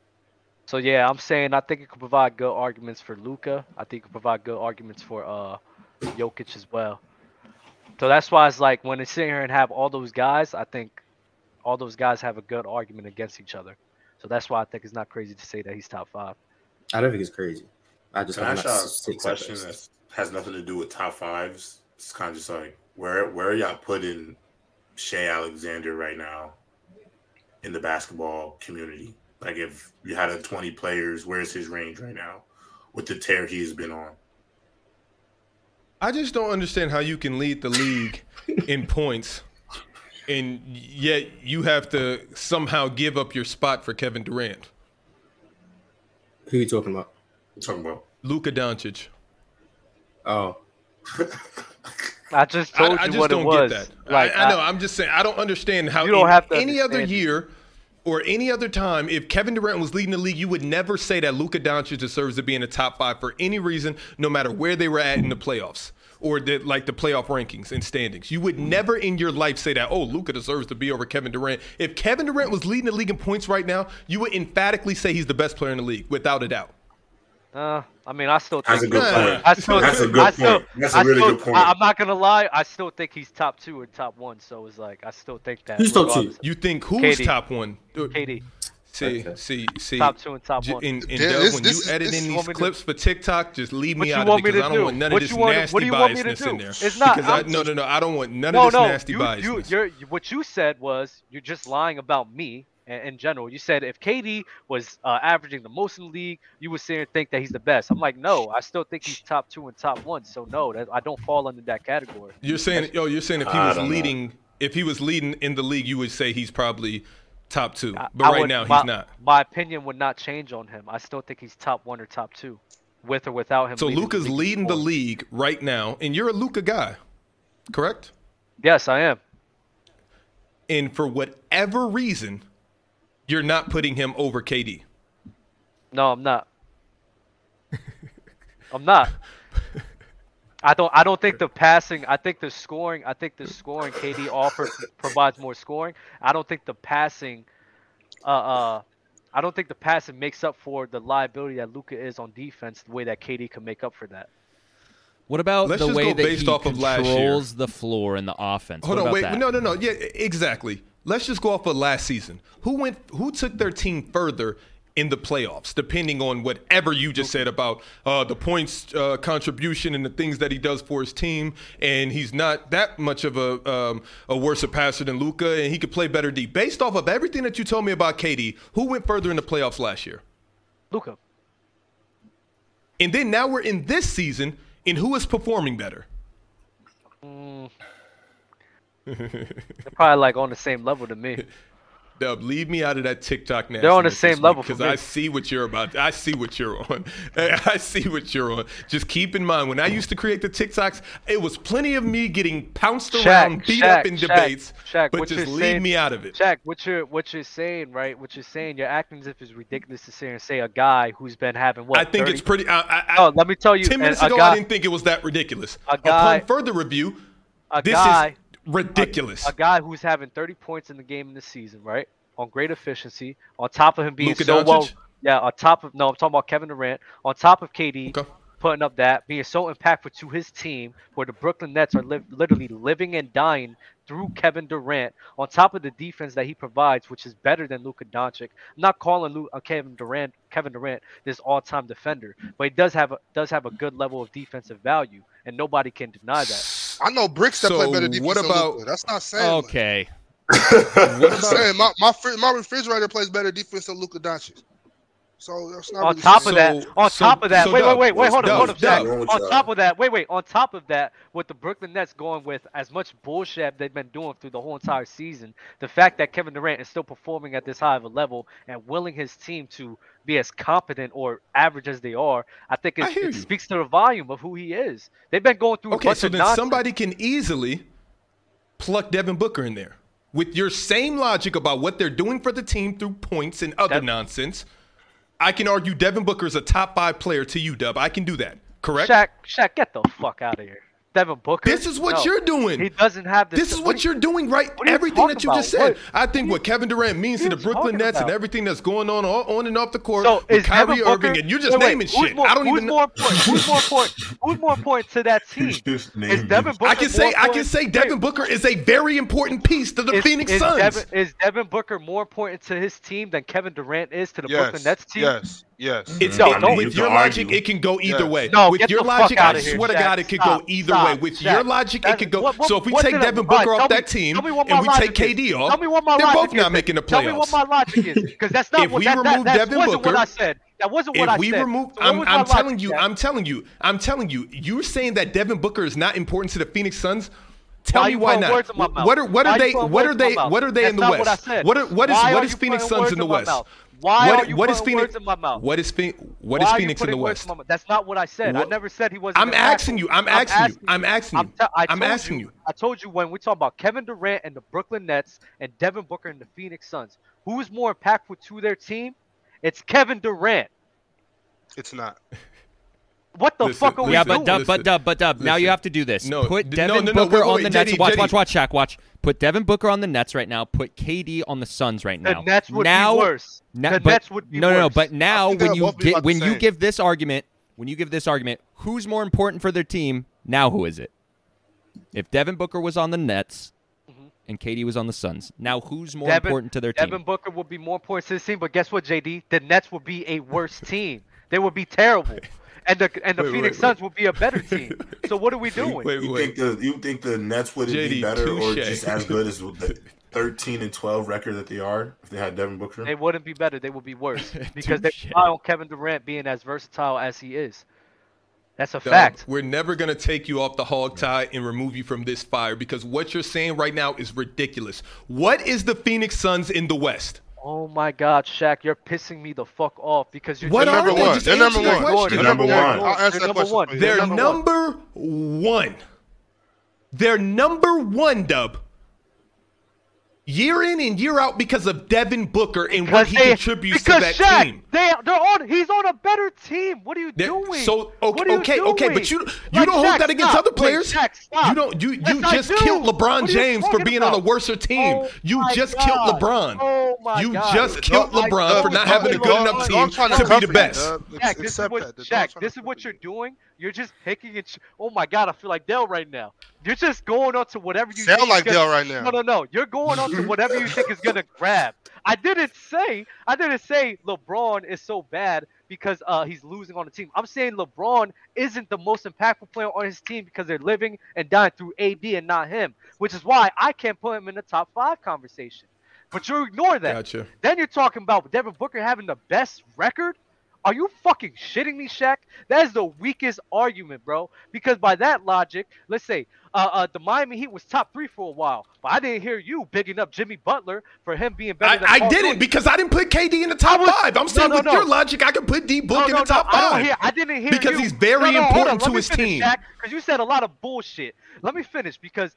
So yeah, I'm saying I think it could provide good arguments for Luca. I think it could provide good arguments for uh Jokic as well. So that's why it's like when they sit here and have all those guys, I think all those guys have a good argument against each other. So that's why I think it's not crazy to say that he's top five.
I don't think it's crazy. I just
Can I
have
ask
like
y'all a
six. at
question
best.
that has nothing to do with top fives? It's kind of just like where where are y'all putting Shea Alexander right now in the basketball community? Like if you had a twenty players, where's his range right now with the tear he's been on?
I just don't understand how you can lead the league in points and yet you have to somehow give up your spot for Kevin Durant.
Who are you talking about?
I'm talking about
Luka Doncic.
Oh,
I just
I,
told you
I just
what
don't
it was.
get that.
Like
I, I know. I'm just saying. I don't understand how
You don't
in
have to
any other
understand it.
year or any other time, if Kevin Durant was leading the league, you would never say that Luka Doncic deserves to be in the top five for any reason, no matter where they were at in the playoffs or the, like the playoff rankings and standings. You would never in your life say that. Oh, Luka deserves to be over Kevin Durant. If Kevin Durant was leading the league in points right now, you would emphatically say he's the best player in the league, without a doubt.
Uh, I mean, I still think
That's a good point.
I still,
That's a
I
good
still,
point. That's
I
a really
still-
good point.
I, am not gonna lie. I still think he's top two or top one. So it's like I still think that.
Who's top two?
regardless.
You think who's
KD.
top one?
KD
See,
Okay.
see, see.
top two and top
J-
one.
And, and
Yeah,
Dub,
this-
when
this
you
is-
edit
this
in
is
these
what we do.
clips for TikTok, just leave
What
me
you
out of
want
it
me
because
to
I don't
do?
want none
What
of
you
this
want-
nasty
what do you want me to
biasness
do?
in there.
It's not-
because I,
I'm
no, no, no. I don't want none
no,
of this
no.
nasty
you, you,
biasness.
you're, you- what you said was you're just lying about me in, in general. You said if KD was uh, averaging the most in the league, you would sit here and think that he's the best. I'm like, no, I still think he's top two and top one. So no, that, I don't fall under that category.
You're saying, yo, you're saying if he
I
was
don't know.
leading, if he was leading in the league, you would say he's probably top two.
I-
But
I
right
would-
now, he's
my,
not.
My opinion would not change on him. I still think he's top one or top two, with or without him.
So
leading the
Luca's
league in
leading the
scoring.
league right now, and you're a Luca guy, correct?
Yes, I am.
And for whatever reason, you're not putting him over KD.
No, I'm not. I'm not. I don't. I don't think the passing. I think the scoring. I think the scoring. KD offer provides more scoring. I don't think the passing. Uh, uh, I don't think the passing makes up for the liability that Luca is on defense. The way that KD can make up for that.
What about
Let's
the
just
way
go
that
based
he
off of last year.
controls the floor in the offense?
Hold
what
on,
about
wait.
that?
No, no, no. Yeah, e- exactly. Let's just go off of last season. Who went? Who took their team further in the playoffs? Depending on whatever you just said about uh, the points uh, contribution and the things that he does for his team, and he's not that much of a um, a worse passer than Luca, and he could play better D. Based off of everything that you told me about KD, who went further in the playoffs last year?
Luca.
And then now we're in this season, and who is performing better?
They're probably like on the same level to me.
Dub, leave me out of that TikTok now.
They're on the same level for
because
me.
I see what you're about. I see what you're on. I see what you're on. Just keep in mind when I used to create the TikToks, it was plenty of me getting pounced around, beat up in
Shaq,
debates.
Shaq,
but
what
just
you're
leave
saying-
me out of it.
Jack, what you're what you're saying, right? What you're saying, you're acting as if it's ridiculous to sit here and say a guy who's been having what?
I think
30
it's pretty. I, I, I,
Oh, let me tell you,
Ten
and
minutes
a
ago, I
guy-
didn't think it was that ridiculous.
a guy-
Upon further review,
a
this
guy.
is ridiculous.
a guy who's having 30 points in the game in the season, right? On great efficiency, on top of him being
Luka
so well,
Doncic?
yeah, on top of no, I'm talking about Kevin Durant, on top of KD
Okay.
putting up that, being so impactful to his team, where the Brooklyn Nets are liv- literally living and dying through Kevin Durant, on top of the defense that he provides, which is better than Luka Doncic. I'm not calling Lu- uh, Kevin Durant Kevin Durant this all-time defender, but he does have a, does have a good level of defensive value, and nobody can deny that.
I know bricks that play
So
better defense.
what
than
about-
Luka. that's not saying? much.
Okay.
What
I'm
about-
saying my my, fri- my refrigerator plays better defense than Luka Doncic. So that's not
on
really
top
saying-
of that,
So-
on
so-
top of that,
so
wait,
Dub,
wait, wait, wait, hold
Dub,
on, hold on,
Dub,
Zach.
Wrong with
On
y'all.
top of that, wait, wait, on top of that, with the Brooklyn Nets going with as much bullshit they've been doing through the whole entire season, the fact that Kevin Durant is still performing at this high of a level and willing his team to be as competent or average as they are, I think it,
I hear
it
you.
speaks to the volume of who he is. They've been going through a
Okay,
bunch
so
of
then
nonsense.
somebody can easily pluck Devin Booker in there with your same logic about what they're doing for the team through points and other
That-
nonsense. I can argue Devin Booker is a top five player to you, Dub. I can do that. Correct.
Shaq, Shaq, get the fuck out of here. Devin Booker.
This is what
No.
you're doing.
He doesn't have this.
This is
do
what
you-
you're doing, right?
what are you
Everything that
talking
you just
about?
said.
What-
I think what Kevin Durant means to
what
the
are you
Brooklyn
talking
Nets and
about?
everything that's going on all, on and off the court
So
with
is
Kyrie
Devin Booker,
Irving, and you're just
wait, wait,
naming
who's
shit.
More,
I don't
who's
even.
More important, who's more important? Who's more important to that team? Is
Name
Devin
it.
Booker?
I can say
more
I can
important-
say
wait,
Devin Booker is a very important piece to the
is-
Phoenix
is
Suns.
Devin, is Devin Booker more important to his team than Kevin Durant is to the
yes,
Brooklyn Nets team?
Yes, yes.
It's
No,
it-
don't-
with
You
your
can
logic,
argue.
it can go either
Yeah.
way.
No,
with
get
your
the fuck
logic,
outta
I
here,
swear to
Shaq.
God, it could
Stop,
go either
stop,
way. With
Shaq.
your logic, it
That-
could go.
what- what-
so if we
what
take
did I-
Devin
all right,
Booker off
tell me-
that team
tell me what
and
my
we take
logic is.
KD off,
Tell me what my
they're
logic
both not
is.
making the
Tell me what
playoffs.
my logic is, because that's not
If
what
we
that,
remove
that, that
Devin
wasn't
Booker-
what I said. That wasn't what
if
I
we
said.
remove,
So what
I'm,
was my
I'm telling
logic,
you,
Shaq?
I'm telling you, I'm telling you, you're saying that Devin Booker is not important to the Phoenix Suns. Tell
Why
me
you
why
putting
not?
words in my mouth?
What are what
Why
are
you
they?
putting
What are
words in my
they?
mouth?
What are they
That's
in the
not
West?
what I said.
What are what is
Why
what
are
is
you
Phoenix
putting
Suns
words
in the
in my
West?
mouth? Why
What-
are you
what is
putting
Phoenix-
words in my mouth?
What is Phoenix? What
Why
is
are you
Phoenix in
putting
the
words
West?
my mouth? That's not what I said. I
What-
never said he wasn't.
I'm
impactful.
asking you. I'm asking you. I'm asking you.
I'm, te- I
I'm
told
asking you.
I told you when we talk about Kevin Durant and the Brooklyn Nets and Devin Booker and the Phoenix Suns, who is more impactful to their team? It's Kevin Durant.
It's not.
What the
Listen,
fuck are we
listen.
Yeah,
doing?
but dub,
listen,
but dub, but dub. Now you
listen.
have to do this.
No,
put
d- no,
Devin
no, no,
Booker
wait, wait,
on the
wait,
Nets.
JD,
watch,
JD.
watch, watch, Shaq, watch. Put Devin Booker on the Nets right now. Put KD on the Suns right
the
now.
Nets would
now,
be worse.
na-
the
but-
Nets would be
no,
worse.
no, no. But now
think
when
they'll
you
both be about
get,
the
when you
same.
give this argument, when you give this argument, who's more important for their team? Now who is it? If Devin Booker was on the Nets and KD was on the Suns, now who's more
Mm-hmm. Devin-
important to their
Devin
team?
Booker would be more important to his team, but guess what, JD? The Nets would be a worse team. They would be terrible, and the and the
Wait, wait,
Phoenix
wait.
Suns would be a better team. So what are we doing?
Wait,
You
wait.
think the you think the Nets would
JD,
be better or
touche.
just as good as with the thirteen and twelve record that they are if they had Devin Booker?
They wouldn't be better. They would be worse because they
Touche.
rely on Kevin Durant being as versatile as he is. That's a
Dub,
fact.
uh, We're never going to take you off the hog tie and remove you from this fire because what you're saying right now is ridiculous. What is the Phoenix Suns in the West?
Oh my God, Shaq, you're pissing me the fuck off because you're
What
They're
are
number
they?
one.
Just
They're number
answer the
one.
question.
They're number
They're
one.
number
I'll
They're
answer that
number
question.
one.
for you.
They're
They're number one.
number one. They're number one, Dub. Year in and year out because of Devin Booker and what he
they-
contributes to
because
that
Shaq,
team.
They, they're on. He's on a better team. What What are you
They're-
doing?
So
What are
okay, okay,
you
okay,
doing?
but you you
Like,
don't hold
Shaq,
that against
stop.
other
Wait,
players.
Shaq, stop.
you don't you you
Yes, I
just
do.
killed LeBron
What are you
James for
talking
being on a
about?
worser team.
Oh
you
my
just killed
God.
LeBron.
Oh my
you
God.
just killed
Dog,
LeBron
dog,
for not
dog,
having a
dog,
good enough
dog,
team
dog, trying
to be the best.
Shaq, this is what Shaq, this is what you're doing. You're just picking and ch- oh my god, I feel like Dell right now. You're just going on to whatever you think
Sound
is
like
gonna-
Dell right
No,
now.
no, no. You're going on to whatever you think is gonna grab. I didn't say I didn't say LeBron is so bad because uh, he's losing on the team. I'm saying LeBron isn't the most impactful player on his team because they're living and dying through AD and not him, which is why I can't put him in the top five conversation. But you ignore that.
Gotcha.
Then you're talking about Devin Booker having the best record? Are you fucking shitting me, Shaq? That is the weakest argument, bro. Because by that logic, let's say uh, uh, the Miami Heat was top three for a while, but I didn't hear you bigging up Jimmy Butler for him being better.
I,
than
I
Paul
didn't
George.
because I didn't put KD in the top
was-
five. I'm saying
no,
with
no.
your logic, I could put D Book
No,
in
no,
the top
no, I,
five.
don't hear, I didn't hear
Because
you.
he's very
No, no, hold
important
on, let
to
me
his
finish,
team.
Because you said a lot of bullshit. Let me finish because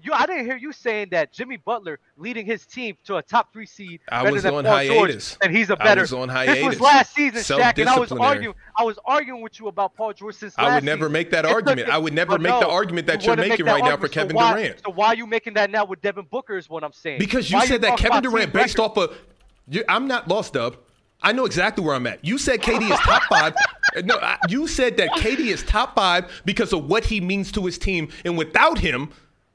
you. I didn't hear you saying that Jimmy Butler leading his team to a top three seed.
I
better
was
than
on
Paul
hiatus.
George, and he's a
I
better.
was on
This was
hiatus.
last season, Shaq, and I was
Self-disciplinary.
arguing. I was arguing with you about Paul George since last
I would never
season.
make that
It took
argument.
it-
I would never
but
make
no,
the argument that
you
you're
wouldn't make
making
that
right now for
argument. So
Kevin
why-
Durant.
So why are you making that now with Devin Booker? Is what I'm saying.
Because you
Why
said that
talking
Kevin
about
Durant,
team
based
record?
off of, you, I'm not lost up. I know exactly where I'm at. You said KD is top five. No, I, you said that KD is top five because of what he means to his team, and without him,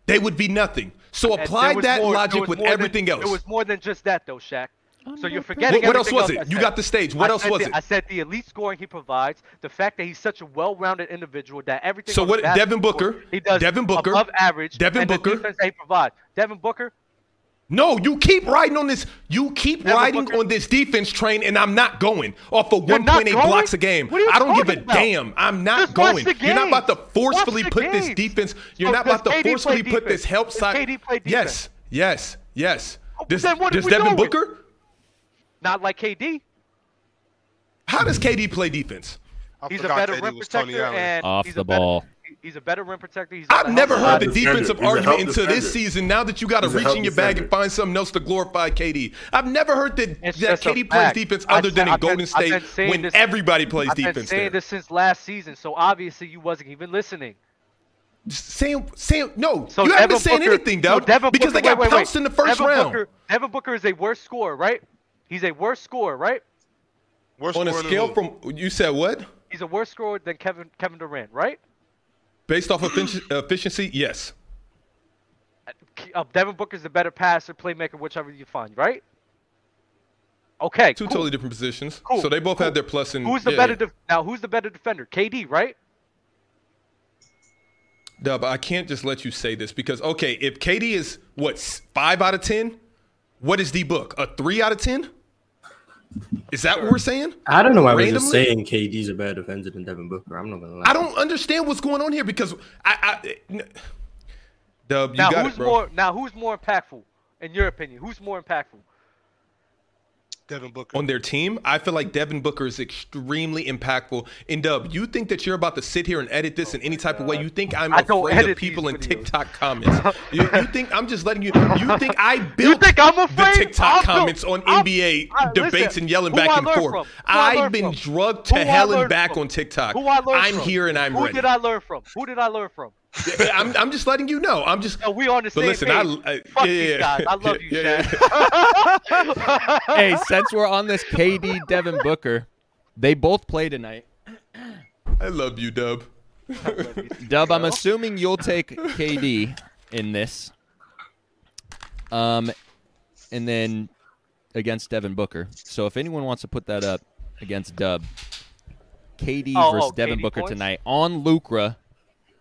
they would be nothing. So
And
apply
there was
that
more- there
logic
was
with
more than-
everything else.
It was more than just that, though, Shaq. So you're forgetting.
what, what else
everything
was
I
it? You
said.
got the stage. What
I
else
said
was
the-
it?
I said the elite scoring he provides, the fact that he's such a well-rounded individual that everything.
So
on
what-
the basketball
Devin
court,
Booker,
He does
Devin Booker,
above average.
Devin
and the
Booker.
defense that he provides. Devin Booker.
No, you keep riding on this. You keep
Devin
riding
Booker-
on this defense train, and I'm not going off of
You're not
1.8
going?
blocks a game.
What are you
I don't give a
talking about?
damn. I'm not
Just watch
going.
the
You're not about to
games.
forcefully
Watch the
put this
games.
defense. You're
So
not about to
does KD play
forcefully put this
defense?
help
Does
side.
KD play
yes,
defense?
yes, yes.
Oh,
Does,
then what are
does
we
Devin
doing?
Booker?
Not like KD.
How does KD play defense?
I
He's a
forgot
better
KD
rim
was Tony
protector
Allen.
and
Off
he's
the
a better-
ball.
He's a better rim protector. He's on
I've never heard
help
the
side.
defender.
defensive
He's a help
argument until
defender.
this season. Now that you got to
He's a
reach
help
in your bag and
defender.
find something else to glorify KD, I've never heard that,
It's
that
just a
KD plays
fact.
defense
I
other
said-
than in
I've been-
Golden
I've been
State
saying
when
this-
everybody plays
I've been
defense.
saying
there.
this since last season, so obviously you wasn't even listening.
Sam, Sam, no,
So
you haven't
Devin
been saying
Booker,
anything,
so
though,
Devin
because they
Booker,
got
wait, wait, wait.
pounced in the first
Devin
round.
Booker, Devin Booker is a worse scorer, right? He's a worse scorer, right?
Worst
On a
scorer in the
scale
league.
from you said what?
He's a worse scorer than Kevin Kevin Durant, right?
Based off effici- efficiency, yes.
Uh, Devin Booker's the better passer, playmaker, whichever you find, right? Okay.
Two
cool.
totally different positions.
Cool,
So they both
cool.
had their plus and
Who's the
yeah,
better def- now? Who's the better defender? KD, right?
No, but I can't just let you say this because okay, if KD is what s- five out of ten, what is D book? A three out of ten? Is that what we're saying?
I don't know why we're just
Randomly?
saying KD's a better defender than Devin Booker. I'm not gonna lie.
I don't understand what's going on here because I, I n- Dub, you
now
got
who's
it, bro.
more now who's more impactful in your opinion? Who's more impactful?
Devin Booker.
on their team, I feel like Devin Booker is extremely impactful. And Dub, you think that you're about to sit here and edit this in any type of way? You think I'm
I don't
afraid of
edit these
people in
videos.
TikTok comments? you, you think I'm just letting you? You think I built
think I'm afraid?
the TikTok
I'm built-
comments on
I'm-
NBA
I- listen,
debates and yelling
who I
back and
learn
forth?
from? Who I
I've
learn
been
from?
drugged to
Who I
hell and
learn
back
from?
on TikTok.
Who I learned
I'm
from?
here and I'm
Who
ready.
did I learn from? Who did I learn from?
I'm, I'm just letting you know. I'm just.
No, we on the
But
same
listen, I,
page.
I-
Fuck
yeah,
these
yeah,
guys. I love you,
yeah, yeah,
Shaq.
yeah.
hey, since we're on this KD Devin Booker, they both play tonight.
I love you, Dub.
Dub, I'm assuming you'll take KD in this. Um, and then against Devin Booker. So if anyone wants to put that up against Dub, KD
Oh,
versus
oh,
Devin
KD
Booker
points?
tonight on Lucra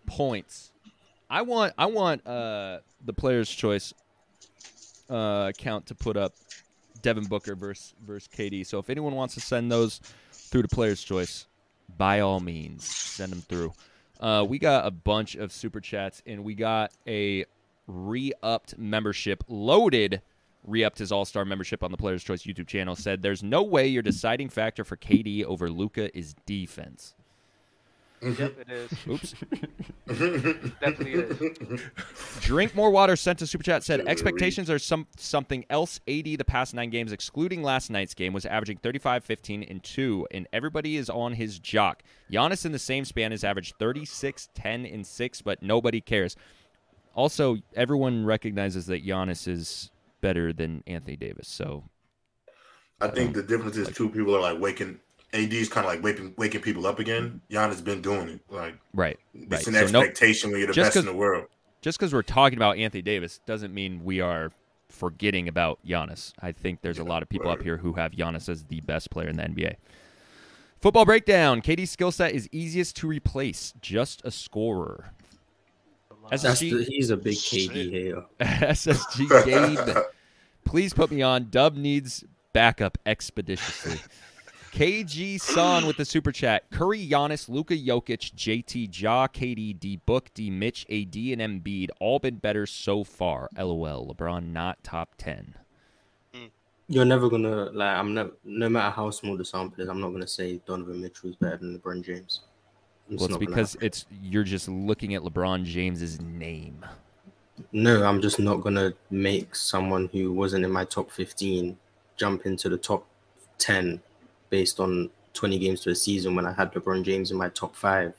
points. I want I want uh the player's choice uh count to put up Devin Booker versus versus KD. So if anyone wants to send those through to player's choice, by all means, send them through. Uh, we got a bunch of super chats and we got a re-upped membership loaded re-upped his all-star membership on the players choice youtube channel said there's no way your deciding factor for kd over luca is defense
Yep, it is.
Oops.
Definitely is.
Drink more water sent to super chat said
Sure.
expectations are some something else. AD the past nine games, excluding last night's game, was averaging 35, 15, and two, and everybody is on his jock. Giannis in the same span has averaged 36, 10, and six, but nobody cares. Also, everyone recognizes that Giannis is better than Anthony Davis, so
I think the difference is two people are like waking. AD's kind of like waking waking people up again. Giannis been doing it. Like
right, right.
it's an
so no,
expectation when you're the
just
best in
'cause-
the world.
just because we're talking about Anthony Davis doesn't mean we are forgetting about Giannis. I think there's a lot of people up here who have Giannis as the best player in the NBA. Football breakdown. KD's skill set is easiest to replace. Just a scorer. As
That's
she-
the, he's a big KD hater.
SSG Gabe. Please put me on. Dub needs backup expeditiously. KG Son with the super chat. Curry, Giannis, Luka Jokic, JT Ja, KD, D Book, D Mitch, AD, and Embiid all been better so far. LOL. LeBron not top 10.
You're never gonna like. I'm not. No matter how small the sample is, I'm not gonna say Donovan Mitchell's better than LeBron James. It's
Well, it's
not gonna
because
happen.
it's you're just looking at LeBron James's name.
no, I'm just not gonna make someone who wasn't in my top 15 jump into the top 10 based on 20 games to a season when I had LeBron James in my top five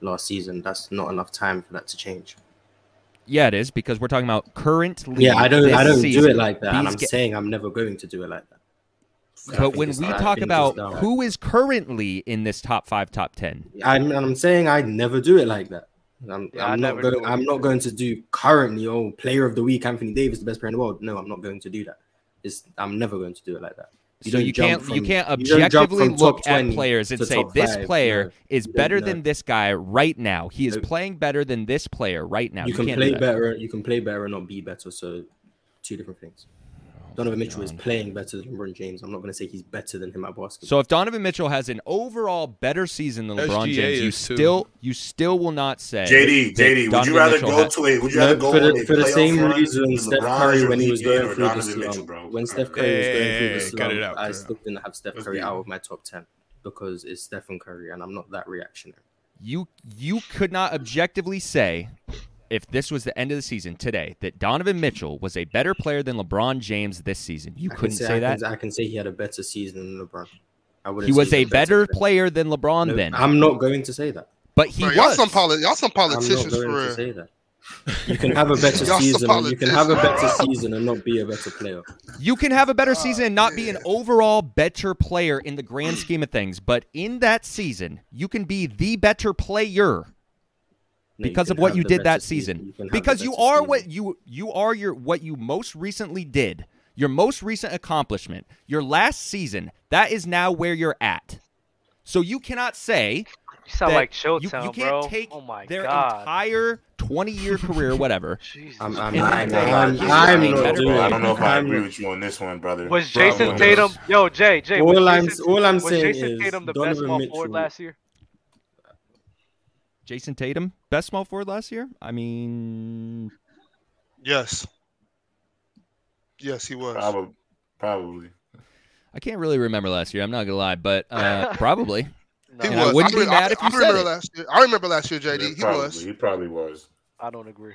last season. That's not enough time for that to change.
Yeah, it is because we're talking about currently.
Yeah, I don't.
this
I don't do
season.
it like that. And
These
I'm
ga-
saying I'm never going to do it like that. I
But
think
when
it's-
we
I
talk
think it's
about
dumb.
who is currently in this top five, top ten,
I'm, and I'm saying I never do it like that. I'm,
Yeah, I
I'm
never
not
do
going.
it.
I'm not going to do currently. Oh, player of the week, Anthony Davis, the best player in the world. No, I'm not going to do that. It's, I'm never going to do it like that.
so
don't
you
jump
can't you
from-
can't
you don't jump
objectively
from
look
top
at
20
players and
to
say
top
this
five.
player
No,
is
you don't
better
know.
than this guy right now. He is
Nope.
playing better than this player right now.
you, can
can't
play
do that.
better. You can play better and not be better. So, two different things.
Oh
Donovan Mitchell is playing better than LeBron James. I'm not going to say he's better than him at basketball.
So if Donovan Mitchell has an overall better season than LeBron
SGA
James, you
is too.
still you still will not say
JD,
that
JD, would
Donovan
you rather
Mitchell
go
has-
to a? Would you
No,
rather go
for
on
the,
a
for the
playoff
same
run
reason
with
Steph
LeBron
Curry
or
when he was
Embiid
going
or
through the
Donovan
slump,
Mitchell, bro?
when Steph
Hey,
Curry was going
hey,
through
hey,
the
cut
slump,
it out, cut
I
it
still didn't have Steph
Let's
Curry
be-
out of my top ten because it's Stephen Curry and I'm not that reactionary.
you you could not objectively say if this was the end of the season today that Donovan Mitchell was a better player than LeBron James this season. You
I can
couldn't say,
I
that.
can- I can say he had a better season than LeBron. I wouldn't
He
say
was
he's
a better
player.
player than LeBron
No,
then.
I'm not going to say that.
But he
Bro, y'all
was.
some poli- y'all some
I'm not
politicians
going
for
to
real.
say that. You can have a better
Y'all some
season. and You can have a better
politicians.
season and not be a better player.
you can have a
Oh,
better season and not be an overall better player in the grand scheme of things, but in that season, you can be the better player
No,
because
can
of what
have
you
the
did
better
that season.
can have the
because you
better
are
season.
what you you are your what you most recently did. Your most recent accomplishment, your last season, that is now where you're at. So you cannot say
You sound
that
like
you,
Showtime,
you can't
bro.
take
oh my
their
god.
entire 20 year career, whatever,
Jesus.
I'm, I'm,
And
not-
I
I'm,
think
I'm,
he's a
not
better
doing
player.
I don't know if I
I'm
agree
not-
with you on this one, brother.
was
Bro,
Jason
I'm-
Tatum? Yo, Jay, Jay.
All
was
I'm-
Jason,
all I'm
was
saying
Jason
is
Tatum the best
Donovan
small
Mitchell-
forward last year?
Jason Tatum, best small forward last year? I mean,
Yes. Yes, he was.
Probably, probably.
I can't really remember last year. I'm not gonna lie, but uh, probably.
He
And
No,
I
was.
wouldn't be
re-
mad if you
I
said
remember
it.
last year. I remember last year, JD.
Yeah,
he
probably.
was.
He probably was.
I don't agree.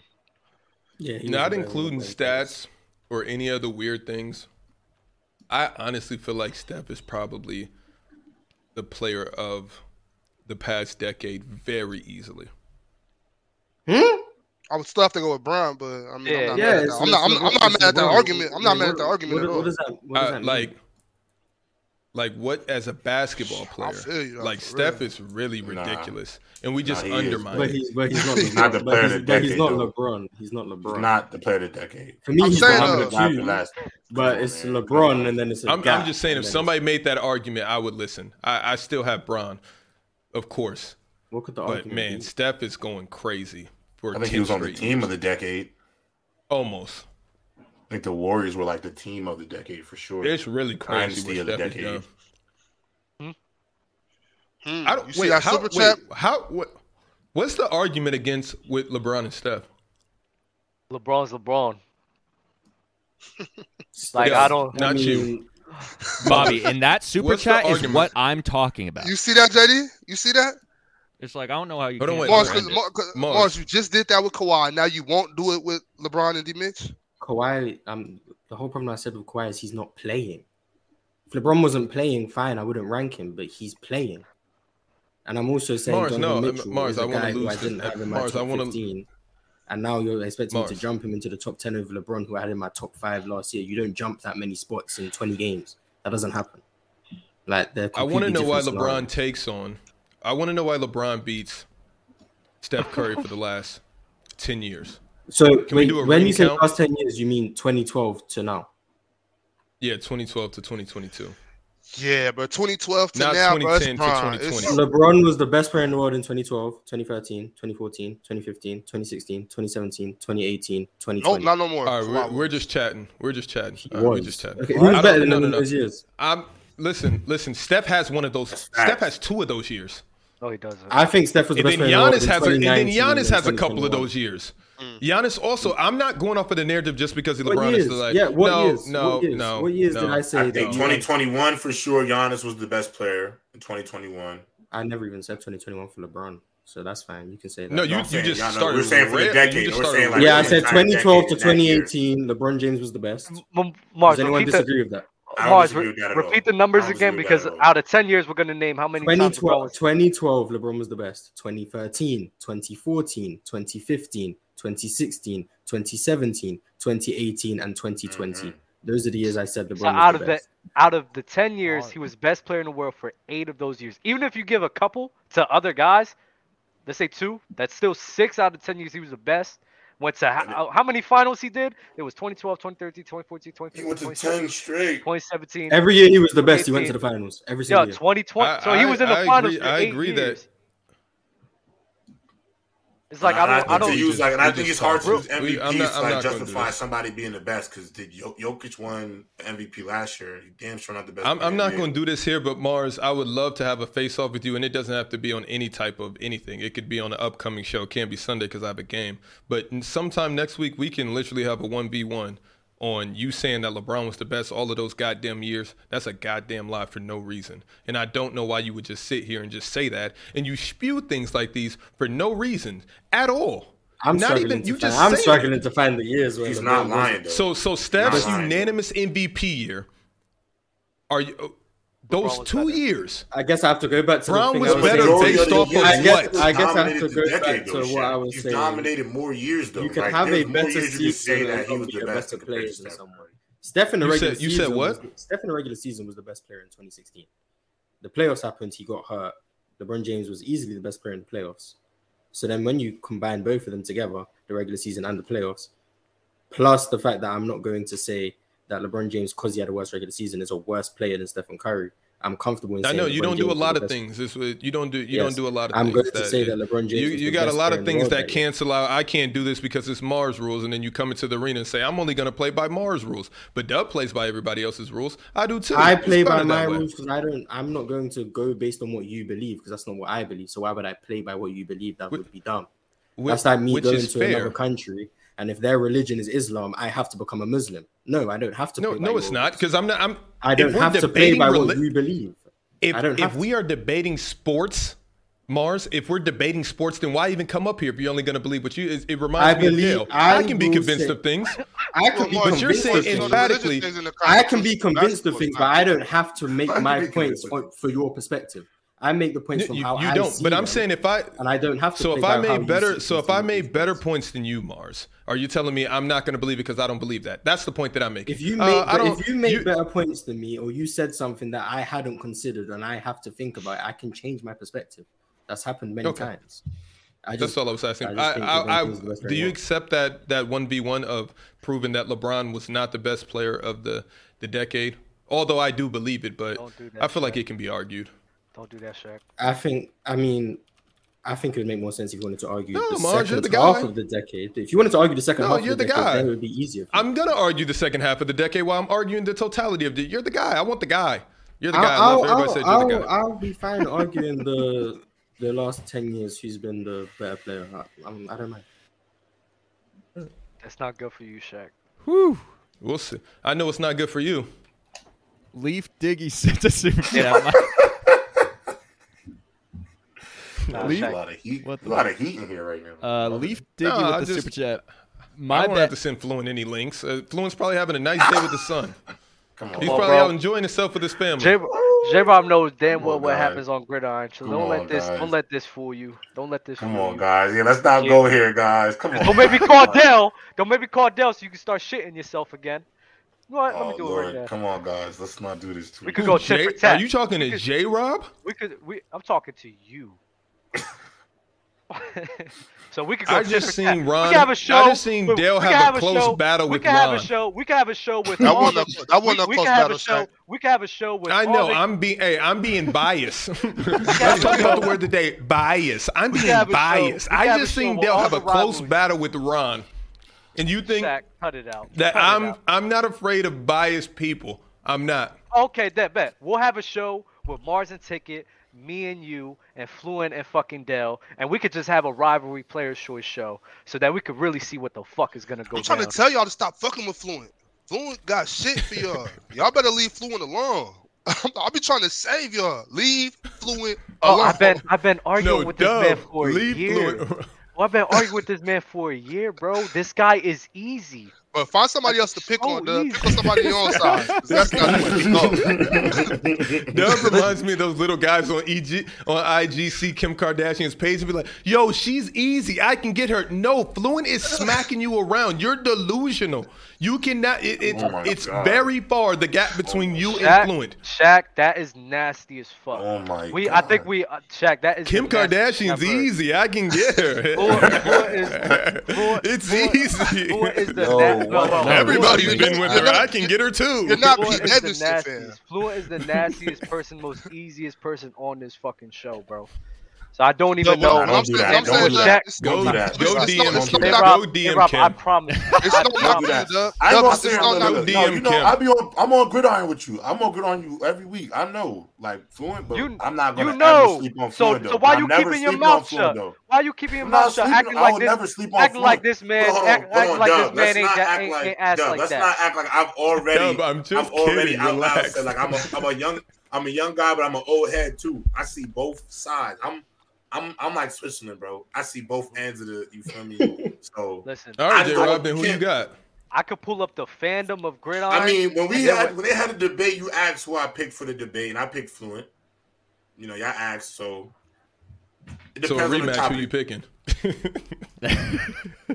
Yeah, he was
Not
a better
including
player than
stats or any other weird things. I honestly feel like Steph is probably the player of the past decade very easily.
I would still have to go with Brown, but I mean,
Yeah.
I'm not
Hmm? Yeah,
mad at
it's-
that. I'm not, I'm,
it's-
I'm not mad at that
what-
argument. I'm not mad at
what-
that argument
What,
at all.
what does that? What does
Uh,
that mean?
like, like what as a basketball player?
feel you, though,
like
for
Steph
real.
is really
Nah.
ridiculous, and we just
he is.
undermine
but
it.
he's but he's not
He's
LeBron.
not the
but
player of
he's,
the
but he's
decade,
not
though.
LeBron. He's not uh, LeBron.
Not the player of the decade.
For me,
I'm
he's
saying,
number
though-
Not the
two,
last.
but
Come
it's
on, man.
LeBron, and then it's a
I'm,
gap,
I'm just saying,
and
if
then
somebody made that argument, I would listen. I, I still have Braun, of course,
it's- what could the
but
argument
man,
be?
Steph is going crazy for
I think
10
he was on the
straight
team
years.
of the decade.
Almost,
I think the Warriors were like the team of the decade for sure.
it's really crazy
Dynasty
what
of the
Steph has
decade.
done.
Hmm.
I don't
you
wait,
see that
how,
super
wait,
chat?
How what? What's the argument against with LeBron and Steph?
LeBron's LeBron. Like
Yeah.
I don't.
Not you.
Bobby, and that super
What's the
chat is
argument?
what I'm talking about.
You see that, JD? You see that?
It's like I don't know how you.
Hold on,
can't
wait,
Mars,
wait.
defend
cause,
it.
Mar- 'cause-
Mars.
Mars, you just did that with Kawhi. Now you won't do it with LeBron and D. Mitch.
Kawhi, um, the whole problem I said with Kawhi is he's not playing. If LeBron wasn't playing, fine, I wouldn't rank him, but he's playing. And I'm also saying
Mars,
Donovan
no,
Mitchell
Mars,
is a
I wanna
guy who
lose
I didn't
this-
have in my
Mars, I
top
wanna-
15, and now you're expecting me
Mars.
to jump him into the top 10 over LeBron, who I had in my top five last year. You don't jump that many spots in 20 games. That doesn't happen. Like they're
I want to
completely
know why LeBron
different scenarios.
takes on. I want to know why LeBron beats Steph Curry for the last ten years.
So
Can we
wait,
do a
when
ring
you say
count?
past 10 years, you mean 2012 to now?
Yeah, 2012 to 2022.
Yeah, but 2012 to
Not
now, bro, it's
2010 to
prime. It's-
2020.
LeBron was the best player in the world in 2012, 2013, 2014, 2015, 2016, 2017, 2018,
No,
2020.
not no more.
All right,
It's a
we're,
lot more.
we're just chatting. We're just chatting.
He
All right, we're
was.
just chatting.
Okay,
I
who was
don't-
better than
no,
him
no,
in
no.
those years?
I'm listen, listen. Steph has one of those. Steph has two of those years,
No, he doesn't.
I think Steph was the
and
best
then
player in the world
Giannis
in
has a, and then
2019
Giannis has a couple of
2021.
those years. Giannis also. I'm not going off of the narrative just because
What
LeBron
years?
is the like.
yeah, what
no,
years?
no,
what years?
no.
What years
no.
did I say
I
that?
think
Giannis-
2021 for sure. Giannis was the best player in 2021.
I never even said 2021 for LeBron, so that's fine. You can say that.
No, you
I'm
you
saying,
just
y'all know,
started.
we're saying for the
ra- you
decade,
just
we're
started
saying, like,
yeah, I
ra-
said
entire decade
2012 to
in that year.
2018. LeBron James was the best.
M- Mars,
Does anyone
repeat the,
disagree with that?
I don't
Mars,
disagree
re-
with that at all.
repeat the
I
numbers
don't
again
disagree with
because
that at all.
out of ten years, we're gonna name how many times LeBron
2012,
was
2012, LeBron was the best. 2013, 2014, 2015, 2016, 2017, 2018, and 2020.
Mhm.
Those are the years I said LeBron
So
was
out
the
of
best.
out of the 10 years,
Hard.
he was best player in the world for eight of those years. Even if you give a couple to other guys, let's say two, that's still six out of 10 years he was the best. Went to how, how- how many finals he did? It was 2012, 2013, 2014,
He went to
2015,
10 straight.
2017.
Every year he was the best. He went to the finals. Every
Yeah,
single year.
2020.
I-
so he was in the
I- I
finals.
agree-
for
I
eight
agree that-
years. It's like I don't,
And
I
think to
we
don't.
use
just-
like, and I
we
think
just
it's hard to
talk.
use MVPs
We- I'm not-
to
I'm
like
not gonna do
justify
this.
somebody being the best because did Jok- Jokic won MVP last year? He damn sure not the best.
I'm,
player
I'm
in
not
the
going
league.
to do this here, but Mars, I would love to have a face off with you, and it doesn't have to be on any type of anything. It could be on an upcoming show. It can't be Sunday because I have a game. But n- sometime next week, we can literally have a 1v1 on you saying that LeBron was the best all of those goddamn years. That's a goddamn lie for no reason. And I don't know why you would just sit here and just say that. And you spew things like these for no reason at all.
I'm
not
struggling.
even-
to
you
find,
just
I'm
saying it.
struggling to find the years where
He's
LeBron
not
wasn't.
lying though.
So so Steph's
Nah.
unanimous MVP year. Are you those
was
two
better.
years?
I guess I have to go back to
Brown
the thing
was
I was
better
saying.
based
Majority
off
the
of
years,
what?
Giannis
I guess I have
dominated
to
the
go back
decade,
to
though,
what
Shaq.
I was
He's
saying.
dominated more years though.
You can
Like,
have a
there's more
better
years you can say
season
that
and
he
not
was
be
the
a
best
better player
compared to
than
Steph
someone.
Curry.
Steph in the
You
regular
said- you
season
said what?
Was, Steph in the regular season was the best player in 2016. The playoffs happened, he got hurt. LeBron James was easily the best player in the playoffs. So then when you combine both of them together, the regular season and the playoffs, plus the fact that I'm not going to say that LeBron James, because he had a worse regular season, is a worse player than Stephen Curry. I'm comfortable in
I
saying
know you
LeBron
don't do a
James is
lot
the
of
best-
things. This was- you don't do you
Yes.
don't do a lot of
I'm
things.
going to say that LeBron James
you
was
you
the
got a
best
lot
player
of
in the
things
world
that
year.
cancel out. I can't do this because it's Mars rules, and then you come into the arena and say I'm only going to play by Mars rules. But Dub plays by everybody else's rules. I do too.
I
It's
play by
better
my
that way.
rules because I don't. I'm not going to go based on what you believe because that's not what I believe. So why would I play by what you believe? That would be dumb.
Which-
that's like me
which
going
is
to another country and if their religion is Islam, I have to become a Muslim. No, I don't have to.
No,
play by
no,
your
it's not
rules.
because I'm not. I'm.
I
if
don't
we're
have to play
debating
by what
reli-
you believe.
If
I don't
if
have
we are debating sports, Mars, if we're debating sports, then why even come up here if you're only going to believe what you? It, it reminds
I
me
believe-
of Dale. I,
I
can be
will
convinced
say-
of things.
I can
Well,
be
Mars,
But you're
convious
saying
of things.
emphatic- emphatically-
religious things in the
I can be
Constitution.
convinced of
Basketball
things,
is
but
not-
I don't have to make
I can
my
be
points
convinced of
on, for your perspective. I make the points
You,
from
you-
how
you
I
don't.
see
But I'm
them,
saying if I
and I don't have to.
so
play
if
by
I
how
made
you
better
see
so
things
if I
in these
made better
points.
points than you, Mars, are you telling me I'm not going to believe it because I don't believe that? That's the point that I'm making.
If you
Uh,
make
I
be-
don't-
if you make better points than me, or you said something that I hadn't considered and I have to think about, I can change my perspective. That's happened many
Okay.
times. I
That's
just
all I was asking.
I
I,
just think LeBron
I, I,
James is the best
do
player in
you
the
accept that that one v one of proving that LeBron was not the best player of the the decade? Although I do believe it, but
Don't do that,
I feel like
Shaq.
it can be argued.
Don't do that, Shaq.
I think I mean I think it would make more sense if you wanted to argue
No,
the
Marge, you're
second
the guy.
half of the decade. If you wanted to argue the second
No,
half
you're
of the,
the
decade,
guy.
then it would be easier. for you.
I'm gonna argue the second half of the decade while I'm arguing the totality of the. You're the guy. I want the guy. You're the guy. I love everybody said you're the
I'll-
guy.
I'll be fine arguing the the last ten years who's been the better player. I, I'm, I don't mind.
That's not good for you, Shaq.
Whew.
We'll see. I know it's not good for you.
Leaf Diggy sent a super chat.
Nah,
Leaf-
there's a lot of heat.
What the-
a lot of heat in here right now.
Uh,
Love it.
Leaf did
No,
you with
I
the
just-
super chat.
I
My
don't have
bet.
to send Fluent any links. Uh, Fluent's probably having a nice day with the sun.
Come on,
He's
Well,
probably
bro.
out enjoying himself with his family.
J Rob knows damn
Come
well
on,
what
guys.
happens on gridiron. So
Come
don't
on,
let this
guys.
don't let this fool you. Don't let this
come
fool
on,
you.
guys. Yeah, let's not go here, guys. Come
Oh,
on.
Don't make me
guys.
call Dell. Don't make me call Dell so you can start shitting yourself again. You know what? Let
Oh
me do
Lord,
it right now.
come on, guys. Let's not do this. To
We
each
could
Who,
go
other.
tit
J-
for tat.
Are you talking to J Rob?
We could we I'm talking to you. so we could go
I
tit
just
for tat.
seen
We
Ron.
could have
I
a show.
just seen
wait,
Dale
we
have,
could
a close
show.
battle
we
with
could have
Ron.
a show. We could have a show with
That
all
wasn't
the
a, that wasn't
we,
a
we
close
could have
battle,
a show.
Shaq.
We could have a show with.
I
all
know
the-
I'm being hey, I'm being biased. Let's talk about the word today, bias. I'm
We
being
have a show-
biased.
we
I
have a
just
show
seen
with
Dale
all
have
the
a close
rivalries.
battle with Ron, and you think
Zach, cut it out.
that
Cut it
I'm
out.
I'm not afraid of biased people. I'm not.
okay. That bet. We'll have a show with Mars and Ticket, me and you, and Fluent and fucking Dell, and we could just have a rivalry players' choice show so that we could really see what the fuck is gonna go
I'm trying
down.
to tell y'all to stop fucking with Fluent. Fluent got shit for y'all. y'all better leave Fluent alone. I'll be trying to save y'all. Leave Fluent
Oh,
alone.
I've been I've been arguing
No,
with this man
Dove,
for a
leave
year.
Fluent.
Well, I've been arguing with this man for a year, bro. This guy is easy.
But find somebody else to pick
Oh,
on, Doug.
easy.
Pick on somebody your own size. 'cause That's not the way to go.
Dove reminds me of those little guys on EG on IGC Kim Kardashian's page and be like, "Yo, she's easy. I can get her." No, Fluent is smacking you around. You're delusional. You cannot. It, it,
Oh my
it's
God.
very far the gap between you
Shaq,
and Fluent.
Shaq, that is nasty as fuck.
Oh my.
we, I
God.
think we, uh, Shaq, that is
Kim
the nastiest
Kardashian's
thing I've heard.
easy. I can get her.
Fluent- Fluent is- Fluent-
it's
Fluent-
easy.
Fluent is the
No,
na- no,
what?
no,
No,
Everybody's
Fluent is-
been with her.
you're not-
I can get her too.
You're not
Fluent is
Pete
the
Davidson fan.
nastiest. Fluent is the nastiest person, most easiest person on this fucking show, bro. So I don't even
Doug, what-
know.
no,
what
don't
I'm
do
saying-
that.
what I'm
Don't
saying,
do
Doug,
that.
it's-
Go,
do
go
that.
It's not- it's
DM
not- it's
Kim.
Hey,
not-
Go
Rob, hey,
DM
Rob, I
Kim.
promise.
It's
I
not-
Don't do
promise.
that.
Doug.
I ain't
Doug,
gonna
it's
sit here
not-
and let it- no,
DM
you know,
Kim.
I be on. I'm on gridiron with you. I'm on gridiron you every week. I know, like fluent, but
You-
I'm not
you
gonna
know.
ever sleep on
So-
fluent.
so
though.
why
I'm
you
never
keeping your
sleeping on
mouth
Fluent,
shut?
though.
Why are you keeping your
I'm
mouth
not
shut,
sleeping.
acting
I
like
will
this?
never sleep on
acting
fluent.
like this man,
Hold on,
act,
hold
act
on,
like
Dub,
this man
let's
ain't,
not
that,
act
ain't,
like-
ain't ass
Dub,
like
let's
that.
not act like I've already.
Dub, I'm just
I've already
kidding.
out loud
Relax.
said like I'm a I'm a young I'm a young guy, but I'm an old head too. I see both sides. I'm I'm I'm like Switzerland, bro. I see both ends of the. You feel me? So
Listen,
All right,
I
J.
know
Rob, then who
Kim.
you got?
I could pull up the fandom of Gridiron.
I mean, when we
and then
had
what-
when they had a debate, you asked who I picked for the debate, and I picked Fluent. You know, y'all asked, so it
So a
depends on the
rematch, who
topic.
you picking?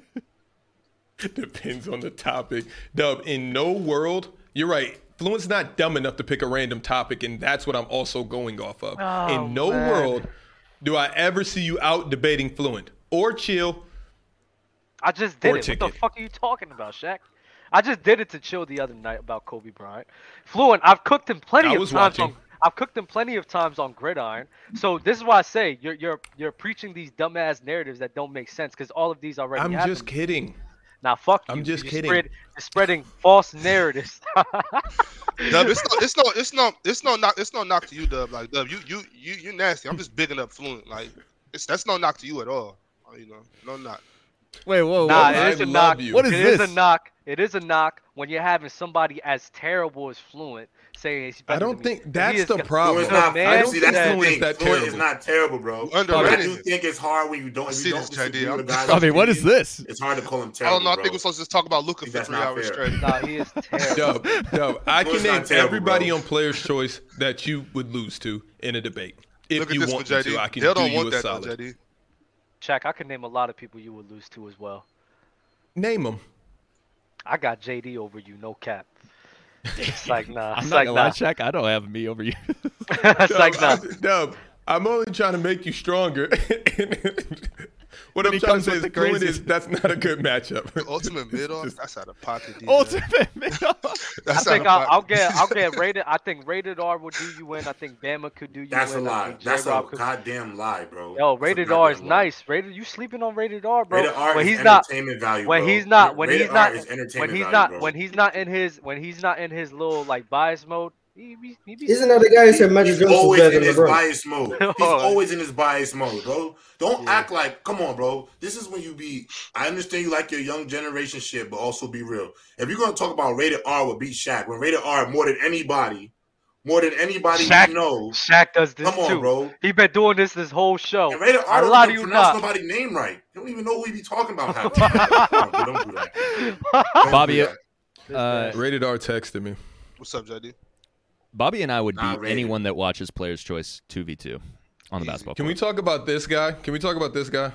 depends on the topic. Dub, in no world, you're right. Fluent's not dumb enough to pick a random topic, and that's what I'm also going off of.
Oh,
in no
man.
world do I ever see you out debating Fluent or Chill.
I just did
Or
it. What
ticket.
the fuck are you talking about, Shaq? I just did it to chill the other night about Kobe Bryant. Fluent, I've cooked him plenty
I
of
was
times.
watching.
On, I've cooked him plenty of times on Gridiron. So this is why I say you're you're you're preaching these dumbass narratives that don't make sense because all of these already
I'm
happened.
just kidding.
Now fuck
I'm
you.
just
You're
kidding.
spread- you're spreading false narratives.
Dub, it's no, it's no, it's no, it's no knock, it's no knock to you, Dub. Like Dub, you, you, you, you nasty. I'm just bigging up Fluent. Like it's that's no knock to you at all. You know, no knock.
Wait, whoa,
Nah,
whoa.
I
it is a
love
knock.
you.
What is
it
this?
a knock. It is a knock when you're having somebody as terrible as Fluent saying he's better
I
than
don't
me.
think
He
that's
is
the
got-
problem.
Fluent's not,
Man,
I don't see that's
that
the
Fluent's
thing.
that
Fluent is
terrible.
not terrible, bro.
You
But I
underrated.
do think it's hard when you don't. If
see
you don't
this, JD.
disagree with
I'm-
a guy's
I mean, what is
opinion,
this?
It's hard to call him
I
terrible.
don't know. I think we're
bro.
supposed to just talk about Luca for
That's
three
not
hours
fair.
straight.
Nah, he is terrible.
Dub, Dub, I can
Fluent's
name
not terrible,
everybody
bro.
on Player's Choice that you would lose to in a debate. If
Look at
you
this one,
want me to, I
JD.
can
They
do
don't
you
want
a
that, though,
solid.
JD.
Check. I could name a lot of people you would lose to as well.
Name them.
I got JD over you, no cap. It's like nah.
I'm
It's
not
like
gonna lie,
nah.
Shaq. I don't have me over you.
It's like nah.
Dub, I- Dub, I'm only trying to make you stronger. what I'm
he
trying to
comes
say is,
with the
Fluent
crazies.
is that's not a good matchup.
The ultimate middle. That's out of pocket. DJ.
Ultimate middle.
I
That's
think I'll,
out of
I'll
pocket.
get I'll get rated. I think rated R will do you in. I think Bama could do you
That's a
in. I
lie.
think
That's a
J-Rob could-
goddamn lie, bro.
Yo,
That's a
rated R is
goddamn lie.
nice. Rated, you sleeping on rated R, bro?
Rated R
when
is
he's not,
entertainment value.
when
bro.
he's not, when
Rated
he's
R
not,
is
when
entertainment
he's
value,
not,
bro.
when he's not in his, when he's not in his little like bias mode, he be, he be
Isn't that the guy who said Magic
He's
Johnson
always
better
in
than
his
LeBron?
bias mode. He's
Hold on.
always in his bias mode, bro. Don't
Yeah.
act like, come on, bro. This is when you be. I understand you like your young generation shit, but also be real. If you're gonna talk about rated R, would be Shaq. When rated R more than anybody more than anybody
Shaq-
you know.
Shaq does this
Come on,
too.
bro.
He been doing this this whole show.
And Raider, I
A
don't
lot
even
of you
pronounce
not.
nobody's name right. You don't even know who we be talking about. half the time. No, don't do that. Don't do
Bobby,
that.
Uh,
Rated R texted me.
What's up, JD?
Bobby and I would beat
Not rated.
anyone that watches Players Choice two v two on the basketball.
Can
court.
we talk about this guy? Can we talk about this guy?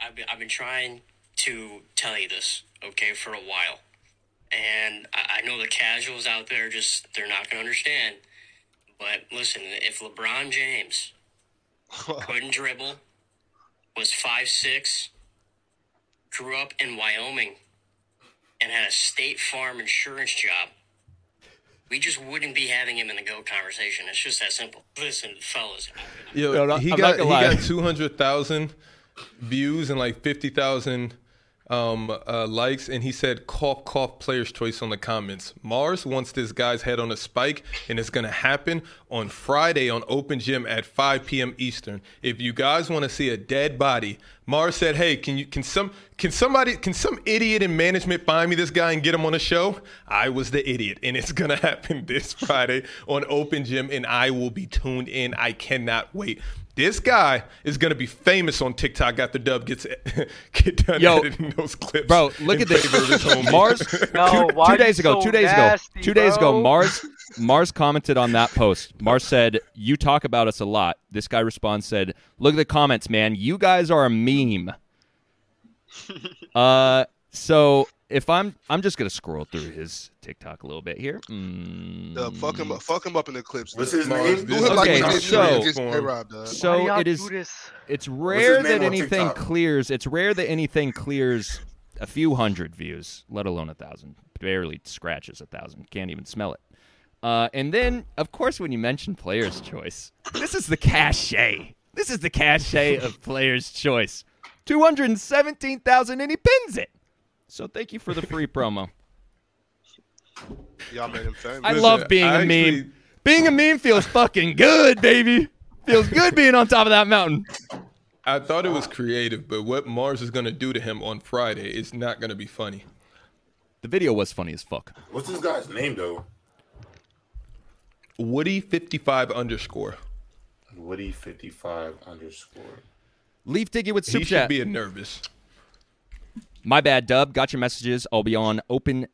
I've been, I've been trying to tell you this, okay, for a while. And I, I know the casuals out there just, they're not going to understand. But listen, if LeBron James couldn't dribble, was five six, grew up in Wyoming, and had a State Farm insurance job, we just wouldn't be having him in the GO conversation. It's just that simple. Listen, fellas,
Yo,
No, no,
he
I'm
got
not
he
gonna lie.
got two hundred thousand views and like fifty thousand um, uh, likes, and he said cough cough players choice on the comments. Mars wants this guy's head on a spike, and it's gonna happen on Friday on Open Gym at five p.m. Eastern. If you guys want to see a dead body, Mars said, "Hey, can you can some can somebody can some idiot in management find me this guy and get him on a show?" I was the idiot, and it's gonna happen this Friday on Open Gym, and I will be tuned in. I cannot wait. This guy is gonna be famous on TikTok after Dub gets get done
Yo,
editing those clips.
Bro, look
in
at this.
favor of his homie.
Mars
No,
two,
why
two
you
days ago,
so
two days
nasty,
ago, two days
bro?
ago, Mars Mars commented on that post. Mars said, "You talk about us a lot." This guy responds said, "Look at the comments, man. You guys are a meme." uh, so if I'm I'm just gonna scroll through his TikTok a little bit here. Mm.
Duh, fuck him up. Fuck him up in the clips.
What's
dude.
his
Mars,
name?
Do
this
him
is
like
Okay,
he
not
did
so-
short
when he did
form.
A-Rod, duh.
Why do
So
y'all
it is
do this?
it's rare
name
that
on
anything
TikTok?
clears. It's rare that anything clears a few hundred views, let alone a thousand. Barely scratches a thousand. Can't even smell it. Uh, and then, of course, when you mention player's choice, this is the cachet. This is the cachet of player's choice. Two hundred and seventeen thousand, and he pins it. So thank you for the free promo.
Y'all made him famous.
I
Listen,
love being a
I actually-
meme. Being a meme feels fucking good, baby. Feels good being on top of that mountain.
I thought it was creative, but what Mars is gonna do to him on Friday is not gonna be funny.
The video was funny as fuck.
What's this guy's name though?
Woody fifty five underscore.
Woody fifty five underscore.
Leaf Diggy with
He
Soup
should
Chat.
be a nervous.
My bad, Dub. Got your messages. I'll be on open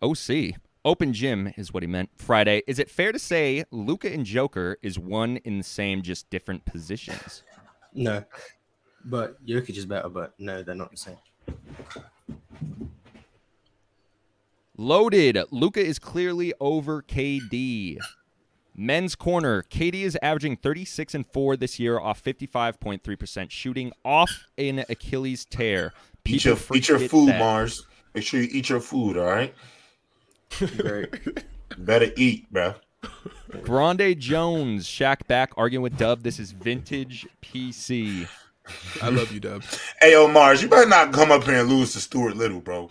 OC. Open gym is what he meant. Friday. Is it fair to say Luca and Joker is one in the same, just different positions?
No. But Jokic is better, but no, they're not the same.
Loaded. Luca is clearly over KD. Men's corner. KD is averaging 36 and 4 this year off 55.3% shooting off an Achilles tear.
Eat
People
your, eat your
forget
food,
that.
Mars. Make sure you eat your food, all right?
Great.
Better eat, bruh.
Grande Jones. Shaq back arguing with Dub. This is vintage PC.
I love you, Dub.
Hey, yo, Mars, you better not come up here and lose to Stuart Little, bro.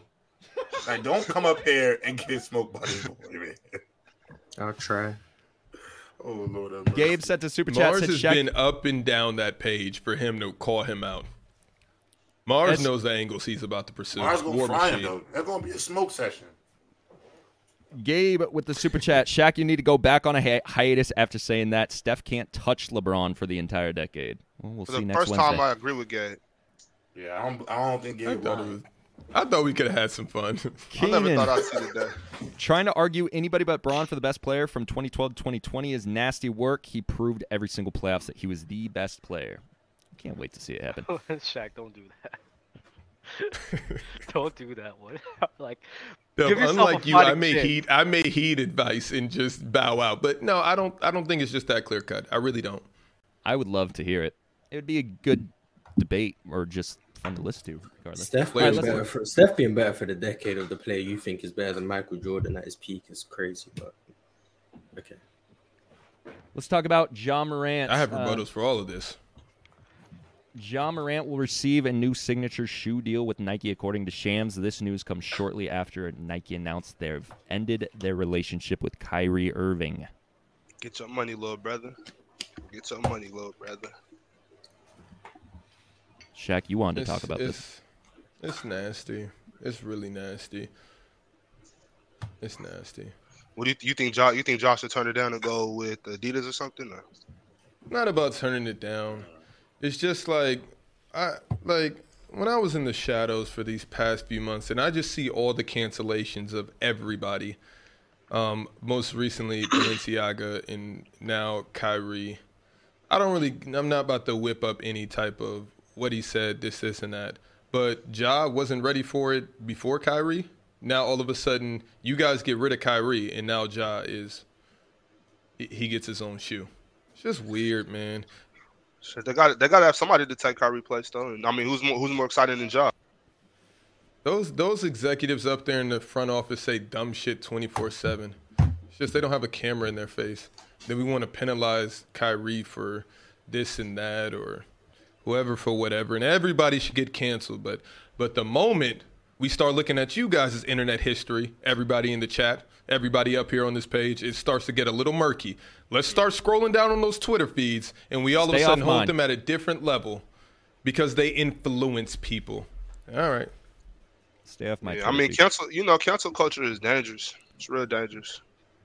Like, don't come up here and get smoked by this boy, man.
I'll try.
Oh, Lord. have mercy.
Gabe sent a super chat.
Mars
said
has
Shaq-
been up and down that page for him to call him out. Mars
That's-
knows the angles he's about to pursue.
Mars gonna
War
fry him,
machine.
though. That's gonna be a smoke session.
Gabe with the super chat. Shaq, you need to go back on a hi- hiatus after saying that Steph can't touch LeBron for the entire decade. Well, we'll
For
see
the
next
first
Wednesday.
time I agree with Gabe.
Yeah, I don't, I don't think
I
Gabe
thought, it
will.
was, I thought we could have had some fun.
I never
Keenan,
thought I'd see the day.
trying to argue anybody but Braun for the best player from 2012 to 2020 is nasty work. He proved every single playoffs that he was the best player. Can't wait to see it happen.
Shaq, don't do that. don't do that one. like,
Dub,
give yourself
unlike
a
you, I
fighting
may
chance.
heed I may heed advice and just bow out. But no, I don't I don't think it's just that clear cut. I really don't.
I would love to hear it. It would be a good debate or just fun to listen to, regardless.
Steph
Players
being, better
work.
for, Steph being better for the decade of the player you think is better than Michael Jordan at his peak is crazy, but okay.
Let's talk about John Morant.
I have
Uh,
rebuttals for all of this.
John Morant will receive a new signature shoe deal with Nike, according to Shams. This news comes shortly after Nike announced they've ended their relationship with Kyrie Irving.
Get your money, little brother. Get your money, little brother.
Shaq, you wanted to
It's,
talk about this.
it's, it's nasty. It's really nasty. It's nasty.
What What do you, you think? Josh, you think Josh should turn it down and go with Adidas or something? Or?
Not about turning it down. It's just like I like when I was in the shadows for these past few months, and I just see all the cancellations of everybody. Um, most recently, Balenciaga and now Kyrie. I don't really. I'm not about to whip up any type of what he said, this, this, and that. But Ja wasn't ready for it before Kyrie. Now all of a sudden, you guys get rid of Kyrie, and now Ja is. he- He gets his own shoe. It's just weird, man.
Shit, they got they got to have somebody to take Kyrie place though. And, I mean, who's more who's more excited than Ja?
Those those executives up there in the front office say dumb shit twenty four seven. It's just they don't have a camera in their face. Then we want to penalize Kyrie for this and that or whoever for whatever, and everybody should get canceled. But but the moment we start looking at you guys' internet history, everybody in the chat, everybody up here on this page, it starts to get a little murky. Let's start scrolling down on those Twitter feeds, and we all of a
Stay
sudden
off
hold
mine.
them at a different level because they influence people. All right.
Stay off my.
Yeah, I mean,
trophy.
cancel. You know, cancel culture is dangerous. It's real dangerous.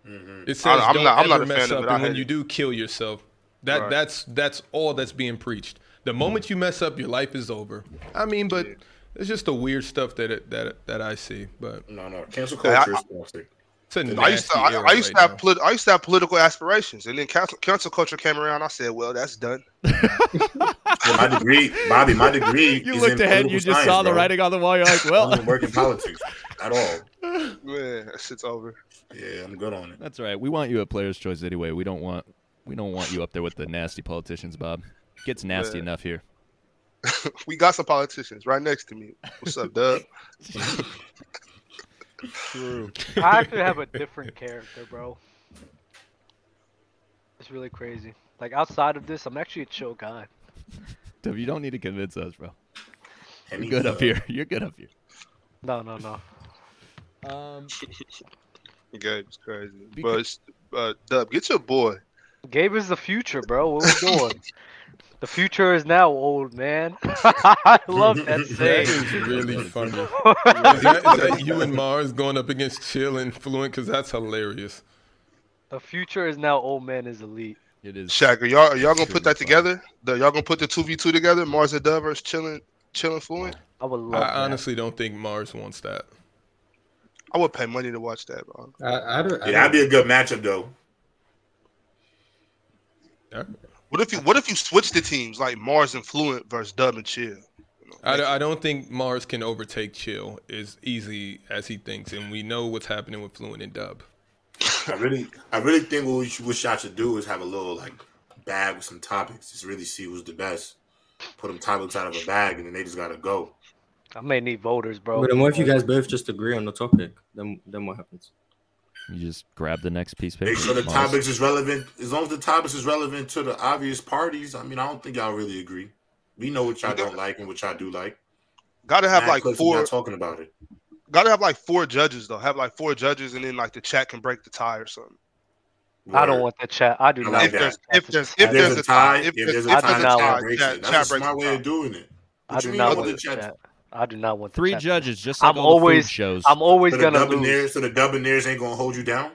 Mhm.
It says
I'm
don't
not- I'm not
ever
a
mess
fan of
up,
it. I
and when
hate
you
it.
do, kill yourself. That
Right. Mm-hmm.
that's that's all that's being preached. The moment you mess up, your life is over. I mean, but
Yeah.
it's just the weird stuff that it, that that I see. But
No, no, cancel
Yeah, I-
culture is toxic.
it's a nasty
I used to I,
era
I used
right
to have
now.
polit- I used to have political aspirations, and then cancel cancel culture came around. I said, well, that's done.
Yeah, my degree, Bobby. My degree.
you
is
looked
in
ahead and
political
you just
science,
saw the
bro.
writing on the wall. You're like,
I
well,
don't work in politics at all.
Man, that shit's over.
Yeah, I'm good on it.
that's all right. We want you at Players Choice anyway. We don't want we don't want you up there with the nasty politicians, Bob. Gets nasty
Yeah.
enough here.
We got some politicians right next to me. What's up, Doug?
True.
I could have a different character, bro. It's really crazy. Like outside of this, I'm actually a chill guy.
Dub, you don't need to convince us, bro. You're
And he,
good
uh,
up here. You're good up here.
No, no, no.
Um,
Okay, it's crazy. But
Because-
uh, Dub, get your boy.
Gabe is the future, bro. What we doing? the future is now, old man. I love that
That
saying.
is really funny. Is
the
that, is that you and Mars going up against Chill and Fluent? Because that's hilarious.
future is now, old man is elite.
it is.
Shaq, are y'all are y'all gonna
Shouldn't
put
be
that
fun.
together? The, y'all gonna put the two v two together? Mars and Dub versus chilling, chilling fluent.
I would love.
I
that.
honestly don't think Mars wants that.
I would pay money to watch that, bro.
I, I don't. I
Yeah, that'd
don't
be a good matchup though.
What if you What if you switch the teams like Mars and Fluent versus Dub and Chill?
I, I don't think Mars can overtake Chill as easy as he thinks, and we know what's happening with Fluent and Dub.
I really, I really think what we should, what y'all should do is have a little like bag with some topics. Just really see who's the best. Put them topics out of a bag, and then they just gotta go.
I may need voters, bro.
But then what if you guys both just agree on the topic? Then then what happens?
You just grab the next piece of paper.
Make sure the
Mars.
topics is relevant. As long as the topics is relevant to the obvious parties, I mean, I don't think y'all really agree. We know what y'all don't like and what y'all do like.
Gotta have
Mad
like
clips,
four.
Not talking about it.
Gotta have like four judges though. Have like four judges, and then like the chat can break the tie or something.
I don't
Word.
want that chat. I do
I
not.
like
If
want
that.
that
there's if there's
chat.
if
If there's a tie,
if
if there's a
I do not
tie, chat
want-
breaks
chat-
it. That's
chat
a
breaks
smart
the
way
tie.
of doing it.
I
What you
do
mean
not
with
want
the
the
chat?
chat. I do not want the
Three
chat.
judges, just like
I'm
all the food
always-
shows.
I'm
So
always
the
gonna lose.
debonaires, so the debonaires ain't gonna hold you down.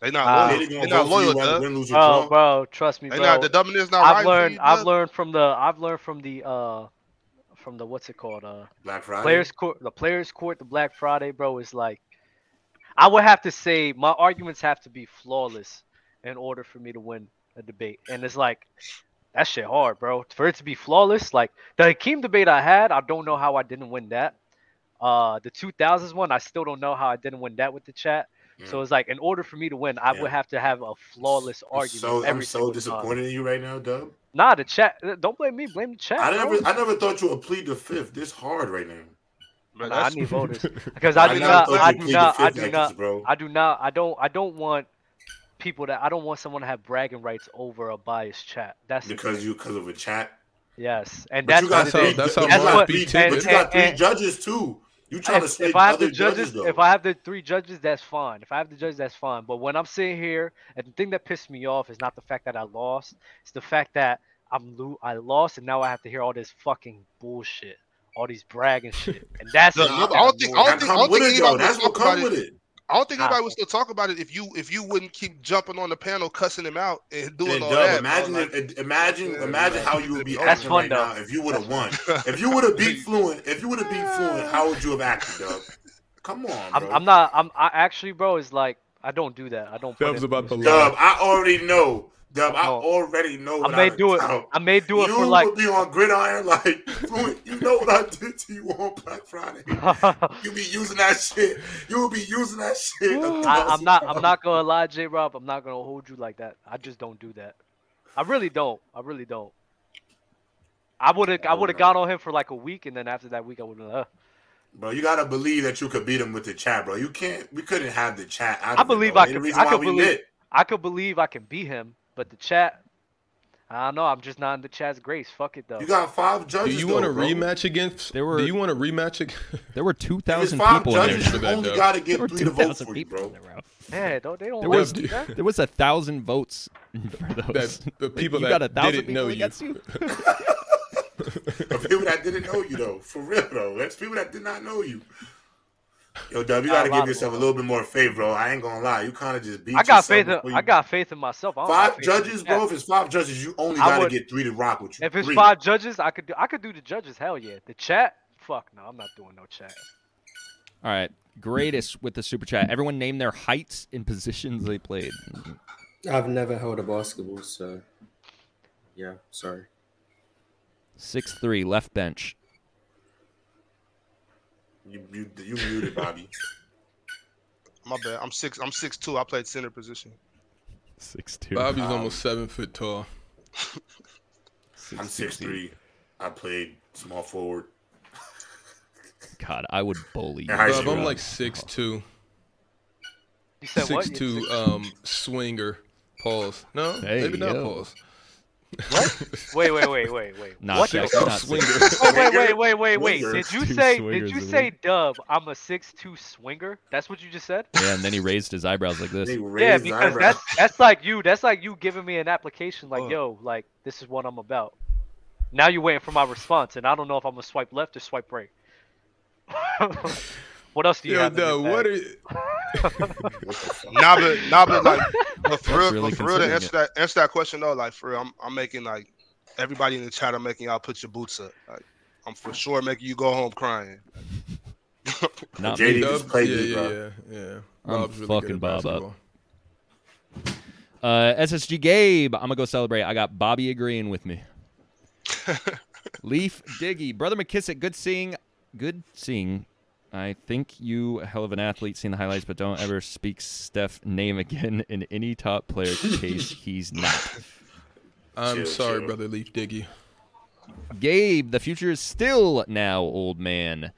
They not
Uh,
loyal.
They
They
gonna
not
vote for you
loyal,
whether
Dub.
win, lose, or
Bro,
draw.
Oh, bro, trust me,
They
bro.
not the Dominic's not
I've
riding for
learned.
you,
I've
Dub?
learned from the. I've learned from the. Uh, from the what's it called? Uh,
Black Friday.
players court. The players court. The Black Friday, bro, is like. I would have to say my arguments have to be flawless in order for me to win a debate, and it's like. That shit hard, bro. For it to be flawless, like the Hakeem debate I had, I don't know how I didn't win that. Uh, the 2000s one, I still don't know how I didn't win that with the chat. So it's like, in order for me to win, I
Mm. Yeah.
would have to have a flawless
I'm
argument.
so I'm
every
so
single time.
disappointed in you right now, Dub.
Nah, the chat. Don't blame me. Blame the chat.
I
bro.
never I never thought you would plead the fifth this hard right now.
Man,
Nah, I
that's-
need voters because I do
never
not.
thought
I
you'd
do
plead
not.
the
I
fifth
do
like this,
not.
bro.
I do not. I don't. I don't want people that. I don't want someone to have bragging rights over a biased chat. That's the
Because
thing.
you because of a chat.
yes, and
But
that's
you
what
got
it
how-
three,
is.
that's how
but you
Mars
got
beat
three,
Ted.
but you got three
And-
judges too. You trying to
If,
switch
if I have
other
the
judges
judges,
though.
if I have the three judges, that's fine. If I have the judges, that's fine. But when I'm sitting here, and the thing that pissed me off is not the fact that I lost; it's the fact that I'm lo- I lost, and now I have to hear all this fucking bullshit, all these bragging shit, and that's the
Dub,
Nah,
shit
I
that
don't think I
annoys
don't
That
me.
think I
come
don't
with
think
it though.
anybody
That's
would
what
talk about
come
it.
with it.
I don't think
Ah.
anybody would still talk about it if you if you wouldn't keep jumping on the panel, cussing him out, and doing
And
all
Dub,
that. bro.
imagine,
Like,
if, imagine, imagine how you would be
That's
acting
fun,
right
though.
now if you would have won. If you would have beat Fluent, if you would have beat Fluent, how would you have acted, Dub? Come on,
I'm,
bro.
I'm not. I'm I actually, bro. Is like I don't do that. I don't. put
That was
in-
about the
Dub,
lie.
I already know. Dub, I
No.
already know.
I
what
may
done
do it.
done.
I may do it
you
for like.
would be on gridiron like Fluent. You know what I did to you on Black Friday. You be using that shit. You will be using that shit.
I, I'm not. I'm not gonna lie, J. Rob. I'm not gonna hold you like that. I just don't do that. I really don't. I really don't. I would have. I would have gone on him for like a week, and then after that week, I would have. Uh,
Bro, you gotta believe that you could beat him with the chat, bro. You can't. We couldn't have the chat. out
I
of it,
believe
bro.
I
The
could-
reason
I
why
could
we
believe-
lit.
I could believe I can beat him, but the chat. I don't know. I'm just not in the chat's grace. Fuck it though.
You got five
Do
judges.
you
though,
want a
bro.
rematch against?
There were-
do you want a rematch? Ag-
There were two
If it's
thousand
five
people in
judges,
there.
should
you
have
only
been
gotta get
There were
three
two
to vote for
thousand
you,
people in
bro.
the row.
Man, don't they don't.
There
like
was
to do that.
there was a thousand votes for those.
that the people
you
that
got a thousand
didn't know you.
people against you.
The people that didn't know you though, for real though. That's people that did not know you. Yo, Dub, you
Nah, a
gotta
lot
give
of
yourself a
them.
little bit more faith, bro. I ain't gonna lie. You kind of just beat.
I got
yourself
faith. In,
before
I
you-
got faith in myself. I don't have
five
faith in the
judges,
chat.
bro. If it's five judges, you only
I
gotta
would-
get three to rock with you.
If it's
Three.
five judges, I could do. I could do the judges. Hell yeah. The chat. Fuck no. I'm not doing no chat.
All right, greatest with the super chat. Everyone name their heights and positions they played.
I've never held a basketball, so yeah, sorry.
Six three left bench.
you, you, you muted, Bobby.
my bad. I'm six. I'm six two. I played center position.
Six two.
Bobby's almost seven foot tall.
I'm six three. I played small forward.
God, I would bully you.
And high
Bob,
school.
I'm like six two,
You said what?
six
You-
two. Um, swinger. Pause. No,
Hey,
maybe not
yo.
pause.
Wait, wait, wait, wait, wait.
Not
what?
six,
the-
not
Swinger.
six.
Wait, wait, wait, wait, wait, wait.
Swingers.
Did you
Two
say? Did
swingers
you
in
say, Dub? I'm a six-two swinger. That's what you just said.
Yeah, and then he raised his eyebrows like this.
They
yeah,
raised
because
eyebrows.
that's that's like you. That's like you giving me an application. Like,
Oh.
Fuck.
yo, like this is what I'm about. Now you're waiting for my response, and I don't know if I'm gonna swipe left or swipe right. what else do you
Yo,
have? in your
no, what
bag?
are
Nah, but nah, but like, but for real,
really
but for real to
considering
answer that answer that question though, like for real, I'm I'm making like everybody in the chat. I'm making y'all put your boots up. Like, I'm for sure making you go home crying.
Not
JD
me.
just
Dub?
played
yeah,
it, bro.
yeah, yeah, yeah.
I'm
Bob's really
fucking
good at
Bob up.
basketball.
Uh, SSG Gabe, I'm gonna go celebrate. I got Bobby agreeing with me. Leaf Diggy, brother McKissick, good seeing, good seeing. I think you a hell of an athlete. Seen the highlights, but don't ever speak Steph name again in any top player case he's not.
I'm
Chill,
sorry,
chill.
brother Leaf Diggy.
Gabe, the future is still now, old man.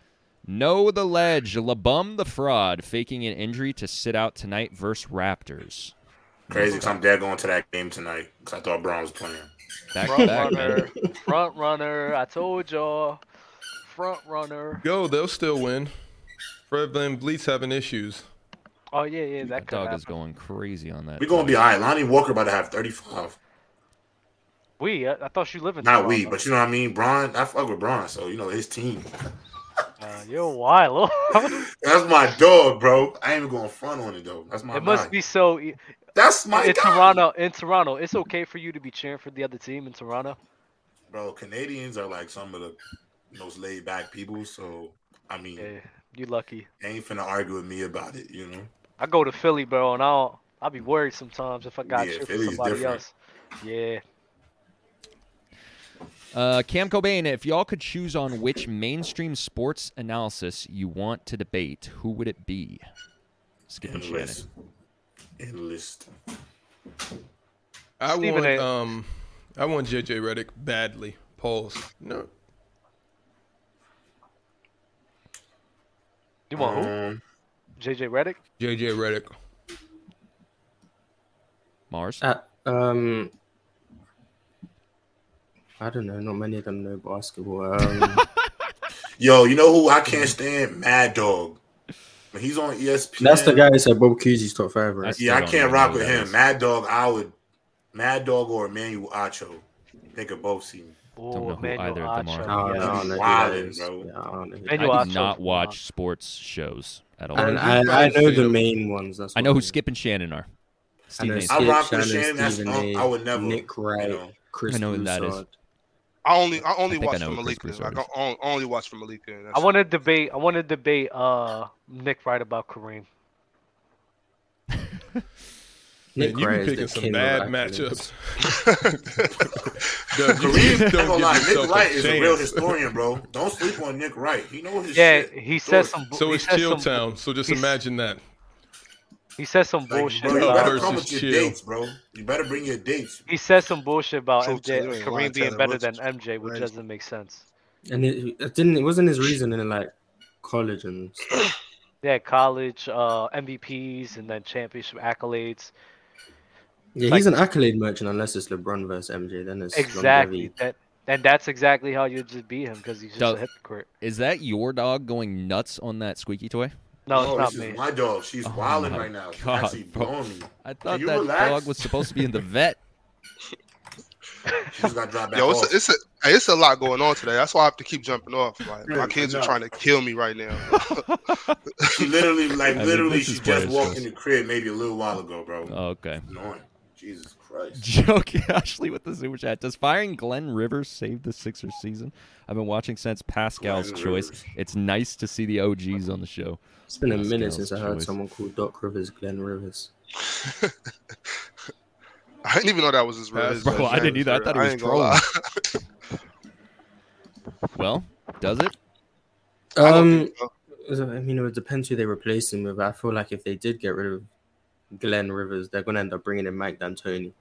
Know the ledge, Labum the fraud, faking an injury to sit out tonight versus Raptors.
Crazy, because I'm dead going to that game tonight. Because I thought Brown was playing.
Back to
Front
back, man.
runner, front runner. I told y'all, front runner.
Yo, they'll still win. Fred Van Bleet's having issues.
Oh yeah, yeah, that
That
could
dog
happen.
is going crazy on that.
We're gonna be all right. Lonnie Walker about to have 35.
We, I, I thought you live in.
Not
Toronto.
we, but you know what I mean. Braun, I fuck with Braun, so you know his team.
Uh, you're wild.
That's my dog, bro. I ain't even going front on it though. That's my.
it must
guy.
be so. e-
That's my
in
guy.
Toronto, in Toronto, it's okay for you to be cheering for the other team in Toronto.
bro. Canadians are like some of the most laid back people. So I mean,
Yeah, you lucky.
they ain't finna argue with me about it. You know,
I go to Philly, bro, and I'll I'll be worried sometimes if I got
Yeah,
cheer for
Philly's
somebody
different.
else. Yeah,
Uh, Cam Cobain, if y'all could choose on which mainstream sports analysis you want to debate, who would it be? Skip and Shannon.
endless, endless.
I
Stephen
want
A.
um, I want JJ Redick badly. Pause. No,
you want who?
Um,
JJ Redick.
JJ Redick.
Mars.
Uh, um, I don't know. Not many of them know basketball. Um,
yo, you know who I can't stand? Mad Dog. When he's on E ESPN.
that's the guy who said Bob Cousy's top five, right?
That's-
Yeah, I
Still don't
can't
even
rock
know who
with
that
him.
is.
Mad Dog, I would. Mad Dog or Emmanuel Acho. They could both see me.
know
Oh,
who
Emmanuel
either of them are.
Acho,
I don't
yes.
know, I don't know who that
Wildin',
is.
bro.
Yeah, I don't know
I
who that
And
do
you
is.
are
not
so-
watch sports shows at all.
And
I,
I, I know the main ones. That's what
know who
it is.
Skip and Shannon are.
I
Steve
know
Nason.
I
Skip,
rock with
Shannon,
Shannon, that's-
Stephen
I-
A,
I would never,
Nick Wright,
You know,
Chris
I know who that is.
Broussard.
I only I only
think I
watch
know who
for
Chris
Malika.
Broussard
Like, I
is.
on- only watch for Malika. and
I
that's-
want to debate. I want to debate uh, Nick Wright about Kareem.
Man,
Nick
you
Wright
be
is
picking
the
some
king of
bad matchups.
acronyms.
Kareem, I'm gonna lie,
yourself
Nick
a
Wright is a
chance.
real historian, bro. Don't sleep on Nick Wright. He knows his
Yeah,
shit.
he
Sure.
says some. bu-
So
he
it's
says
Chill
some-
Town. So just
he's-
imagine that.
He says some
Like,
bullshit.
bro, you
Love
better
about,
come
versus
with your
chill.
dates, bro. You better bring your dates.
he says some bullshit about
Truth
MJ,
to you, ain't lying,
Kareem being
Taylor
better
Wilson.
than MJ, which
Right.
doesn't make sense.
And it, it didn't. It wasn't his reason in like college and stuff.
Yeah, college uh, MVPs and then championship accolades.
Yeah,
Like-
he's an accolade merchant unless it's LeBron versus MJ. Then it's
Exactly.
longevity.
That and that's exactly how you just beat him because he's just
Doug.
a hypocrite.
Is that your dog going nuts on that squeaky toy?
No,
oh,
it's
this
not me.
is my dog. She's
Oh
wilding
my
right now. She's
God,
actually
bro.
blowing me.
I thought
you
that
relax?
dog was supposed to be in the vet.
She just got dropped back
Yo,
off.
it's a, it's a hey, it's a lot going on today. That's why I have to keep jumping off. Like, my
Good
kids are
enough.
trying to kill me right now.
she literally, like,
I mean,
literally,
this
she
is
just
where Uh,
walked
it's
in the crib maybe a little while ago, bro.
Okay.
Annoying. Jesus Christ.
Joke Ashley with the super chat. Does firing Glenn Rivers save the Sixers season? I've been watching since Pascal's
Glenn
choice.
Rivers.
It's nice to see the OGs on the show.
It's been a
That's
minute
Gale's
since I heard
choice.
someone called Doc Rivers Glenn Rivers.
I didn't even know that was his real. his
Bro,
last
I
name.
didn't either. I thought he was
ain't gonna lie.
Well, does it?
I don't
Um,
think so.
so, I mean, it would depend who they replace him with. I feel like if they did get rid of Glenn Rivers, they're gonna end up bringing in Mike D'Antoni,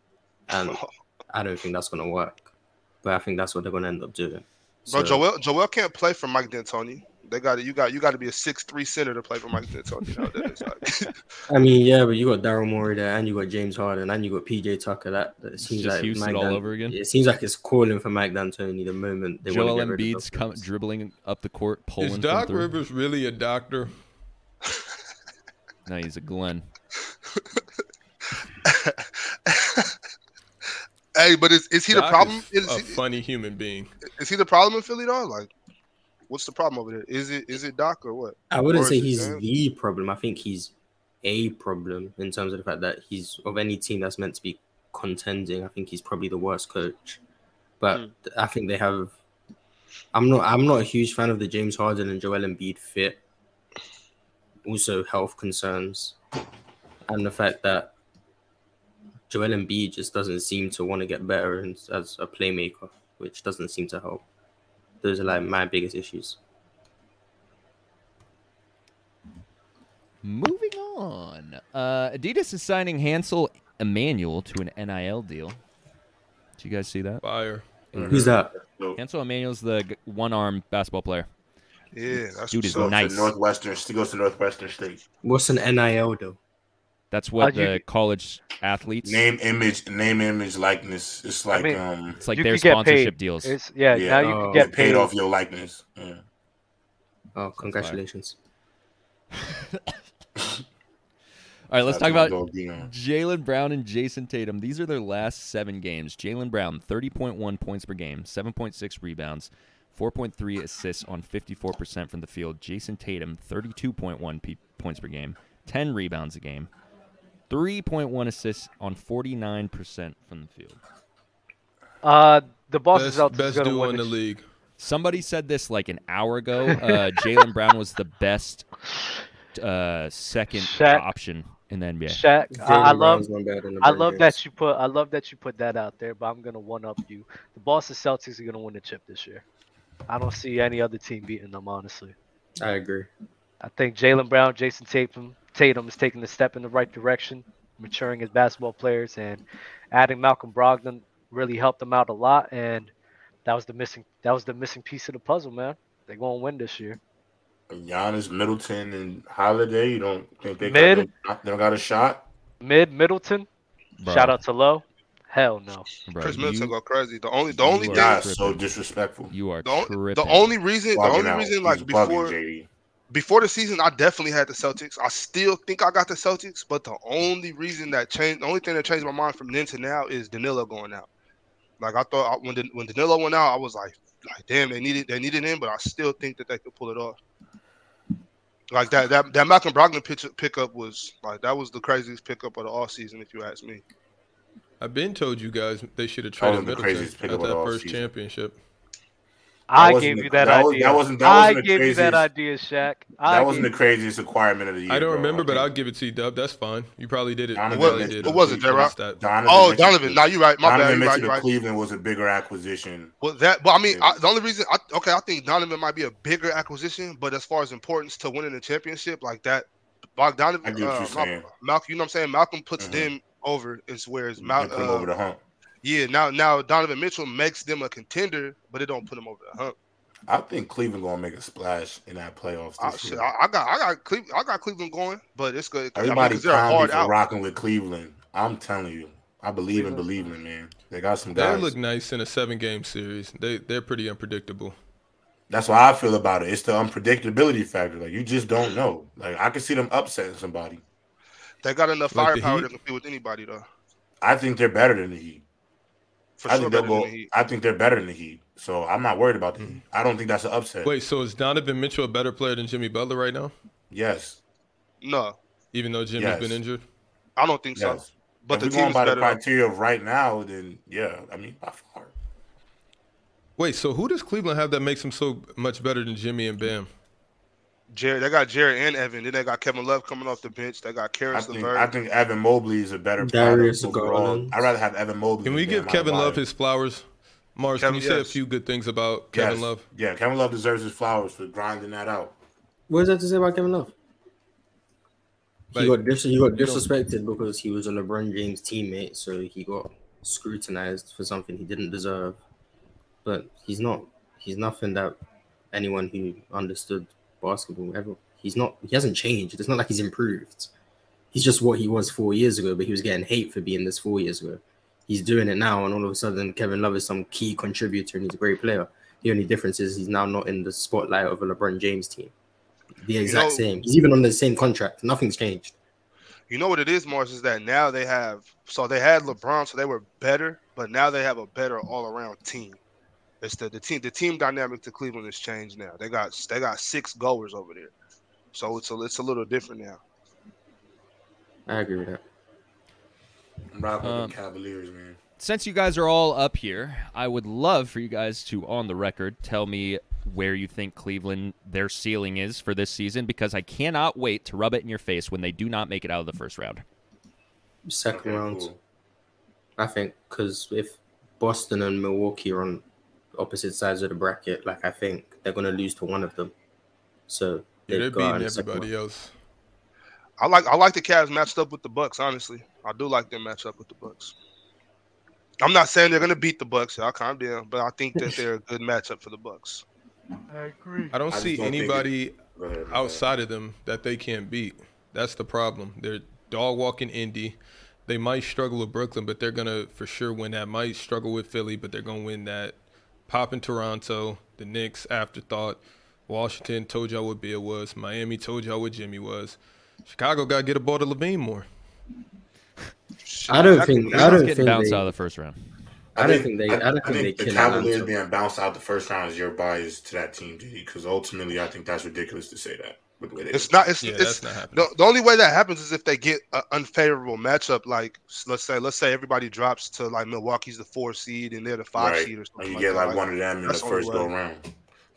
and I don't think that's gonna work. But I think that's what they're gonna end up doing.
Bro,
So,
Joel Joel can't play for Mike D'Antoni. They got to You got you got to be a six three center to play for Mike D'Antoni nowadays. Like,
I mean, yeah, but you got Daryl Morey there, and you got James Harden, and you got PJ Tucker. That, that it seems
just
like
Houston
Mike
all
Dan-
over again?
It seems like it's calling for Mike D'Antoni the moment they
Joel
want to get rid
Embiid's
of
come,
Doc Rivers.
dribbling up the court, pulling.
Is
from
Doc
three.
Rivers really a doctor?
No, he's a Glenn.
hey, but is, is he the
Doc
problem?
Is
Is,
a
he,
funny human being.
is he the problem in Philly though? Like, what's the problem over there? Is it is it Doc or what?
I wouldn't
Or
say
is it
he's
Dan?
the problem. I think he's a problem in terms of the fact that he's of any team that's meant to be contending. I think he's probably the worst coach. But
Hmm.
I think they have. I'm not. I'm not a huge fan of the James Harden and Joel Embiid fit. Also, health concerns, and the fact that Joel Embiid just doesn't seem to want to get better and- as a playmaker, which doesn't seem to help. Those are like my biggest issues.
Moving on. Uh, Adidas is signing Hansel Emmanuel to an NIL deal. Did you guys see that?
Fire.
Who's that?
Hansel Emmanuel's the g- one-arm basketball player.
Yeah, that's
Dude
what's
is
up.
Goes
nice.
To Northwestern. She goes to Northwestern State.
What's an NIL though? Oh,
That's what
How'd you
the college athletes.
Name, image, name, image, likeness. It's like
mean-
um,
It's like
You
their
could get
sponsorship
paid.
deals.
It's yeah.
Yeah.
Now you
Oh.
can
get
get
paid, off your likeness. Yeah.
Oh, congratulations.
All right, let's
That's
talk
my
about
dog, Dion.
Jalen Brown and Jason Tatum. These are their last seven games. Jalen Brown, 30.1 points per game, 7.6 rebounds, 4.3 assists on 54% from the field. Jason Tatum, 32.1 pe- points per game, 10 rebounds a game, 3.1 assists on 49% from the field.
Uh, the Boston
Best,
Celtics
best
is gonna
duo
win.
in the
this-
league.
Somebody said this like an hour ago. Uh, Jalen Brown was the best uh, second
Shaq.
option in the NBA.
Shaq, I, I love.
Jaylen Brown's not better than
I
LeBron
love
James.
that you put. I love that you put that out there. But I'm gonna one up you. The Boston Celtics are gonna win the chip this year. I don't see any other team beating them. Honestly,
I agree.
I think Jalen Brown, Jason Tatum, Tatum is taking a step in the right direction, maturing as basketball players, and adding Malcolm Brogdon really helped them out a lot. And that was the missing. That was the missing piece of the puzzle, man. They're gonna win this year.
Giannis, Middleton, and Holiday. You don't think they
Mid?
got, no- they don't got a shot?
Mid Middleton,
Bro,
shout out to Low. Hell no.
bro,
Chris
you-
Middleton go crazy. The only the
you
only
are
thing
Yeah,
tripping.
so disrespectful.
You are
the, on-
tripping.
the only reason the
Bugging
only
out.
reason
He's
like
bugging,
before
JD.
before the season, I definitely had the Celtics. I still think I got the Celtics, but the only reason that changed, the only thing that changed my mind from then to now is Danilo going out. Like I thought I, when Dan- when Danilo went out, I was like, like damn, they needed they needed him, but I still think that they could pull it off. Like that that that Malcolm Brogdon pitch, pickup was like that was the craziest pickup of the offseason, if you ask me.
I've been told you guys they should have
That was
traded
the
Middleton
craziest
at
pickup
that
of the
first
offseason.
championship.
That
I
wasn't
gave
the-
you that,
that was-
idea.
that wasn't- that
I
wasn't the
gave you that
craziest-
idea, Shaq. I
that wasn't
gave-
the craziest acquirement of the year.
I don't
bro.
remember, but
think
I'll give it to you, Dub. That's fine. You probably did it.
Donovan
You probably
Mitchell-
did
what was it,
You probably
J-Rock?
did that.
Donovan
Oh,
Mitchell
Donovan,
to-
now you're right. My
Donovan
bad. You're
Mitchell
right,
to
you're right.
Cleveland was a bigger acquisition.
Well, that, but I mean,
Yeah.
I, the only reason, I, okay, I think Donovan might be a bigger acquisition, but as far as importance to winning the championship, like that, Bogdanovich,
I get what
uh,
you're saying.
Malcolm, you know what I'm saying? Malcolm puts
Mhm.
them over, is whereas
You
Mal,
put him
uh,
over the hump.
yeah, now now Donovan Mitchell makes them a contender, but it don't put them over the hump.
I think Cleveland gonna make a splash in that playoffs
I,
this
Ah, shit,
year.
I, I got I got Cleveland, I got Cleveland going, but it's good. I mean, 'cause
Everybody
they're a
calm me
hard
for
out.
rocking with Cleveland. I'm telling you, I believe in believing it, man. They got some
They
guys.
look nice in a seven game series. They they're pretty unpredictable.
That's why I feel about it. It's the unpredictability factor. Like you just don't know. Like I could see them upsetting somebody.
They got enough
Like the
firepower to
Heat?
compete with anybody though.
I think they're better than the Heat.
For
I
sure,
think they'll
better than
go.
the Heat.
I think they're better than the Heat. So I'm not worried about the Heat. I don't think that's an upset.
Hmm. Wait, so is Donovan Mitchell a better player than Jimmy Butler right now?
Yes.
No,
Even though Jimmy's
Yes.
been injured,
I don't think so.
Yes.
But
if we're
the team
going
is
by the
better. though.
criteria of right now, then yeah, I mean by far.
wait. So who does Cleveland have that makes him so much better than Jimmy and Bam?
Jared, they got Jared and Evan. Then they got Kevin Love coming off the bench. They got
I
Karis
think, I
LeVert.
think Evan Mobley is a better
Darius
product overall.
Garland.
I'd rather have Evan Mobley.
Can we
than
give
Bam
Kevin
Adebayo.
Love his flowers? Mars,
Kevin-
can you say a
yes.
few good things about Kevin
Yes.
Love?
Yeah, Kevin Love deserves his flowers for grinding that out.
What is that to say about Kevin Love?
Like,
he got dis- he got
don't-
disrespected because he was a LeBron James teammate, so he got scrutinized for something he didn't deserve. But he's not he's nothing that anyone who understood basketball ever. He's not he hasn't changed. It's not like he's improved. He's just what he was four years ago, but he was getting hate for being this four years ago. He's doing it now, and all of a sudden, Kevin Love is some key contributor and he's a great player. The only difference is he's now not in the spotlight of a LeBron James team. The exact
know-
same. He's even on the same contract. Nothing's changed.
You know what it is, Mars, is that now they have so they had LeBron, so they were better, but now they have a better all around team. It's the, the team the team dynamic to Cleveland has changed now. They got they got six goers over there. So it's a it's a little different now.
I agree with that.
I'm rocking
Um,
Uh,
with the Cavaliers, man.
since you guys are all up here, I would love for you guys to, on the record, tell me where you think Cleveland their ceiling is for this season because I cannot wait to rub it in your face when they do not make it out of the first round.
Second
Okay,
round,
cool.
I think, because if Boston and Milwaukee are on opposite sides of the bracket, like I think they're gonna lose to one of them. So
Yeah, they're
they've got
beating
a second
everybody
round.
else.
I like I like the Cavs matched up with the Bucks. Honestly, I do like them matched up with the Bucks. I'm not saying they're gonna beat the Bucks. Y'all calm down, but I think that they're a good matchup for the Bucks.
I don't
I just
see
don't think
anybody
Go ahead, my bad.
outside of them that they can't beat. That's the problem. They're dog walking Indy. They might struggle with Brooklyn, but they're gonna for sure win that. Might struggle with Philly, but they're gonna win that. Pop in Toronto, the Knicks afterthought. Washington told y'all what Bill was. Miami told y'all what Jimmy was. Chicago gotta get a ball to Levine more.
I don't
Exactly.
think- I
Cleveland's
don't
getting
think
bounced
they-
out of the first round.
I don't think they. I, don't think, they
the
kill
Cavaliers
Atlanta.
being bounced out the first round is your bias to that team, G. Because ultimately, I think that's ridiculous to say that. With the way they
It's not. It's
Yeah,
it's
that's not happening.
the, the only way that happens is if they get an unfavorable matchup. Like s- let's say let's say everybody drops to like Milwaukee's the four seed and they're the five
Right.
seed or something.
and you
like
get
that.
like one of them in the
that's
first
only
go
way.
round.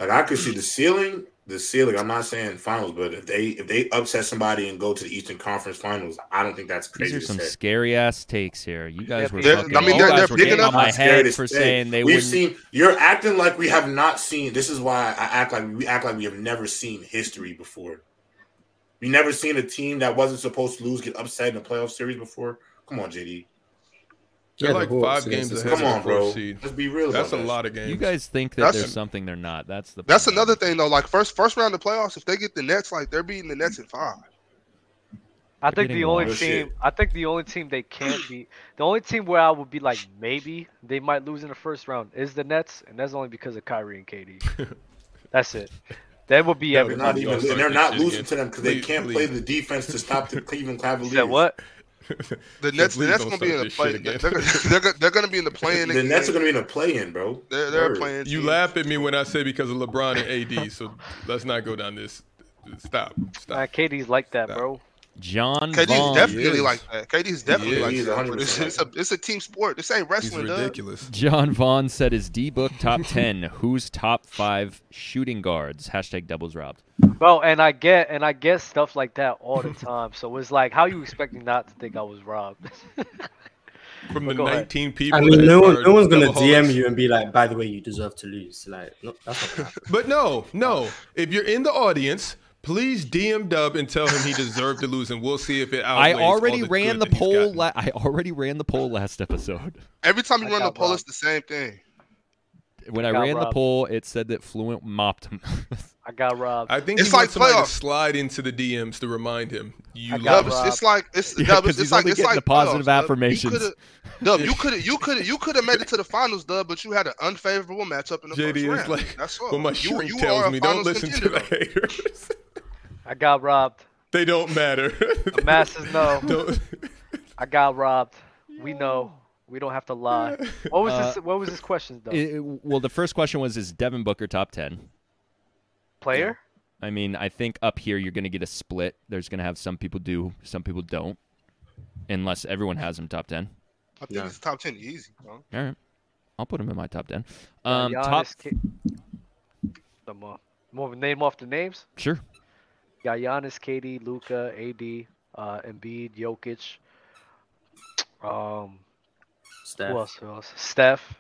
Like I could see the ceiling, the ceiling. I'm not saying finals, but if they if they upset somebody and go to the Eastern Conference Finals, I don't think that's
These
crazy
are
to
some
say.
scary ass takes here. You guys were
They're-
fucking.
I mean,
you
they're-
guys
they're
were
big
getting
enough-
on my
Not scary
head
to
for
say.
saying they
We've
wouldn't.
seen you're acting like we have not seen. This is why I act like we act like we have never seen history before. We never seen a team that wasn't supposed to lose get upset in a playoff series before. Come on, JD.
They're
Yeah, the
like
Hawks,
five
yeah,
games
it's
ahead
the
of
Come
the
on,
fourth
bro.
seed.
Let's be real.
That's a
about this.
lot of games.
You guys think that
That's-
there's something they're not. That's the.
That's
problem.
another thing though. Like first first round of playoffs, if they get the Nets, like they're beating the Nets in five.
I think the
getting
only
wild.
team
Shit.
I think the only team they can't beat the only team where I would be like maybe they might lose in the first round is the Nets, and that's only because of Kyrie and KD. that's it. That would
That
be
They're
everything.
would
not
Y'all
even.
start
They're
this
not
shit
losing
again.
to them because they
Please-
can't
please.
play the defense to stop the Cleveland
You
Cavaliers.
said what?
The
So
Nets, the
please
Nets
don't
gonna be in
start
the
this
play.
shit
They're,
again.
gonna- they're, gonna- they're gonna be in the playing.
The Nets are going to be in a play-in, bro.
They're, they're
Word.
playing.
You
teams.
laugh at me when I say because of LeBron and AD, so let's not go down this. Stop.
Nah,
Stop.
KD's like that,
Nah.
bro.
John
KD's
Vaughn.
definitely
is.
like that. KD's definitely
is.
like
He's
that.
100%
It's,
like
it's a it's a team sport. This ain't
He's
wrestling, dog.
ridiculous.
John Vaughn said his D book top 10 who's top five shooting guards? Hashtag doubles robbed.
Bro, and I get and I get stuff like that all the time. So it's like, how you expect me not to think I was robbed?
From the
Go ahead.
19 people.
I mean,
that
no
are
one, no one's gonna
alcoholics-
DM you and be like, "By the way, you deserve to lose." Like, no, that's not gonna happen.
But no, no. If you're in the audience, please DM Dub and tell him he deserved to lose, and we'll see if it
I
outweighs. all
already
the
ran
good
the
that he's
poll.
gotten.
La- I already ran the poll last episode.
Every time you
I
run the
got
poll,
robbed.
it's the same thing.
When I
Got
ran the
robbed.
poll, it said that Fluent mopped him.
I got robbed.
I think
It's
he wants
like
somebody
playoffs.
to slide into the DMs to remind him. You
I got
love us.
Dub, it's,
robbed.
it's like it's
Yeah,
Dub,
'cause
it's,
he's
it's like
only
it's
getting
like
the positive
playoffs, Dub. You
affirmations.
coulda- Dub, you could have you could you could have made it to the finals, Dub, but you had an unfavorable matchup in the
JD
first
is
round.
like,
That's all.
well, my
you,
shrink
you are
tells
a
me don't
finals
listen to
contender,
the
though.
haters.
I got robbed.
they don't matter.
The masses know.
Don't-
I got robbed. We know. We don't have to lie. What was
Uh,
this? What was this question
Oh.
though?
It- it- well, the first question was Is Devin Booker top 10?
Player?
I mean, I think up here you're going to get a split. There's going to have some people do, some people don't, unless everyone has him top 10.
I think
Yeah.
it's top ten easy. Bro.
All right. I'll put him in my top 10.
Uh,
Um,
Giannis,
top.
K- the more, more name off the names.
Sure.
Yeah, Giannis, KD, Luca, AD, uh, Embiid, Jokic. Um,
Steph.
who else? Who else? Steph.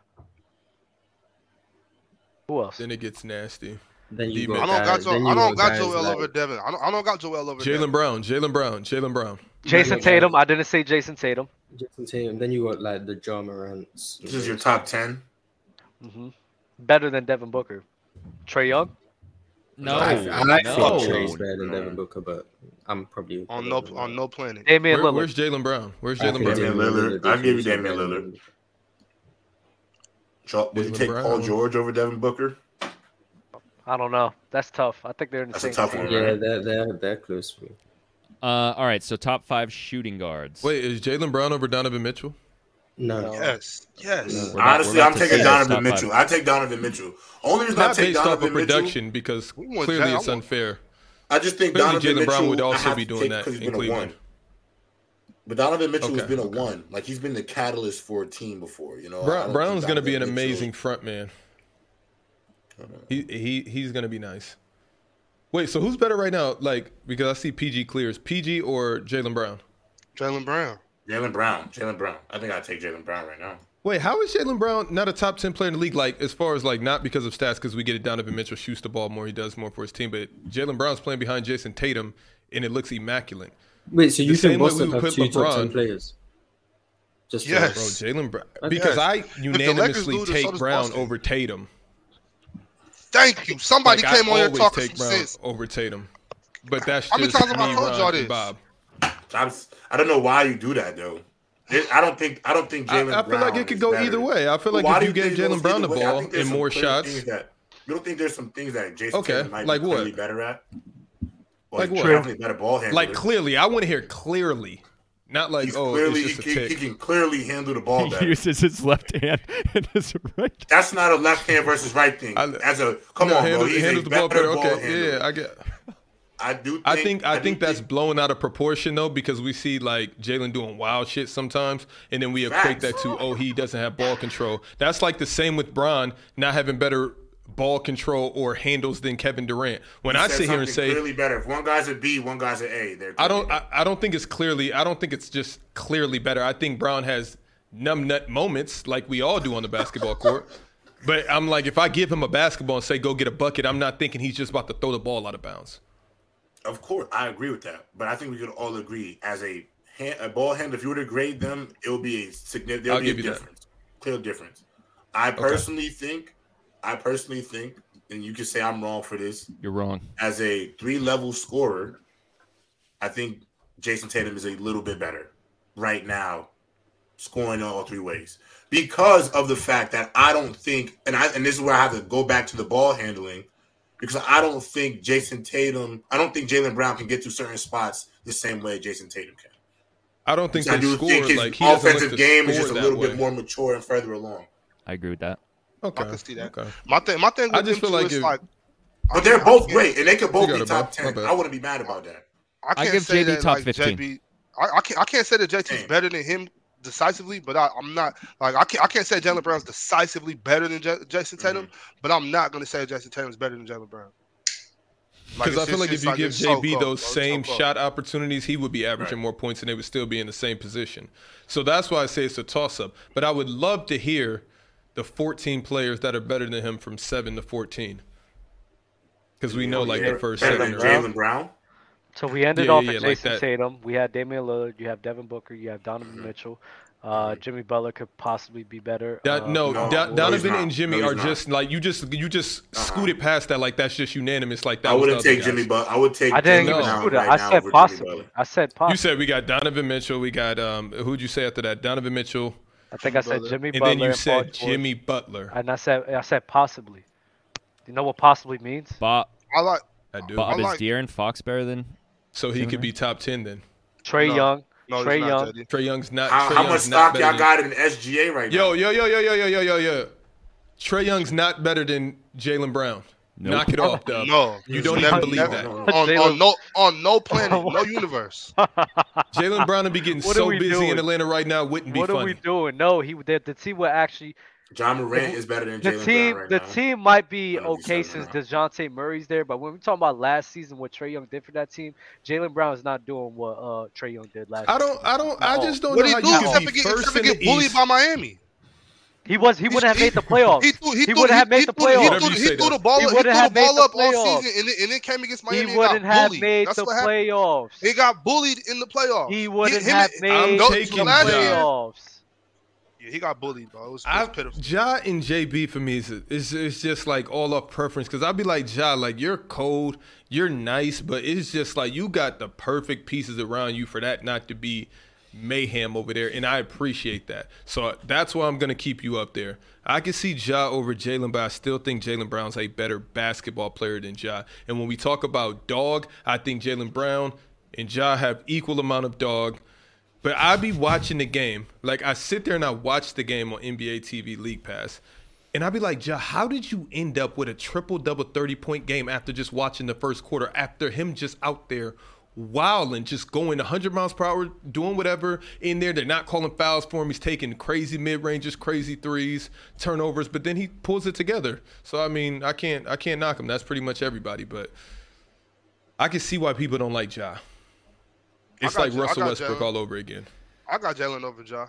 Who else?
then it gets nasty.
Then you
Demon.
got
I don't got
guys- then
Joel.
you
I don't got
guys
Joel
like-
over Devin. I don't. I don't got Joel over
Jalen
Devin.
Brown, Jalen Brown, Jalen Brown.
Jason
Yeah.
Tatum. I didn't say Jason Tatum.
Jason Tatum. Then you got like the Ja Morants.
This is your top ten.
hmm Better than Devin Booker. Trey Young.
No.
I, I
no.
think Trey's better than Devin Booker, but I'm probably
On no on no planet.
Damian
Where-
Lillard.
where's Jalen Brown? Where's
I
Jalen
think
Brown?
Damian Lillard. I'll give you Damian Lillard. Jo- Would you
Jaylen
take
Brown.
Paul George over Devin Booker?
I don't know. That's tough. I think they're in the
That's
same.
a tough
tier.
one.
Yeah,
Right?
they're they're they're close for me.
Uh, all right. So top five shooting guards.
Wait, is Jalen Brown over Donovan Mitchell?
No,
No.
Yes. Yes.
We're about-
Honestly,
we're about
I'm
to
taking
see
Donovan
this top
Mitchell.
five.
I take Donovan Mitchell. Only reason I
Not
take
based off
Donovan
of
Mitchell,
production because
We want
clearly
Ja- I
it's
want-
unfair.
I just think
Clearly
Donovan
Jaylen Brown
Mitchell
would also
I have
be
to
doing
take
that
'cause he's
in
been a one.
Cleveland.
But Donovan Mitchell has
Okay,
been a
okay.
one. Like he's been the catalyst for a team before. You know, I don't
Brown,
think
Brown's going to be an
Oh, Donovan Mitchell-
amazing front man. He he he's going to be nice. Wait, so who's better right now? Like because I see PG clears PG or Jalen Brown.
Jalen Brown.
Jalen Brown. Jalen Brown. I think I take Jalen Brown right now.
Wait, how is Jalen Brown not a top ten player in the league? Like as far as like not because of stats, because we get it. Donovan Mitchell shoots the ball more. He does more for his team. But Jalen Brown's playing behind Jason Tatum, and it looks immaculate.
Wait, so you
same way
think Boston
we would
have two
put
top ten
LeBron.
players? Just to-
Bro,
Yes.
Jalen Brown.
Okay.
Because I
Lakers
unanimously
lose, so
take
does
Brown
Boston.
over Tatum.
Thank you. Somebody
Like, I
came on here
always
talking
take
some
Brown
sense.
over Tatum. But that's
How many
just
times have
me,
I told
Ron,
y'all
and
this?
Bob.
I just- I don't know why you do that though. It- I don't think I don't think
I, I
Jalen.
feel like
Brown
it could
is
go
better.
either way. I feel like
Why
if
do
you
think
gave
it
Jalen
goes
Brown
either
the
way? I
ball
think there's
and
some
more
clear
shots,
things that- you don't think there's some things that Jason
Okay,
Tatum might
like
be
what?
clearly better at? Well,
Like
he's
what?
definitely a better ball handler.
like clearly, I want to hear clearly, not like
he's
oh,
clearly
it's just
he,
a
he- he
tick.
can clearly handle the ball
He
better.
uses his left hand and his right.
That's not a left hand versus right thing.
I-
As a come
No,
on,
handle-
bro, he's
handles the
a better
ball better.
ball
Okay,
handler.
yeah, I get.
I do. Think,
I think I
do
think that's blown out of proportion though because we see like Jalen doing wild shit sometimes, and then we equate
Facts.
that to oh he doesn't have ball control. That's like the same with Bron not having better ball control or handles than Kevin Durant. When I
said
sit here and
something
say
clearly better. If one guy's a B, one guy's an A. They're
I don't I, I don't think it's clearly I don't think it's just clearly better. I think Brown has numb nut moments like we all do on the basketball court. But I'm like if I give him a basketball and say go get a bucket, I'm not thinking he's just about to throw the ball out of bounds.
Of course, I agree with that, but I think we could all agree as a hand, a ball hand. If you were to grade them, it would be a significant. There
I'll
would be a
give you that.
difference, clear difference. I personally think, I personally think, and you can say I'm wrong for this.
You're wrong.
As a three level scorer, I think Jason Tatum is a little bit better right now, scoring all three ways because of the fact that I don't think, and I and this is where I have to go back to the ball handling because I don't think Jason Tatum, I don't think Jalen Brown can get to certain spots the same way Jason Tatum can.
I don't think
I
they
do
score
think his
like he doesn't look
offensive
to
game is
score
just a
that
little
way.
bit more mature and further along.
I agree with that.
Okay,
I can see that.
Okay.
My thing, my thing. With
I just
them
feel
two
like
is
if-
like,
But they're both great, and they could both
got
be
it,
top
bro. My
ten.
bad.
I wouldn't be mad about that.
I can't
give
say
JB
that,
top
like,
15.
JB, I, I can't. I can't say that JT's
Damn.
better than him decisively, but I, I'm not like I can't. I can't say Jalen Brown's decisively better than J- Jason
Mm-hmm.
Tatum, but I'm not going to say Jason Tatum's better than Jalen Brown.
Because I
it's
feel
just-
like if
it's
you give
it's so
JB
close, bro.
those
It's so
same
close.
shot opportunities, he would be averaging more points and they would still be in the same position. So that's why I say it's a toss up. But I would love to hear the 14 players that are better than him from 7 to 14. Because we know, like,
Better-
the first
better
seven.
than
are-
Jalen Brown.
So we ended
Yeah,
off
yeah,
at
yeah, like
Jason
that. Mm-hmm.
Tatum. We had Damian Lillard. You have Devin Booker. You have Donovan Mitchell. Uh, Jimmy Butler could possibly be better.
Don-
Uh,
no,
no,
Don-
no, he's
Donovan
not.
and Jimmy
No, he's
are
not. Uh-huh.
just like you just you just scooted past that like that's just unanimous like that.
I
was
wouldn't
the other
take
guys.
Jimmy, but I would take.
I didn't
Jimmy
Jalen
even
Brown
screw
Brown
that.
right
I
now
said
over Jimmy
possibly.
Butler.
I said
You
possibly.
said we got Donovan Mitchell. We got um who'd you say after that? Donovan Mitchell,
I think I said
Butler.
Jimmy
and
Butler.
then you
Paul
said
George.
Jimmy Butler.
And I said I said possibly. You know what possibly means?
Bob,
I like.
I do.
Bob
I
is
like-
De'Aaron Fox better than?
So he could be top ten then.
Trey
No.
Young.
No,
Trey
Trey
Young.
Young.
Trey Young's not.
How,
Trae
how
Young's
much
not
stock
better
y'all
than-
got in SGA right now?
Yo, yo, yo, yo, yo, yo, yo, yo, yo. Trey Young's not better than Jalen Brown.
Nope.
Knock it off, Dub.
No,
You don't
never
even believe
never.
that.
no, no.
On, on
Jalen-
no on no planet, no universe.
Jalen Brown would be getting
What are
so
we
busy
doing?
in Atlanta right now. Wouldn't be
What are
funny.
we doing? No, he the, the team would actually
John Morant is better than
the
Jalen
team
Brown right
the
now.
team might be
I don't think
okay
so,
since
no.
DeJounte Murray's there, but when we talking about last season what Trey Young did for that team, Jalen Brown is not doing what uh Trey Young did last
I
year.
don't. I don't. I
No.
just don't
What
know
he
how
do
you could
except for
be
get, except
first
for
in
get
the
bullied
East.
by Miami.
He was he wouldn't have made the playoffs.
He threw, he, threw,
wouldn't have made
he,
the
threw, he
playoffs.
threw-
Whatever
He
you
threw,
say,
the
though.
ball.
He
He, threw
wouldn't
the
have made
ball
the
up all
playoffs.
season, and then, and then came against Miami.
He
and
wouldn't
got
have
bullied.
made
That's
the
what happened.
playoffs.
He got bullied in the playoffs.
He wouldn't
him
have
and-
I'm
made the
those two
taking
last year-
Ja.
playoffs.
Yeah, he got bullied, bro. It was, it was
I,
pitiful.
Ja and JB for me is it's, it's just like all up preference because I'd be like Ja, like you're cold, you're nice, but it's just like you got the perfect pieces around you for that not to be mayhem over there, and I appreciate that. So that's why I'm gonna keep you up there. I can see Ja over Jalen, but I still think Jalen Brown's a better basketball player than Ja. And when we talk about dog, I think Jalen Brown and Ja have equal amount of dog. But I be watching the game. Like I sit there and I watch the game on NBA TV League Pass. And I be like, Ja, how did you end up with a triple double 30 point game after just watching the first quarter? After him just out there wilding, just going 100 miles per hour, doing whatever in there. They're not calling fouls for him. He's taking crazy mid ranges, crazy threes, turnovers, but then he pulls it together. So I mean, I can't, I can't knock him. That's pretty much everybody. But I can see why people don't like Ja. It's
got
like
Ja- I
Russell
got
Westbrook
Ja.
all over again.
I got Jalen over Ja.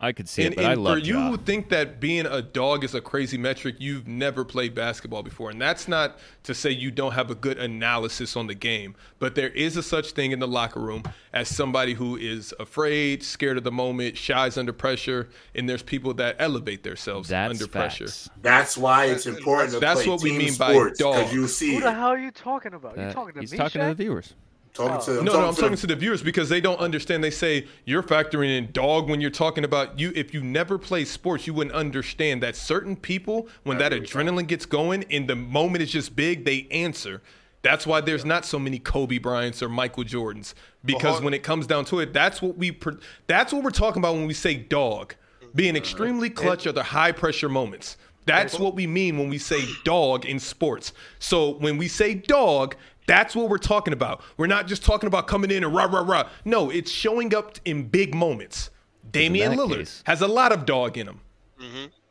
I could see
and,
it, but
and
I love
for you
Ja.
who think that being a dog is a crazy metric, you've never played basketball before, and that's not to say you don't have a good analysis on the game. But there is a such thing in the locker room as somebody who is afraid, scared of the moment, shies under pressure, and there's people that elevate themselves
That's
under
facts.
pressure.
That's why it's important to
That's
play
what we
team
mean by
sports
dog.
because you see
Who
it.
the hell are you talking about? You
That-
talking to
Uh, he's
me?
talking to the
Shaq?
viewers.
talking to
No, no, I'm talking to the viewers because they don't understand. They say you're factoring in dog when you're talking about you. If you never play sports, you wouldn't understand that certain people, when that adrenaline gets going and the moment is just big, they answer. That's why there's not so many Kobe Bryants or Michael Jordans because
Har-
when it comes down to it, that's what we pr- that's what we're talking about when we say dog, Mm-hmm. being extremely clutch or the high pressure moments. That's what we mean when we say dog in sports. So when we say dog, that's what we're talking about. We're not just talking about coming in and rah rah rah. No, it's showing up in big moments. Damian
that
Lillard
case-
has a lot of dog in him.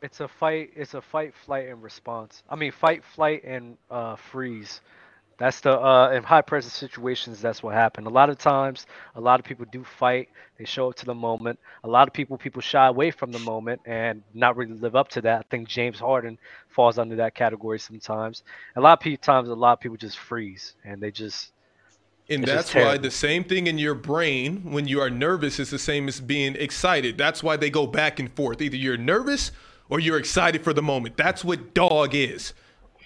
It's a fight. It's a fight, flight, and response. I mean, fight, flight, and uh, freeze. That's the uh, in high pressure situations. That's what happened. A lot of times, a lot of people do fight. They show up to the moment. A lot of people people shy away from the moment and not really live up to that. I think James Harden falls under that category sometimes. A lot of people times, a lot of people just freeze and they just
And
It's just
that's why
terrible.
the same thing in your brain when you are nervous is the same as being excited. That's why they go back and forth. Either you're nervous or you're excited for the moment. That's what dog is.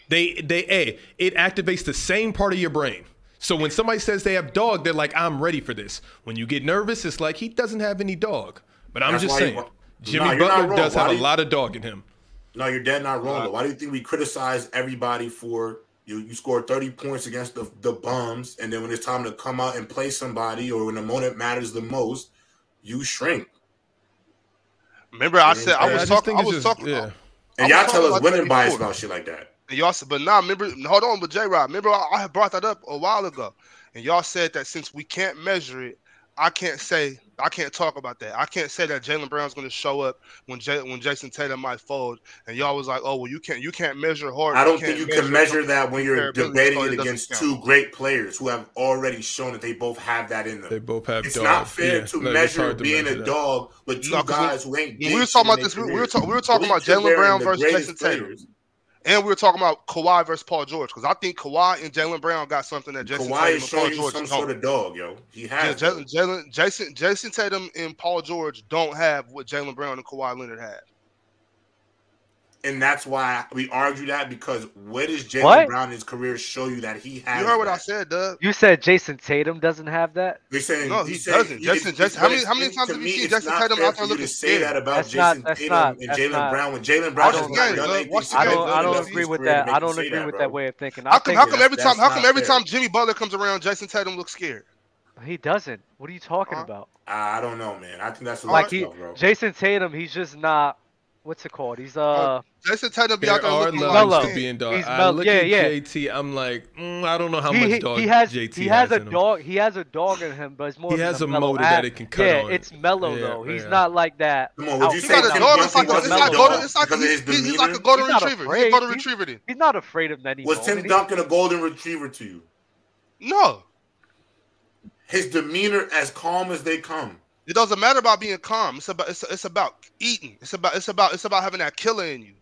They they a it activates the same part of your brain. So when somebody says they have dog, they're like, I'm ready for this. When you get nervous, it's like he doesn't have any dog. But I'm
That's
just
why you-
saying,
Nah,
Jimmy
you're not
Butler
wrong.
does
Why
have
do
a
you-
lot of dog in him.
No, you're dead not wrong. Though. Why do you think we criticize everybody for you? You scored 30 points against the the bums, and then when it's time to come out and play somebody, or when the moment matters the most, you shrink.
Remember, I said I
Yeah,
was
just
talking.
think
I
it's
was
just-
talking.
Yeah.
I
And
was
y'all
talking
tell us
about
women
that
bias
before.
about shit like that.
And y'all said, but now remember, hold on, but J Rod, remember I, I had brought that up a while ago, and y'all said that since we can't measure it, I can't say, I can't talk about that. I can't say that Jalen Brown's going to show up when J, when Jason Tatum might fold, and y'all was like, oh well, you can't you can't measure hard.
I don't think you can measure that when you're
comparability, so
debating
it
it
doesn't
against
count.
two great players who have already shown that they both have that in
They
them.
both have
It's
dogs.
not fair
Yeah,
to
like, it's
measure
hard to
being
measure
a
that.
dog with two
No, 'cause
guys who ain't.
We
did
were
shit in
talking about
their
this. We, we were
careers.
talk, we were talking about Jalen
comparing
Brown
the
versus
greatest
Jason Tatum,
players.
and we were talking about Kawhi versus Paul George because I think Kawhi and Jalen Brown got something that Jason
Kawhi
Tatum
is
and Paul
showing you
George
some
don't.
sort of dog, yo. He
Yeah,
has.
Jalen, Jalen, Jason, Jason Tatum and Paul George don't have what Jalen Brown and Kawhi Leonard had.
And that's why we argue that because what does Jalen
What?
Brown in his career show you that he has?
You heard what
that?
I said, Doug.
You said Jason Tatum doesn't have that.
You're saying
No,
you
he
saying-
doesn't.
you
Jason-
didn't-
Jason- how many-
it's-
how many
to
times have you
me,
seen
it's
Jason
not
Tatum
fair
out there
for you
looking
to say
scared?
that about
That's not-
Jason
that's
Tatum
not-
and
that's
Jalen
not-
Brown? When Jalen
Watch
Brown has
the
not
game,
done
bro.
anything
Watch the
since
I
game.
he's
don't.
Look
been
I
in
at
the
don't
that.
league
agree
for
with
him to
that.
make
I
you
don't
say
agree
that,
with
bro.
that way of thinking. I
How come?
think
How
that-
come every
that's
time? How
not
come every
fair.
time Jimmy Butler comes around, Jason Tatum looks scared?
he doesn't. What are you talking
Uh-huh.
Huh?
about?
I don't know, man. I think that's a
Like
Alright.
lot
he,
tough, bro.
Jason Tatum, he's just not. What's it called? He's uh.
Jason Tatum be
There
out there
are
looking
levels
like
mellow.
to being dog.
He's
I
mellow.
look
Yeah,
at
yeah.
JT. I'm like, mm, I don't know how
he,
much
he-
dog
he has
JT
he has, a
in him.
dog he has a dog in him, but it's more
He
of
has
a
a
mellow
motor that
act.
it can cut
yeah,
on.
it's mellow
Yeah,
though. He's
yeah.
not like that.
Come on, would you
He's
He's
say
not
not
a
Tim
a
dog,
dog.
Duncan
It's like
he's a
a, it's
was
mellow
a
like
dog
golden. It's like
because of his
he's, he's, he's like a
demeanor?
golden
He's not
retriever. He's a
afraid.
golden
He-
retriever. then.
He's not afraid of any
Was
bone.
Tim Duncan a golden retriever to you?
No,
His demeanor as calm as they come.
it doesn't matter about being calm. It's about it's, it's about eating. It's about it's about it's about having that killer in you.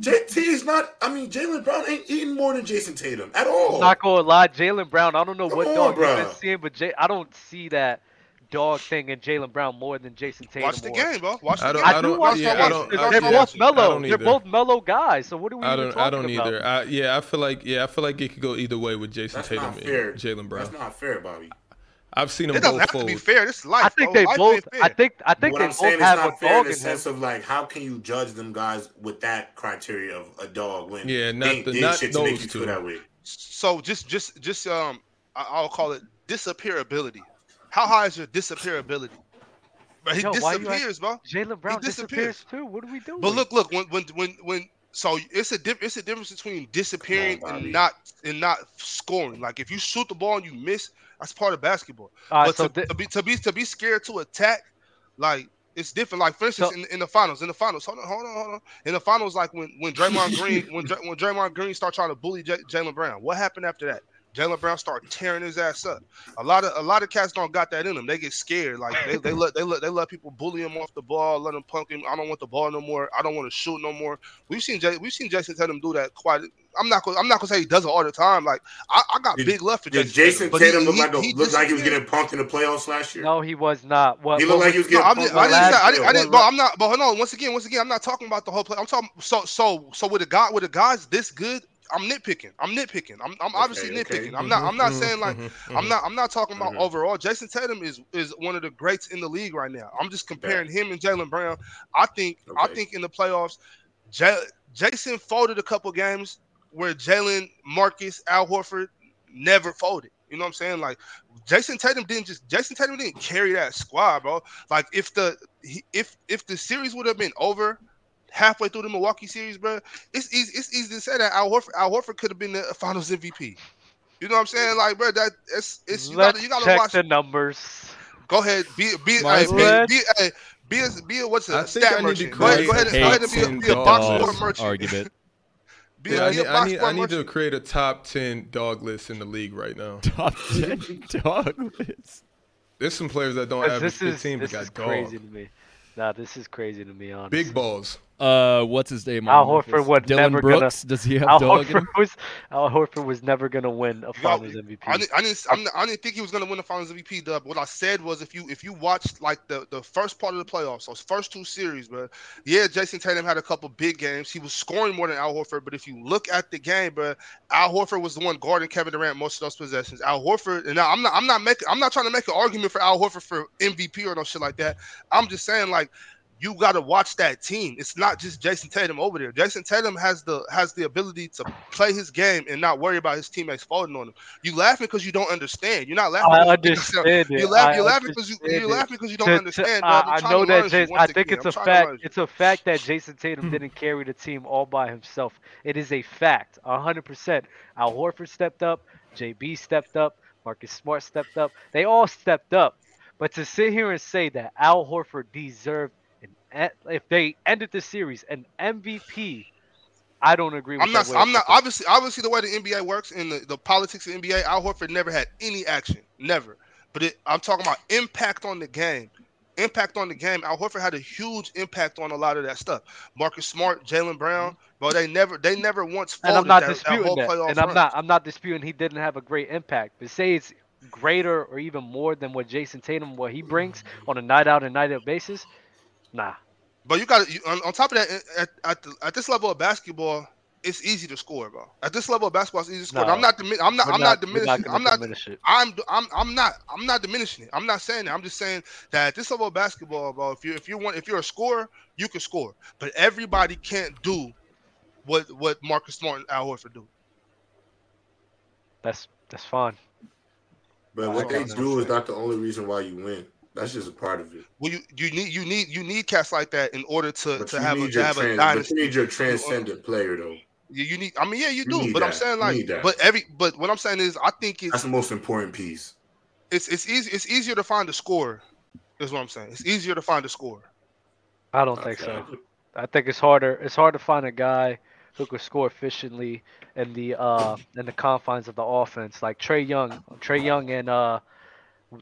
JT is not. I mean, Jalen Brown ain't eating more than Jason Tatum at all.
I'm not gonna lie, Jalen Brown. I don't know
Come
what
on,
dog you've
bruh.
been seeing, but J- I don't see that dog thing in Jalen Brown more than Jason Tatum.
Watch the
or-
game, bro. Watch the
I don't-
game.
I don't-
watch
yeah,
the
I
game.
don't-
They're
I don't-
both
yeah, I
mellow.
don't
They're
either.
both mellow guys. So what are we
I
even
don't.
talking
I don't
about?
either. I, yeah, I feel like. Yeah, I feel like it could go either way with Jason
That's
Tatum
not fair.
and Jalen Brown.
That's not fair, Bobby.
I've seen
It
them
doesn't
both
have to be
fold.
fair. This is life.
I think
bro.
they
Life
both.
ain't fair.
I think I think
what
they
I'm saying
both
is
have a
not fair in
dog
the
in him.
sense of like, how can you judge them guys with that criteria of a dog when
Yeah, not
they ain't
the-
did
not
shit to make
those
you
two.
feel that way?
So just just just um, I, I'll call it disappearability. How high is your disappearability? But he
Yo, why you act-
disappears, bro.
Jalen Brown
disappears.
disappears too. What are we doing?
But look, look when when when when. So it's a diff- it's a difference between disappearing
Come on, Bobby.
and not and not scoring. Like if you shoot the ball and you miss, that's part of basketball.
All right,
but
so
to,
thi-
to be to be to be scared to attack, like it's different. Like for instance,
So-
in, in the finals, in the finals, hold on, hold on, hold on. In the finals, like when when Draymond Green when Dr- when Draymond Green start trying to bully J- Jalen Brown, what happened after that? Jalen Brown start tearing his ass up. A lot of a lot of cats don't got that in them. They get scared. Like they they let they let they let people bully him off the ball, let him punk him. I don't want the ball no more. I don't want to shoot no more. We've seen J- we've seen Jason Tatum do that quite. I'm not gonna I'm not gonna say he does it all the time. Like I, I got
Did-
big love for
Did
Jason,
Jason
but he-
Tatum look
he-
like a,
he
looked like he was
disappeared.
getting punked in the playoffs last year?
no, he was not. What
he
what
looked like he was
No,
getting
I'm
punked.
just,
by
I didn't say,
Last
I
year.
didn't, I didn't,
Well,
but I'm not, but hold on, once again, once again, I'm not talking about the whole play. I'm talking, so, so, so with a guy, with a guy's this good, I'm nitpicking, I'm nitpicking, I'm, I'm obviously
Okay, Mm-hmm, okay.
nitpicking. I'm not, I'm not saying
Mm-hmm,
like, I'm not, I'm not talking about
Mhm.
overall. Jason Tatum is, is one of the greats in the league right now. I'm just comparing
Bet.
him and Jalen Brown. I think, I
Okay.
think in the playoffs, J- Jason folded a couple games where Jalen, Marcus, Al Horford never folded. You know what I'm saying? Like Jason Tatum didn't just Jason Tatum didn't carry that squad, bro. Like if the he- if if the series would have been over halfway through the Milwaukee series, bro, it's easy it's easy to say that Al Horford Al Horford could have been the Finals MVP. You know what I'm saying? Like, bro, that it's it's you
Let's
gotta you gotta
check
watch.
the numbers.
Go ahead, be be
My
hey,
opinion-
be, be, hey, be, a, be a what's
I
a
think I
stat
need to
merchant. Go ahead, go ahead, and- go ahead and be a,
create
be a box
a
score
dog
merchant.
argument.
Be
mm-hmm. Yeah,
a,
I
be a
need, I
box
need,
score
I need to
merchant.
create a top ten dog list in the league right now.
Top ten dog list.
There's some players that don't
'Cause
average
This is
15 but
this
got
is
dog.
crazy to me. Nah, this is crazy to me. Honestly,
Big balls.
Uh, what's his name?
Al
on that
Horford
list?
would
Dylan
never gonna-
Brooks. Does he have
Al
dog? in
Horford
him?
was Al Horford was never gonna win a
got-
Finals MVP.
I didn't, I didn't, I'm not, I didn't think he was going to win the Finals MVP. Dub. What I said was, if you if you watched like the the first part of the playoffs, those first two series, bro. Yeah, Jason Tatum had a couple big games. He was scoring more than Al Horford, but if you look at the game, bro, Al Horford was the one guarding Kevin Durant most of those possessions. Al Horford, and now I'm not, I'm not making, I'm not trying to make an argument for Al Horford for MVP or no shit like that. I'm just saying like. you got to watch that team. It's not just Jason Tatum over there. Jason Tatum has the has the ability to play his game and not worry about his teammates folding on him. You laughing because you don't understand. You're not laughing.
I
'cause you
understand
think it's-
it.
You laugh.
I
You're laughing because you.
understand
You're
it.
laughing because you don't
To- to-
understand.
I-
dog. I'm
I
trying
know
to learn
that.
shit
Jason,
once
I think
again. Hmm.
it's
I'm
a
trying to
fact.
learn shit.
It's a fact that Jason Tatum didn't carry the team all by himself. It is a fact, hundred percent. Al Horford stepped up. JB stepped up. Marcus Smart stepped up. They all stepped up. But to sit here and say that Al Horford deserved, an, e, if they ended the series, an MVP, I don't agree with
I'm
that
not.
way of
I'm not.
thinking.
Obviously, obviously, the way the NBA works and the, the politics of NBA, Al Horford never had any action, never. But it, I'm talking about impact on the game, impact on the game. Al Horford had a huge impact on a lot of that stuff. Marcus Smart, Jalen Brown, bro, they never, they never once folded
Mm-hmm. and I'm not
that, that
disputing
whole
that.
playoff
And I'm
run.
not I'm not disputing he didn't have a great impact. But say it's greater or even more than what Jason Tatum what he brings on a night out and night out basis. Nah.
But you got to on, on top of that, at at, the, at this level of basketball, it's easy to score, bro. At this level of basketball, it's easy to score.
No.
I'm not. Dimi- I'm not.
we're
I'm not,
we're
diminishing.
gonna
I'm not.
diminish it.
I'm I'm I'm not I'm not diminishing it. I'm not saying that. I'm just saying that at this level of basketball, bro, if you if you want if you're a scorer, you can score. But everybody can't do what what Marcus Smart and Al Horford do.
That's that's fine.
But what they
Okay.
do is not the only reason why you win. That's just a part of it.
Well, you you need you need you need cats like that in order to
But,
to
you,
have a
need
to
your
have a
trans- but
dynasty.
you need your transcendent player, though.
You, you need. I mean, yeah, you do.
need
but I'm
that.
saying
You
like,
need that.
but every but what I'm saying is, I think it's
That's the most important piece.
it's it's easy it's easier to find a scorer. Is what I'm saying. It's easier to find a scorer.
I don't think so. I think it's harder it's hard to find a guy who could score efficiently in the uh in the confines of the offense. Like Trey Young. Trey Young and uh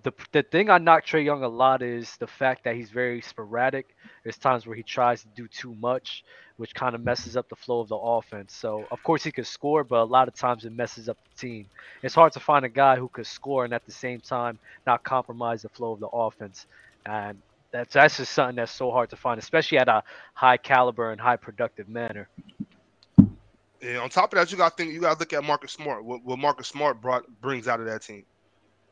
the the thing I knock Trey Young a lot is the fact that he's very sporadic. There's times where he tries to do too much, which kind of messes up the flow of the offense. So of course he could score, but a lot of times it messes up the team. It's hard to find a guy who could score and at the same time not compromise the flow of the offense. And that's that's just something that's so hard to find, especially at a high caliber and high productive manner.
And on top of that, you got to think you got to look at Marcus Smart. What, what Marcus Smart brought brings out of that team.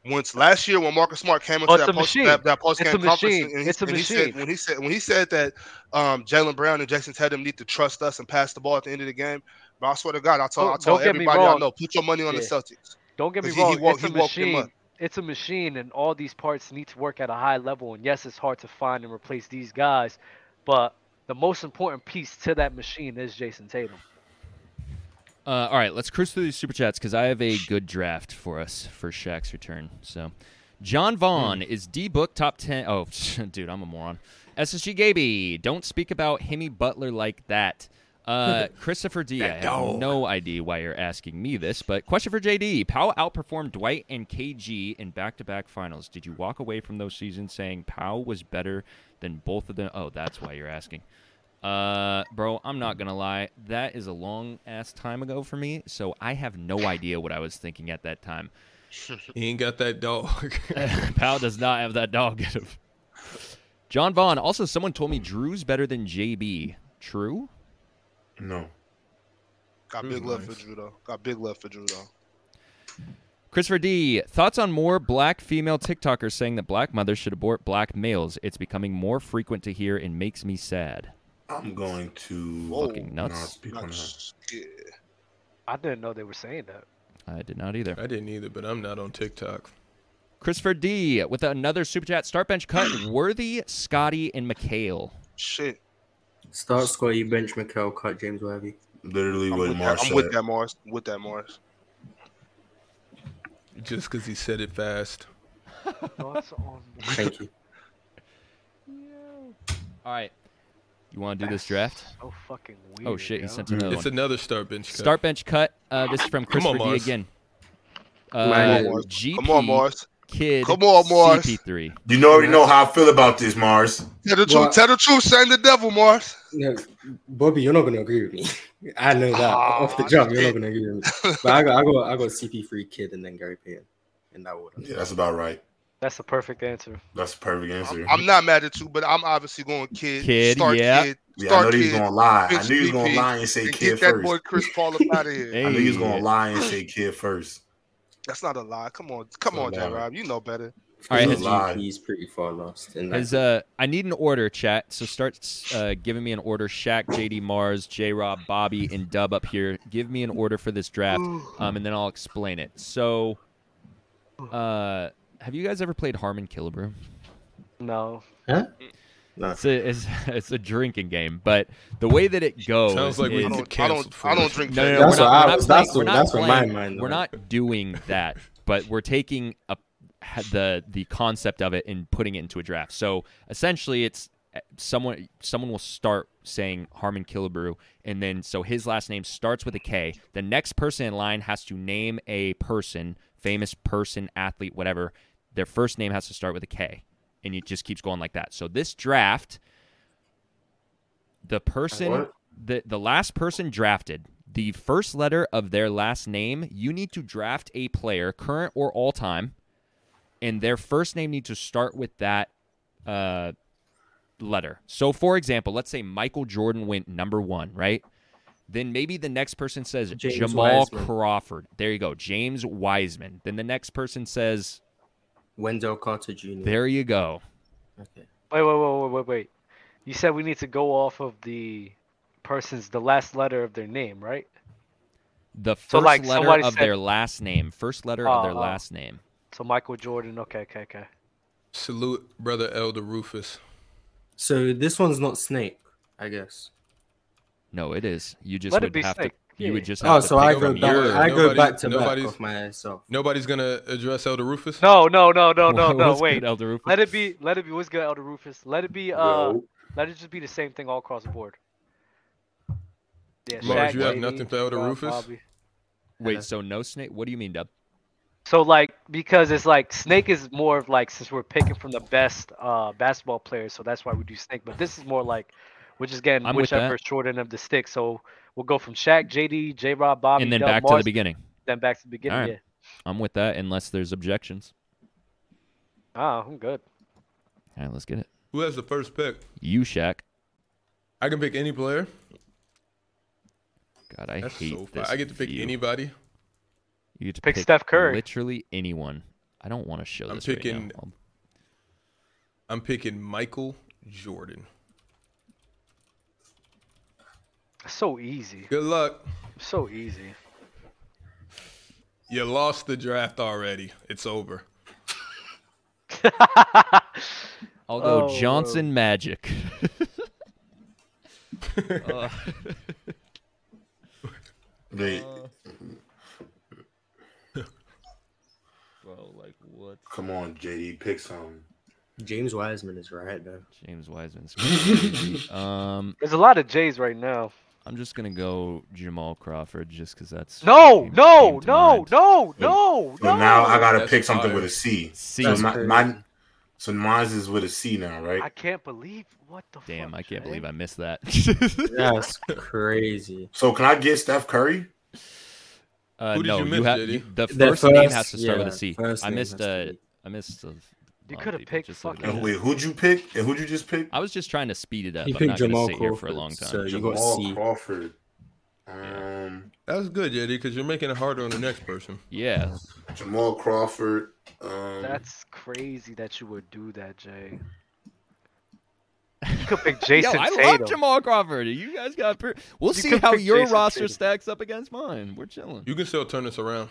Once last year, when Marcus Smart came into
Oh, it's
that
a
post
machine.
that, that post
It's
game
a
conference,
machine.
and he,
It's a
and he said
machine.
when he said when he said that um, Jalen Brown and Jason Tatum need to trust us and pass the ball at the end of the game. But I swear to God, I told I
Oh, Don't-
told
don't get me
everybody I
wrong.
know, put your money on the
Yeah.
Celtics.
Don't get me
'Cause he- he
wrong,
woke-
it's
he
a
woke him up.
machine. It's a machine, and all these parts need to work at a high level. And yes, it's hard to find and replace these guys, but the most important piece to that machine is Jason Tatum.
Uh, all right, let's cruise through these super chats because I have a good draft for us for Shaq's return. So, John Vaughn is D book top ten. Oh, dude, I'm a moron. SSG Gaby, don't speak about Himmy Butler like that. Uh, Christopher D, I have no idea why you're asking me this, but question for JD: Powell outperformed Dwight and KG in back-to-back finals. Did you walk away from those seasons saying Powell was better than both of them? Oh, that's why you're asking. Uh, bro, I'm not gonna lie. That is a long ass time ago for me, so I have no idea what I was thinking at that time.
He ain't got that dog.
Powell does not have that dog in him. John Vaughn. Also, someone told me Drew's better than JB. True.
No.
Got
Drew's
big love
nice.
for Drew though. Got big love for Drew though.
Christopher D. Thoughts on more black female TikTokers saying that black mothers should abort black males? It's becoming more frequent to hear and makes me sad.
I'm going to
Whoa.
Fucking
not
nuts.
speak on that.
Nice. Yeah.
I didn't know they were saying that.
I did not either.
I didn't either, but I'm not on TikTok.
Christopher D. With another super chat. Start bench cut. Worthy, Scotty, and McHale.
Shit.
Start squad, you bench Mikel, cut James Worthy.
Literally,
I'm
what
with, that,
Marsh
I'm with
said.
that Mars. With that Mars.
Just because he said it fast.
Thoughts on
Thank you.
All right. You want to do this draft?
so fucking weird.
Oh shit! He
yo.
sent another
It's
one.
another start bench cut.
Start bench cut. Uh, this is from
Come on,
Christopher D
Mars.
again.
Mine
Uh,
is-
GP
Come on, Mars.
kid.
Come on, Mars.
CP3.
You already know how I feel about this, Mars.
Tell the
Well,
truth. Tell the truth. Shame the devil, Mars.
No, Bobby, you're not gonna agree with me. I know that
Ah,
off the jump, you're not gonna agree with me. But I got, I got, I got CP3 kid and then Gary Payton in that order.
Yeah, that's about right.
That's the perfect answer.
That's the perfect answer.
I'm, I'm not mad at you, but I'm obviously going kid.
Kid,
start
yeah.
kid.
yeah, I
Start
know
kid.
he's gonna lie. I
bitch,
knew he was gonna
BP,
lie and say
and get
kid
that boy
first.
Chris Paul up out of here.
Hey.
I knew he was gonna
Hey.
lie and say kid first.
That's not a lie. Come on, come
Come
on, J
on.
Rob. You know better.
All right,
Ooh,
has,
lot. lied.
He's pretty far lost. In that.
has uh, I need an order, chat. So start uh, giving me an order. Shaq, JD Mars, J Rob, Bobby, and Dub up here. Give me an order for this draft, um, and then I'll explain it. So, uh, have you guys ever played Harmon Killebrew?
No.
Nah.
It's a it's, it's a drinking game, but the way that it goes
Sounds like we
is,
I
need to
don't, I
cancel
don't,
for
I don't
this.
drink.
No, no, no,
Jack.
That's
we're
what
not, we're
I
not
was-
playing-
that's what-
we're not
that's what my
playing-
mind
We're
went.
not doing that, but we're taking a, ha- the the concept of it and putting it into a draft. So essentially, it's uh, someone someone will start saying Harmon Killebrew, and then so his last name starts with a K. The next person in line has to name a person, famous person, athlete, whatever. Their first name has to start with a K, and it just keeps going like that. So this draft, the person
What?
the the last person drafted the first letter of their last name you need to draft a player current or all time and their first name needs to start with that uh, letter so for example let's say michael jordan went number one right then maybe the next person says
James
jamal
Wiseman.
crawford there you go james wiseman then the next person says
Wendell Carter Jr.
there you go
Okay.
Wait, wait, wait, wait, wait, wait. You said we need to go off of the person's the last letter of their name, right?
the first
So, like,
letter
somebody
of
said-
their last name first letter of their
Oh, oh.
last name
So Michael Jordan. Okay, okay, okay.
Salute, brother Elder Rufus.
So this one's not Snake, I guess.
no it is you just
Let it
would
be
have to
snake.
You would just
Oh,
have to
so
pick
I
up
go
from
back.
your-
your-
I go
Nobody's-
back to
nobody's-
back off myself.
Nobody's gonna address Elder Rufus.
No, no, no, no, no,
What-
no.
what's good,
Wait.
Elder Rufus?
Let it be. Let it be. What's good, Elder Rufus? Let it be. Uh,
Yo.
let it just be the same thing all across the board. Yeah,
Mars,
Shaq,
you have
JD,
nothing for Elder
Rob,
Rufus?
Bobby.
Wait, so no snake? What do you mean, Dub?
So like because it's like Snake is more of like since we're picking from the best uh basketball players, so that's why we do Snake. But this is more like we're just getting
I'm with that.
whichever short end of the stick. So we'll go from Shaq, JD, J. Rob, Bobby,
and then
Doug,
back to
Mars,
the beginning.
then back to the beginning.
Alright. I'm with that, unless there's objections.
Yeah. Oh, I'm good.
All right, let's get it.
Who has the first pick?
You, Shaq.
I can pick any player.
God, I
That's
hate
so fine.
this.
I get to pick
view.
anybody.
You get to
Pick Steph Curry.
Literally anyone. I don't want to show
I'm
this right
picking-
now. I'll-
I'm picking Michael Jordan.
So easy.
Good luck.
So easy.
You lost the draft already. It's over.
I'll go
Oh,
Johnson Magic. Uh,
They,
bro, like what?
come on, JD, pick some.
James Wiseman is right though.
James Wiseman's crazy. um,
There's a lot of J's right now.
I'm just gonna go Jamal Crawford just because that's
No,
came-
no,
came to
no,
mind.
no, no,
So
no.
now I gotta
That's
pick something
fire.
with a C.
C.
So
That's
my,
crazy.
my, so mine is with a C now,
I
right?
can't believe what the
Damn,
fuck,
I can't
Jay?
believe I missed that.
That's crazy.
So can I get Steph Curry?
uh,
Who did
no,
you
you,
miss,
have
JD?
you, the,
The
first, name
first-
has to start with
yeah,
a C.
first
I
name
missed
has to
uh,
be-
I missed a
You
lot of
could have
people,
picked
just look at
fucking-
And wait, who'd you pick? And who'd you just pick?
that. I was just trying to speed it up.
He
I'm
picked
not gonna
Jamal
sit here for a
Crawford,
long time.
so you got
Jamal
C.
Crawford. Um,
That was good, JD, because you're making it harder on the next person.
Yeah,
Jamal Crawford. Um,
That's crazy that you would do that, Jay. You could pick Jason
Yo, I
Tatum.
love Jamal Crawford. You guys got. Per- we'll
You
see
could
how
pick
your
Jason
roster
Tatum.
stacks up against mine. We're chilling.
You can still turn this around.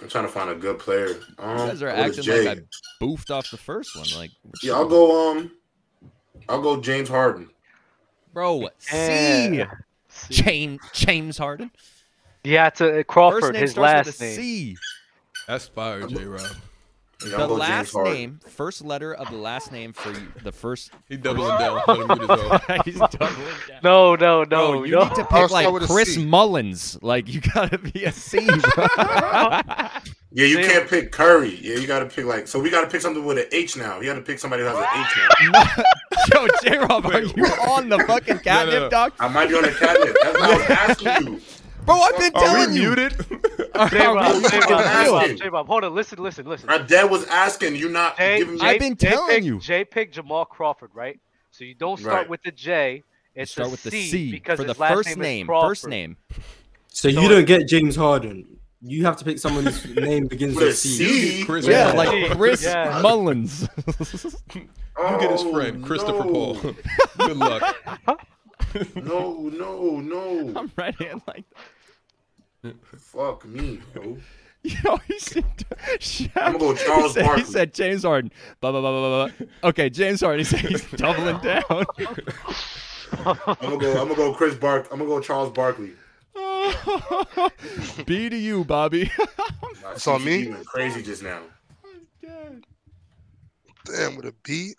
I'm trying to find a good player. Um,
You guys are
what is
acting
Jay?
like I boofed off the first one. Like, we're
Yeah,
chilling.
I'll go. Um, I'll go James Harden.
bro. C.
Yeah. See?
James James Harden.
Yeah, to uh,
First
Crawford,
name
his
starts
last
with a
name.
C.
That's fire, J Rob.
Yeah,
The
I'll go James
last
Harden.
name, first letter of the last name for you, the first.
He doubling down. Let him get his own.
He's doubling down.
No, no, no,
Bro, you
no.
need to pick
I'll start
like
with a
Chris
C.
Mullins. Like you gotta be a C. Bro.
Yeah, you
Damn.
can't pick Curry. Yeah, you got to pick like. So we got to pick something with an H now. You got to pick somebody who has an H now.
Yo, J Rob, are
Wait,
you on the fucking catnip
no, no.
dog?
I might be on the cabinet. That's what I was asking you.
Bro, I've been
Are
telling
we
you.
muted?
Are we
J-Rob,
Bro,
fucking
J-Rob,
real?
J-Rob,
asking.
J-Rob, hold on, listen, listen, listen.
My dad was asking. You not
Jay,
giving me.
I've been
Jay
telling
picked-
you.
Jay picked Jamal Crawford, right? So you don't start
Right.
with the J. It's
Start
a
with the
C
C
because
for the
his last
first
name, is
name.
Crawford.
First name.
So
So
you
it-
don't get James Harden. You have to pick someone whose name begins
With a
with C.
C.
Chris
Yeah,
Paul.
like Chris
Yeah.
Mullins.
you get his
Oh,
friend Christopher
no.
Paul. Good luck.
No, no, no.
I'm right hand like that.
Fuck me, bro.
Yo, he said,
gonna go with Charles
he said, he
Barkley.
said James Harden. Blah, blah, blah, blah, blah, blah. Okay, James Harden. He said he's doubling down.
I'm gonna go. I'm gonna go. Chris Bark. I'm gonna go. Charles Barkley.
B to you, Bobby. Oh,
My
It's on
CTE
me?
Went crazy just now.
Damn, with a B.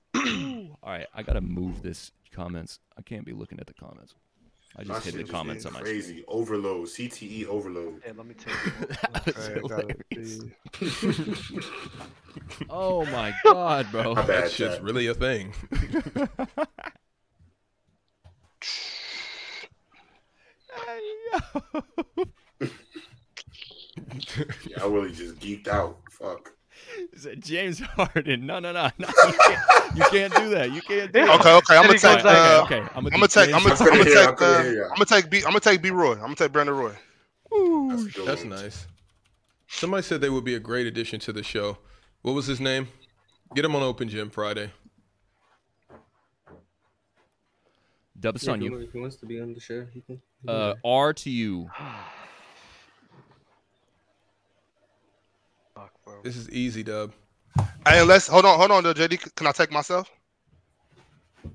All right, I gotta move this comments. I can't be looking at the comments. I
My
just hit
shit
the
just
comments on
went
my screen.
crazy overload. CTE overload.
Yeah, let me take it.
That's
Alright, got a
hilarious.
B.
Oh my god, bro.
My bad.
That shit's
Jack.
really a thing.
Yeah, I really just geeked out. Fuck.
He said, James Harden. No, no, no, no. You can't, you can't do that. You can't do that.
Okay, okay. I'm gonna
City
take.
goes out.
Uh,
okay, okay. I'm
I'm gonna take. I'm gonna
I couldn't
take.
hear, I
I'm
couldn't
gonna
hear
take.
y'all.
I'm gonna take B. I'm gonna take B. Roy. I'm gonna take Brandon Roy.
That's, a good
That's
one.
nice. Somebody said they would be a great addition to the show. What was his name? Get him on Open Gym Friday.
Dub us
Yeah,
on
if he
you.
wa- if he wants to be on the show, he can. he can
Uh,
be.
R to you.
Fuck, bro.
This is easy, Dub.
Hey, let's hold on. Hold on, though, JD. Can I take myself? I'll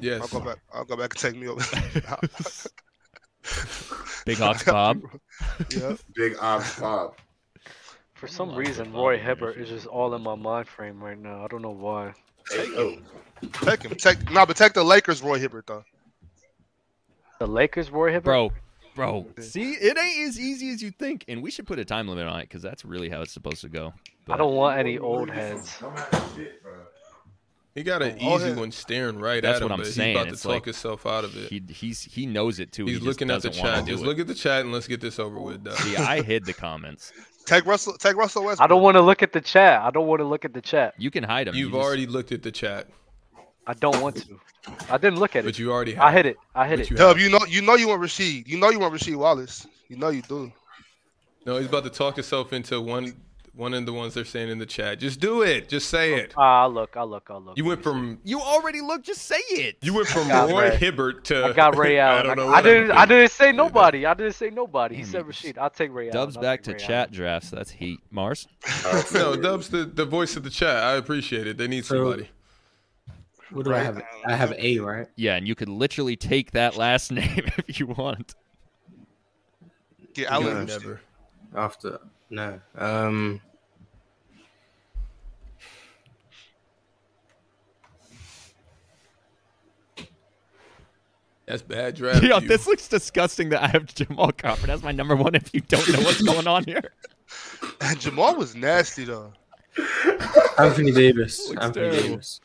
Yes.
go back. I'll go back and take me over.
Big Hawks Bob.
yeah.
Big ops pop.
For
a
some
lot of
reason,
football
Roy
in there,
Hibbert is just all in my mind frame right now. I don't know why.
Hey, yo.
Take him. Take nah, but take the Lakers, Roy Hibbert though.
The Lakers, Roy Hibbert.
Bro, bro. See, it ain't as easy as you think. And we should put a time limit on it because that's really how it's supposed to go.
I don't want any old heads.
He got an
Oh,
easy
yeah.
one staring right
That's
at him,
what I'm
but
saying.
he's about
It's
to talk
like
himself out of it.
He, he's, he knows it too.
he's
he
looking at
just
the
doesn't wanna
chat.
do
Just
it.
look at the chat and let's get this over with, Dub.
See, I hid the comments.
Take Russell. Take Russell Westbrook.
I don't want to look at the chat. I don't want to look at the chat.
You can hide them.
You've
you just-
already looked at the chat,
I don't want to. I didn't look at
but
it.
you already have.
I hit it. I hit
But
it.
you
Dub,
have-
you know, you know, you want Rasheed. You know, you want Rasheed Wallace. You know, you do.
No, he's about to talk himself into one one of the ones they're saying in the chat. Just do it. Just say it.
Ah, I'll look. I'll look. I'll look.
You went from
You already look. Just say it.
you went from
got
Roy
Ray.
Hibbert to
I got Ray
I
Allen. I,
don't know.
I
what
didn't.
I'm
I
doing.
didn't say nobody. I didn't say nobody. He
Damn,
said
you just-
Rashid. I'll take Ray Allen.
Dubs
I'll
back
take
to
Ray
chat drafts. That's heat. Mars.
No, Dub's the, the voice of the chat. I appreciate it. They need
So-
somebody.
what do I have? I have A, right?
Yeah, and you could literally take that last name if you want.
Get Allen.
Never.
Houston.
After no. Um.
That's bad draft.
Yo,
you.
this looks disgusting that I have Jamal Crawford as my number one if you don't know what's going on here.
And Jamal was nasty though.
Anthony Davis.
Looks
Anthony
terrible.
Davis.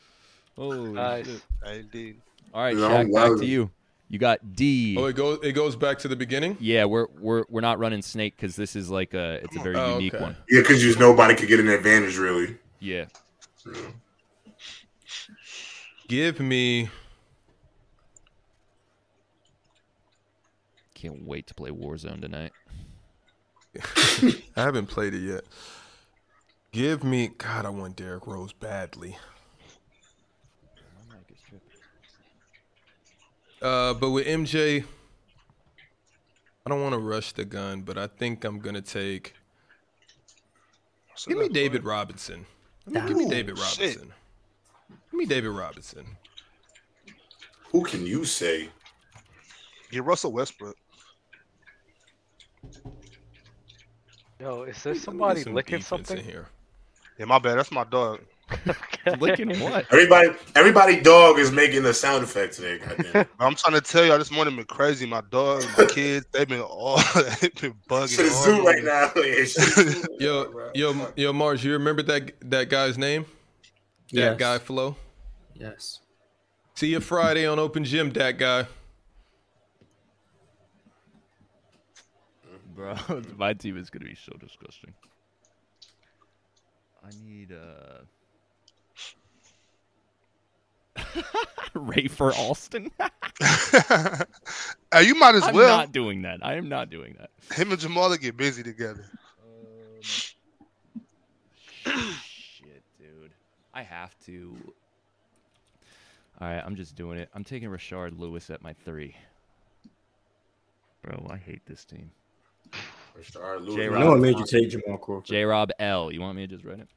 Holy
Nice.
shit.
Indeed.
All right,
No,
Shaq, back
wow.
to you. You got D.
Oh, it goes it goes back to the beginning.
yeah, we're we're we're not running snake because this is like a it's a very
Oh,
unique
okay.
one.
Yeah, because you nobody could get an advantage really.
Yeah.
Give me
Can't wait to play Warzone tonight.
I haven't played it yet. Give me God, I want Derrick Rose badly. Uh, but with MJ, I don't want to rush the gun, but I think I'm gonna take.
So
Give me
that's
David
fine.
Robinson. I mean, give me
Ooh,
David
shit.
Robinson. Give me David Robinson.
Who can you say?
Get Russell Westbrook.
Allen. Yo, is there
Let me get
somebody
some
licking
defense in
something?
here.
Yeah, my bad. That's my dog.
Okay.
Licking what?
Everybody, everybody, dog is making a sound effect today. Goddamn,
I'm trying to tell y'all this morning been crazy. My dog, my kids, they've been all they've been bugging.
should
all
zoo
morning.
right now. Yeah, shit.
Yo, yo,
Fuck.
yo, Mars, you remember that that guy's name? That
Yes.
guy, Flo.
Yes.
See you Friday on Open Gym, that guy.
Bro, my team is gonna be so disgusting. I need uh Ray for Alston.
Hey, you might as
I'm
well.
not doing that. I am not doing that.
Him and Jamal will get busy together.
Shit, dude. I have to. All right, I'm just doing it. I'm taking Rashard Lewis at my three. Bro, I hate this team.
Rashard Lewis.
J-Rob.
No one made you take Jamal Crawford.
J Rob L. You want me to just write it?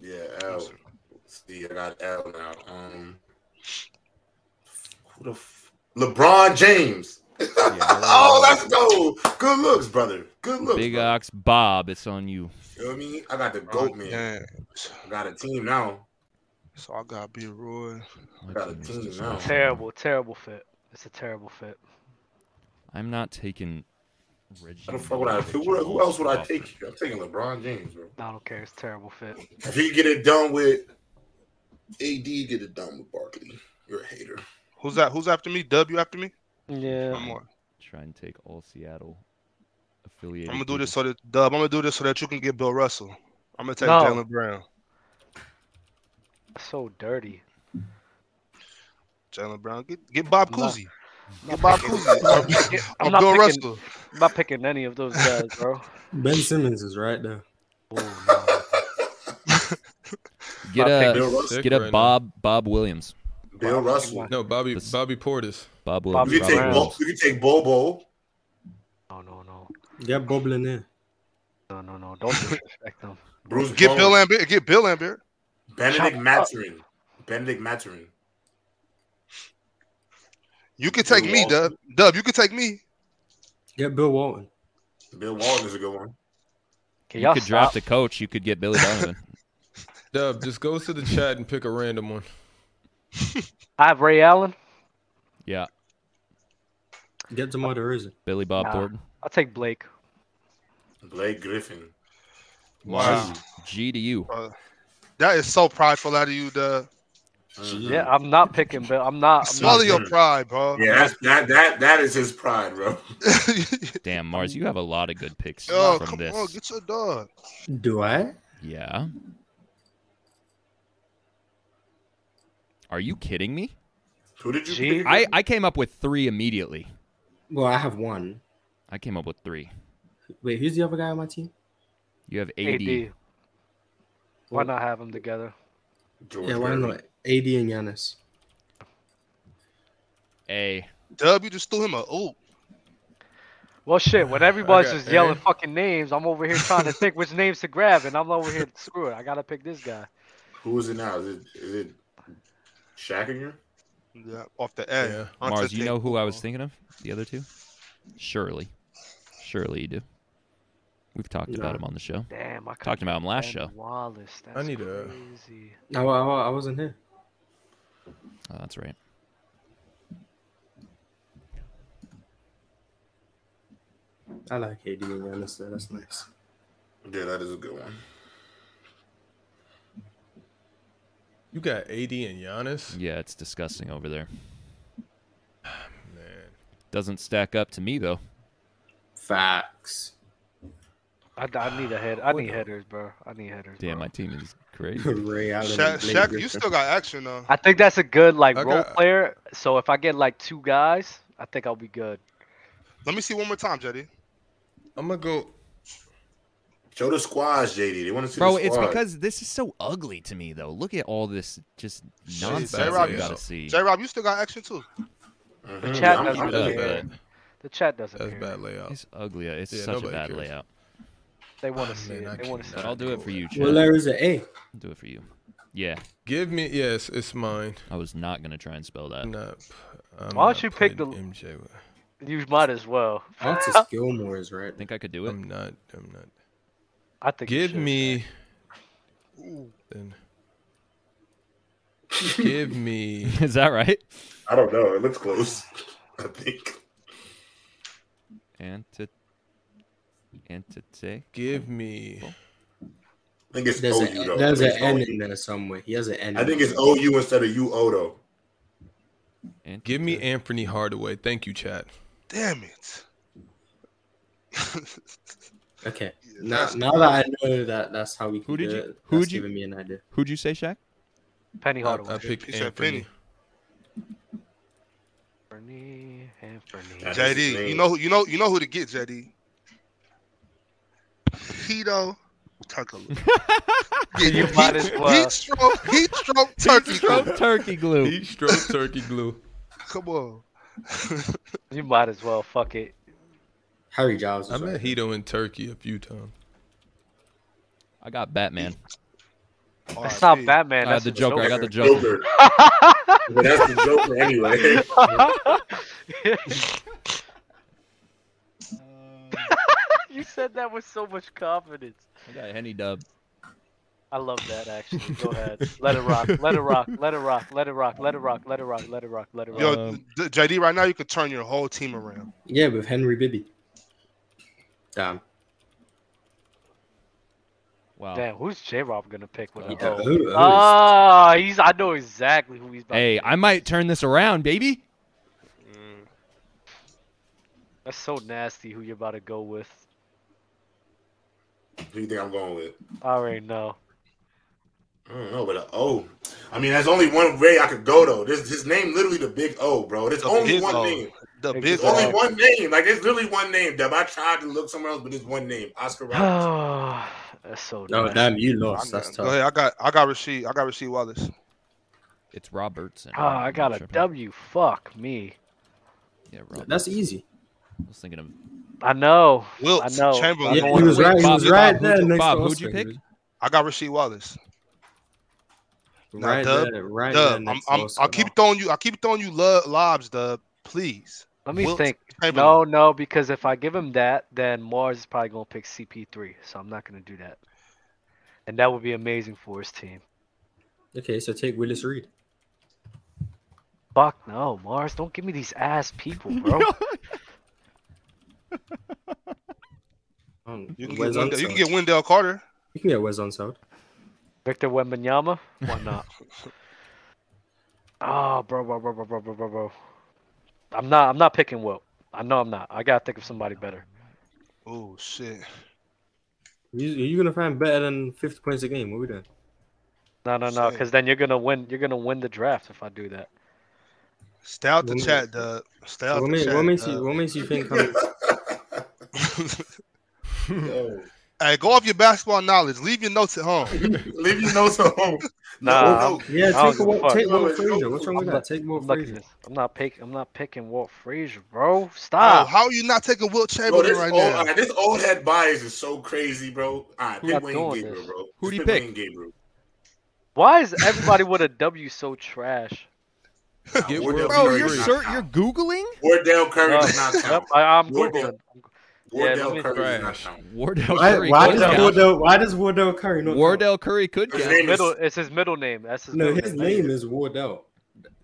Yeah, L. See, I got L now. Um, who the f- LeBron James. oh, let's go. Good looks, brother. Good looks.
Big
brother.
Ox Bob, it's on you.
You know what I mean? I got the goat Oh, man.
Damn.
I got a team now.
So I gotta be Roy.
My
Got a
team is
team
just
now.
awful.
Terrible, terrible fit. It's a terrible fit.
I'm not taking Reggie.
I don't fuck with I. Who,
Miller,
who else would I
Crawford.
take? here? I'm taking LeBron James, bro.
I don't care. It's a terrible fit.
If you get it done with AD, get it done with Barkley. You're a hater.
Who's that? Who's after me? W after me?
Yeah.
I'm, on.
Try and take all Seattle affiliated.
I'm gonna do
people.
this so that Dub. I'm gonna do this so that you can get Bill Russell. I'm gonna take
No.
Jalen Brown.
So dirty.
Jalen Brown. Get get Bob
No.
Cousy.
I'm not,
Bob
picking,
Cousy.
I'm
Or
not
Bill
picking-
Russell.
I'm not picking any of those guys, bro. Oh,
Ben Simmons is right there.
Get
I
a
picked
Bill Russell.
get a
Right now.
Bob Bob Williams.
Bill Russell.
No, Bobby
This-
Bobby Portis.
Bob
Bob
Williams.
You can take
Brown.
Bo- you can take Bobo.
No, no, no,
Get Boblin in.
no, no, no. Don't disrespect them.
Bruce
Get Bill
Bowen,
Lambert. Get Bill Lambert.
Benedict
Chop-
Mathurin. Benedict Mathurin.
You can
Bill
take me,
Walton.
Dub. Dub, you can take me.
Get Bill Walton.
Bill Walton is a good one.
Can
You
y'all
could
stop?
draft a coach. You could get Billy Donovan.
Dub, just go to the chat and pick a random one.
I have Ray Allen.
yeah,
Get Jamal DeRozan.
Billy Bob
Nah.
Thornton.
I'll take Blake.
Blake Griffin.
Uh,
Wow.
G to you.
Uh, that is so prideful out of you, Dub.
Mhm.
Yeah, I'm not picking Bill. I'm not. I'm
Swallow
not
your
doing it.
pride, bro.
Yeah, that's, that that that is his pride, bro.
Damn, Mars, you have a lot of good picks
Yo,
from
Oh, come
this.
on, get your dog.
Do I?
Yeah. Are you kidding me?
Who did you
G?
pick?
I, I came up with three immediately.
Well, I have one.
I came up with three.
Wait, who's the other guy on my team?
You have AD.
AD. Why not have them together?
George
Yeah, why
Hill.
not? AD and Giannis.
A.
Dub, you just threw him a oop.
Well, shit. When everybody's
got
just yelling
Aaron.
fucking names, I'm over here trying to think which names to grab, and I'm over here. Screw it. I gotta pick this guy.
Who is it now? Is it is it Shaq again?
Yeah, off the end.
Yeah.
Onto
Mars, you
the-
know who I was thinking of? The other two? Surely. Surely you do. We've talked about
No.
him on the show.
Damn, I
Talked about him last show.
Ben Wallace. That's
need a-
crazy.
No, I, I, I wasn't here.
Oh, that's right.
I like AD and Giannis. Though. That's nice.
Yeah, that is a good one.
You got AD and Giannis.
Yeah, it's disgusting over there.
Man,
Doesn't stack up to me though.
Facts.
I, I need a head. I need headers, bro. I need headers.
Damn,
bro.
my team is crazy.
Ray Allen.
Shaq,
and Blake
Shaq, you
Griffin.
still got action though.
I think that's a good like
I
role
got-
player. So if I get like two guys, I think I'll be good.
Let me see one more time, Jetty.
I'm gonna go.
Show the squads, JD. They want to see
Bro,
the
it's
squad.
because this is so ugly to me though. Look at all this just nonsense
J-Rob,
you
you
gotta
so-
see.
J Rob, you still got action too.
Mhm.
The
Yeah,
chat
I'm-
doesn't
Yeah,
I'm-
That's
but
yeah.
bad.
The chat doesn't.
That's
care.
bad layout.
It's ugly. It's
Yeah,
such a
nobody
bad
cares.
layout.
They want
Oh,
to see
man, I
it. They want to see
cannot.
But I'll do it for you, Chad.
Well, there is an A.
I'll do it for you. Yeah,
Give me yes, it's mine.
I was not gonna try and spell that.
I'm not. I'm
Why don't
not
you pick
putting
the-
MJ? with-
it. You might as well.
Artis Gilmore is right.
Think I could do it?
I'm not. I'm not.
I think. you
Give
should.
me. Then. Give me.
Is that right?
I don't know. It looks close. I think.
Antit Antite.
Give me.
I think it's
There's,
Oh,
OU though.
a, there's
It's
an N
OU.
in there somewhere. He has an N.
I think it's OU instead of UO though.
Give me Anthony Hardaway. Thank you, chat.
Damn it.
Okay. Now,
that's
now that I know that that's how we can
Who did
do
you-
it,
who
that's
did you-
giving me an idea.
Who'd you say, Shaq?
Penny
I,
Hardaway.
I picked
He said
Anthony.
Penny.
Anthony, Anthony.
That's his
JD,
name.
you know, who- you know, you know who to get, JD. Hito turkey.
You might as well.
Heat stroke, heat stroke turkey.
Throw turkey glue.
Heat stroke turkey glue.
Come on.
You might as well. Fuck it.
Harry Giles.
I
Is
met
right.
Hito in Turkey a few times.
I got Batman.
That's not Batman.
I got
That's
the Joker. I got the Joker.
Joker. but that's the Joker anyway.
you said that with so much confidence.
I got Henny Dub.
I love that actually. Go ahead. Let it rock. Let it rock. Let it rock. Let it rock. Let it rock. Let it rock. Let it rock. Let it rock.
Yo,
Um,
th- JD, right now you could turn your whole team around.
Yeah, with Henry Bibby. Damn.
Wow.
Damn, who's J Rob gonna pick with
Oh.
Yeah,
him?
who- who is-
Ah, he's. I know exactly who he's. About
Hey,
to pick.
I might turn this around, baby.
Mm. That's so nasty. Who you're about to go with?
Who you think I'm going with?
I already know.
I don't know, but a O. I mean, there's only one way I could go though. This his name literally the Big O, bro. There's
The
only
big
one
O.
name.
The
Big
big
There's
O.
only
O.
one name. Like there's literally one name. Deb, I tried to look somewhere else, but there's one name. Oscar Roberts.
That's so.
No,
nasty.
damn, you
I
lost. Oh, That's
got,
tough.
go ahead. I got I got Rasheed. I got Rasheed Wallace.
It's Robertson.
Oh, I got a
Sure.
W. Fuck me.
Yeah, Robertson.
That's easy.
I was thinking of
I know.
Wilts,
I know.
Chamberlain.
Yeah,
going
he was
with
right. He
Bob,
was right
Bob,
there.
who'd you-
next
Bob,
to
who'd you
Oscar.
pick?
I got Rasheed Wallace. Nah,
Right
Dub.
there. Right there.
Dub, I'm,
next to
I'm,
Oscar.
I'll keep throwing you. I keep throwing you lo- lobs, Dub. Please.
Let me
Wilt
think. No,
Chamberlain.
no, because if I give him that, then Mars is probably gonna pick CP3, so I'm not gonna do that. And that would be amazing for his team.
Okay, so take Willis Reed.
Fuck no, Mars, don't give me these ass people, bro.
Um,
You can,
Wes
get Wendell, you
Unseld.
can get Wendell Carter.
You can get Wes Unseld.
Victor Wembanyama, why not? oh, bro, bro, bro, bro, bro, bro, bro, bro. I'm not. I'm not picking Wilt. I know I'm not. I gotta think of somebody better.
Oh shit.
You, you're gonna find better than 50 points a game. What we doing?
No, no, no,
Shit.
because then you're gonna win. You're gonna win the draft if I do that.
Stay out the
Wendell-
chat, Dub. Stay out
What,
the
ma-
chat.
what makes
Uh,
you?
Dub.
What makes you think? I'm,
Yo,
hey, go off your basketball knowledge. Leave your notes at home.
leave your notes at home.
Nah, I'm-
yeah,
I don't
take
give a
Walt.
fuck.
Take
No,
Walt
it's no-
Frazier. What's wrong with
I'm
that?
not-
Take
I'm
Walt
not,
Frazier.
I'm not picking. I'm not picking Walt Frazier, bro.
Ah.
Oh,
Stop.
how are you not taking Wilt
Bro,
Chamberlain
this,
right
old,
now?
alright, this old head bias is so crazy, bro. All right,
not
pick Wayne
doing
Gabriel,
this.
bro.
Who do you
Just
pick?
Wayne Gabriel.
Why is everybody with a W so trash?
Get
Wardell
Wilt
Bro,
Curry
you're
Frazier.
does
cer-
not
you're
count.
googling
Wardell Curry
Uh,
does not
yep,
count.
I, am
Wardell-
Googling.
Wardell
let me-
Curry does not
Trash.
count.
Wardell
Why,
Curry.
why
could
does
Wardell-
count.
Wardell? Why does Wardell Curry not? count?
Wardell Curry could
His
count.
name is
Middle. It's his middle name. That's his.
No,
middle
his
name.
name is Wardell.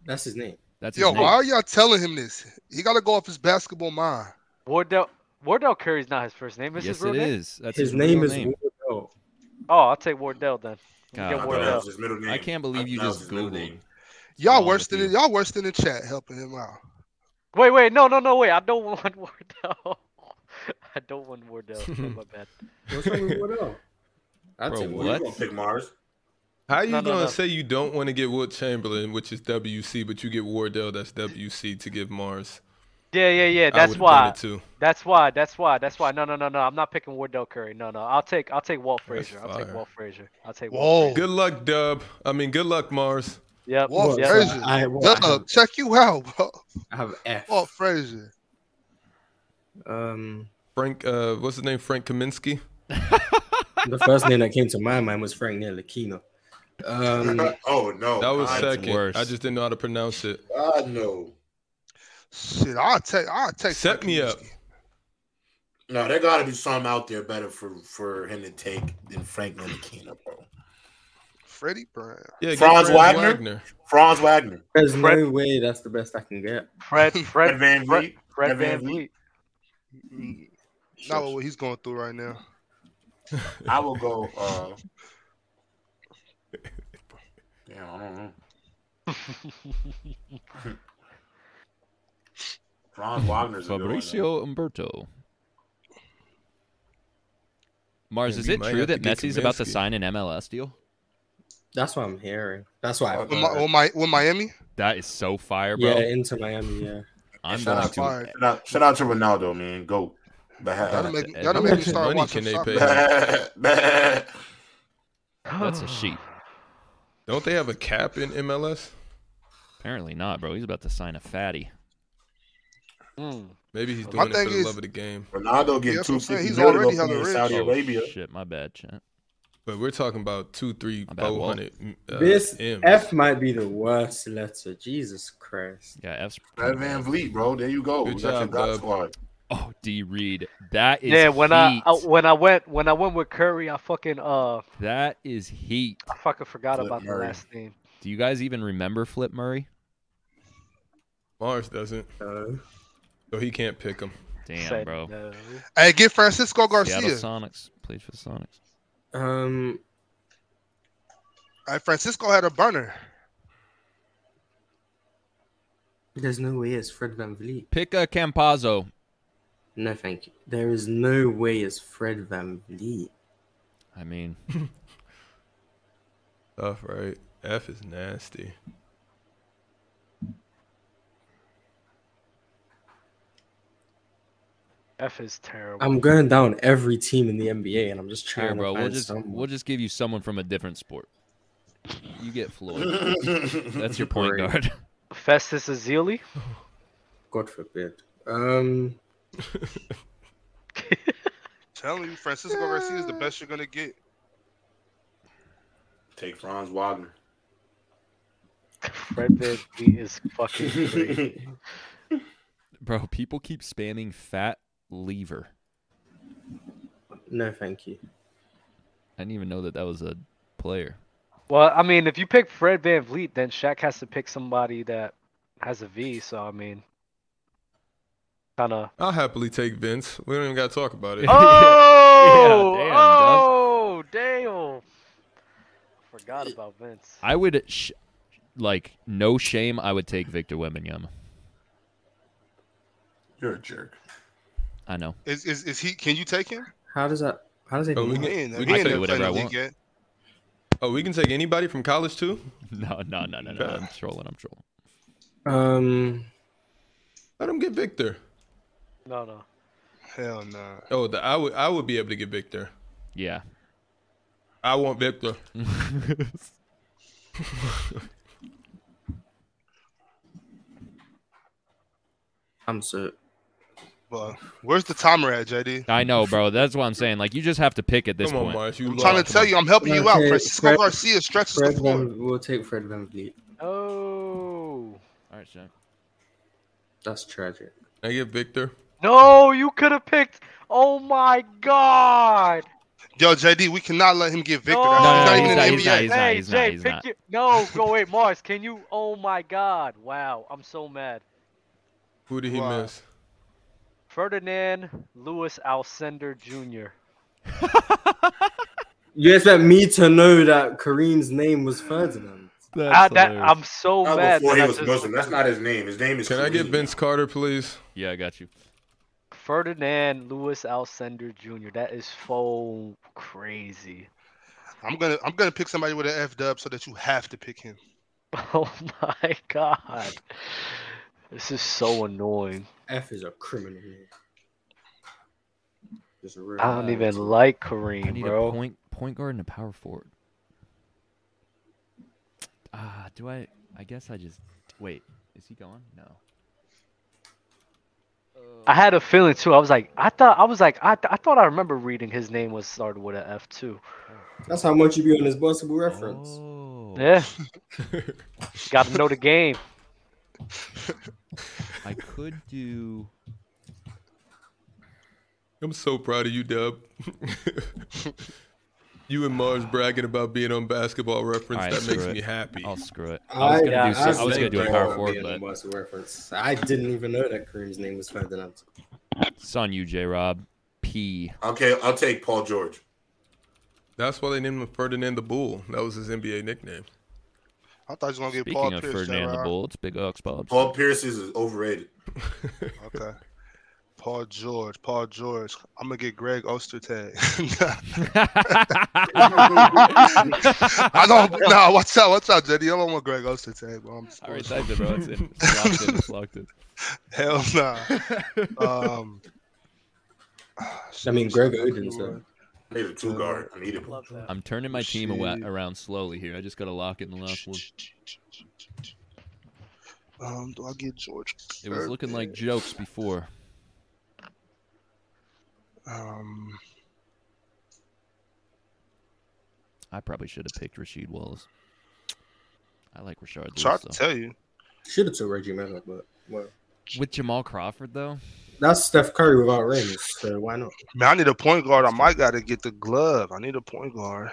That's his name.
That's his
Yo,
name.
why are y'all telling him this? He got to go off his basketball mind.
Wardell. Wardell Curry's not his first name. It's
Yes,
his real
it
name.
is. That's
his
his,
name
real
is
name.
Wardell.
Oh, I'll take Wardell then.
God,
Get
I thought
bro.
that
Wardell.
was his middle name.
I can't believe
thought
you
that was
just
his middle
Googled.
name.
Y'all
wrong
worse
with
than
you?
y'all worse than the chat helping him out.
Wait, wait, no, no, no, wait. I don't want Wardell. I don't want Wardell. Oh, my bad.
What's wrong with Wardell? I'd
Bro,
take
Well, you
What?
gonna pick Mars?
How you
No, no,
gonna
no.
say you don't want to get Wilt Chamberlain, which is WC, but you get Wardell, that's WC, to give Mars?
Yeah, yeah, yeah.
I
That's
would've done
why.
it too.
That's why. That's why. That's why. No, no, no, no. I'm not picking Wardell Curry. No, no. I'll take. I'll take Walt
That's
Frazier. I'll take
fire.
Walt Frazier. I'll take.
Whoa.
Walt Frazier.
Good luck, Dub. I mean, good luck, Mars.
Yep.
Walt
yep.
Frazier.
I, well, I, have,
Dub, check you out, bro.
I have F.
Walt Frazier.
Um,
Frank, uh, what's his name? Frank Kaminsky.
the first name that came to my mind was Frank Ntilikina. Um,
oh no,
That was
God,
second.
worse.
I just didn't know how to pronounce it.
God no.
Shit, I'll take. I'll take.
Set
Frank
me
Kaminsky.
up.
No, there gotta be something out there better for for him to take than Frank Ntilikina, bro.
Freddie Brown.
Yeah, get
Franz Wagner? Franz Wagner,
there's
Fred-
no way that's the best I can get.
Fred.
Fred
Fred.
Van
Fred,
Vliet,
Fred
Fred
Van
Van
Vliet.
Mm,
Not what he's going through right now.
I will go. Uh, yeah, I don't know. Franz Wagner's a good one, though.
Fabricio Umberto. Mars,
Yeah,
is
we
it
might
true
have to
that
get
Messi's about to
Kaminsky.
sign an MLS deal?
That's what I'm hearing. That's what
Oh,
I've
With, my,
heard.
with, my, with Miami,
That is so fire, bro.
Yeah, into Miami. Yeah,
I'm
Shout
going
out
to
to-
Shout out, shout out to Ronaldo, man. Go.
Gotta
That's
make,
it.
gotta
How
make me
much
start
money can
watching
they
soccer.
pay?
That's a sheep.
Don't they have a cap in MLS?
Apparently not, bro. He's about to sign a fatty.
Mm.
Maybe he's doing
My
it for
thing
the
is-
love of the game.
Ronaldo
Yeah,
get
that's what
two
I'm saying.
fifty
He's
million
already
up
hella
in
rich.
Saudi
Oh,
Arabia.
Shit, my bad, chat.
But we're talking about two, three,
My bad,
four
Walt.
hundred. Uh,
this
M's.
F might be the worst letter. Jesus Christ.
Yeah, F's.
Fred Van Vliet, bro. There you go.
Good
We got your
job,
God
Dub.
squad.
Oh, D Reed. That is
Yeah, when I,
heat.
I when I went when I went with Curry, I fucking uh
that is heat.
I fucking forgot
Flip
about
Murray.
the last name.
Do you guys even remember Flip Murray?
Mars doesn't,
Uh,
so he can't pick him.
Damn,
Said
bro.
no.
Hey, get Francisco
Seattle
Garcia.
Sonics plays for the Sonics.
um,
Hey, Francisco had a burner.
there's no way it's Fred Van Vliet.
Pick a Campazzo.
No, thank you. There is no way it's Fred Van Vliet.
I mean,
Tough, right? F is nasty.
F is terrible.
I'm going down every team in the NBA, and I'm just trying
here, bro.
to
We'll
find
just
someone.
we'll just give you someone from a different sport. You get Floyd.
That's
That's your point
Great.
guard.
Festus Azili.
God forbid. Um,
Telling you, Francisco Garcia is the best you're gonna get.
Take Franz Wagner.
Fred Van Vliet is fucking great.
Bro, people keep spamming fat lever.
no, thank you.
I didn't even know that that was a player.
Well, I mean, if you pick Fred Van Vliet, then Shaq has to pick somebody that has a V. So I mean, kind of.
I'll happily take Vince. We don't even got to talk about it.
Yeah.
Oh,
damn,
oh, damn! Forgot about Vince.
I would, sh- like, no shame, I would take Victor Wembanyama.
You're a jerk.
I know.
Is, is is he? Can you take him?
How does that? How does it?
Oh, we
work?
He
can-
ain't,
we
he
can
ain't
take
never
whatever
played
I
in the
want.
league yet.
Oh, we can take anybody from college too.
No, no, no, no, no. I'm trolling. I'm trolling.
Um,
Let him get Victor.
No, no.
Hell no.
Oh, the, I would I would be able to get Victor.
Yeah.
I want Victor.
I'm so.
But where's the timer at, JD?
I know, bro. That's what I'm saying. Like, you just have to pick at this
Come on,
point.
Mars. You
I'm trying to
lost.
tell you, I'm helping you out.
Okay,
Francisco
Fred-
Garcia stretches
Fred
the floor.
Van, we'll take Fred Van Vliet.
Oh
All right, Shaq.
That's tragic.
Can I get Victor.
no! You could have picked. Oh my God!
Yo, JD, we cannot let him get Victor.
No,
That's
no,
he's
he's
not
not-
even
he's
in
not,
the NBA.
he's not,
Hey,
he's
Jay,
he's
pick
not.
your. No, go wait, Mars. Can you? Oh my God! Wow, I'm so mad.
Who did he
Wow.
miss?
Ferdinand Lewis Alcindor Jr.
You expect me to know that Kareem's name was Ferdinand?
I, Ah, that, I'm so
That was
mad.
before
that
he
I
was
just-
Muslim. That's not his name. His name is.
Can I get
Kareem.
Vince Carter, please?
Yeah, I got you.
Ferdinand Lewis Alcindor Jr. That is full crazy.
I'm gonna I'm gonna pick somebody with an F dub so that you have to pick him.
Oh my god. This is so annoying.
F is a criminal name. Just real.
I don't
bad.
even like
I
Kareem,
need a
bro.
point point guard and a power forward. Ah, do I? I guess I just wait. Is he gone? No.
I had a feeling too. I was like, I thought I was like, I, th- I thought I remember reading his name was started with an F too.
That's how much you be on this possible reference.
Oh,
Yeah. Got to know the game.
I could do.
I'm so proud of you, Dub. you and Mars bragging about being on basketball reference.
All right,
that makes
screw it.
me happy.
I'll oh, screw it. I was gonna
yeah,
do. s- I was
said
gonna do a
Kareem
power
would be
forward,
on the
but
possible reference. I didn't even know that Kareem's name was Ferdinand.
it's on you, J. Rob. P.
Okay, I'll take Paul George.
That's why they named him Ferdinand the Bull. That was his NBA nickname.
I thought you were gonna get
Speaking
Paul
of
Pierce.
Ferdinand the
Gerard.
Bull, it's Big Ox Bob's.
Paul Pierce is overrated.
Okay. Paul George, Paul George. I'm gonna get Greg Ostertag.
Oh.
I don't. Nah, watch out, watch out, JD. I don't want Greg Ostertag. Bro. I'm
I already typed it, bro. It's in. It's locked in. It's locked in.
hell nah. um,
I mean, Greg Oden's there.
He's a
Mm.
two guard. I need him.
Love that.
I'm turning my team awa-
Shit.
around slowly here. I just got to lock it in the last one.
Um, do I get George?
It was
Kirk?
looking like jokes before.
Um,
I probably should have picked Rasheed Wallace. I like Rashard
tried
Lewis,
to
though.
tell you.
Should have took Reggie Miller, but well,
With Jamal Crawford, though,
that's Steph Curry without rings, so why not?
Man, I need a point guard. I might got to get the glove. I need a point guard.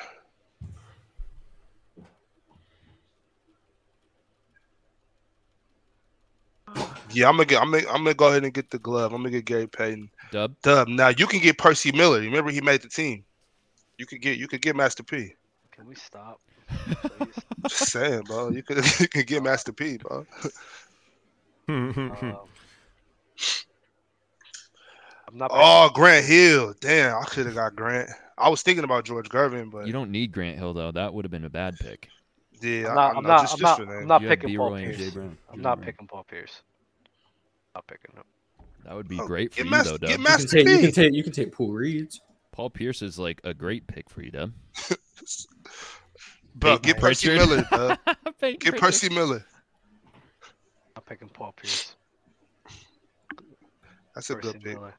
Yeah, I'm gonna get. I'm gonna, I'm gonna go ahead and get the glove. I'm gonna get Gary Payton.
Dub,
Dub. Now you can get Percy Miller. Remember he made the team. You could get. You could get Master P.
Can we stop? please?
Just saying, bro. You could. You could get Master P, bro.
Um, I'm not.
Oh, Grant Hill. Damn, I could have got Grant. I was thinking about George Gervin, but
you don't need Grant Hill, though. That would have been a bad pick.
I'm
yeah, I-
not.
I
I'm
know,
not.
just-
I'm
just
not,
for name.
I'm not
You have
picking
B-Roy
Paul
and Jay
Pierce.
Brown.
I'm
Jay
not
Brown.
picking Paul Pierce. Not picking him.
That would be
Oh,
great for
Get
you,
Master,
though, Dub.
get
You can
Master
take, you can
P.
take, you can take Paul Reed.
Paul Pierce is like a great pick for you, Dub.
Bro,
Peyton
get Percy
Pritchard.
Miller. Bro.
Peyton
Get
Pritchard.
Percy Miller.
Not picking Paul Pierce.
That's a
Percy
good pick.
Miller.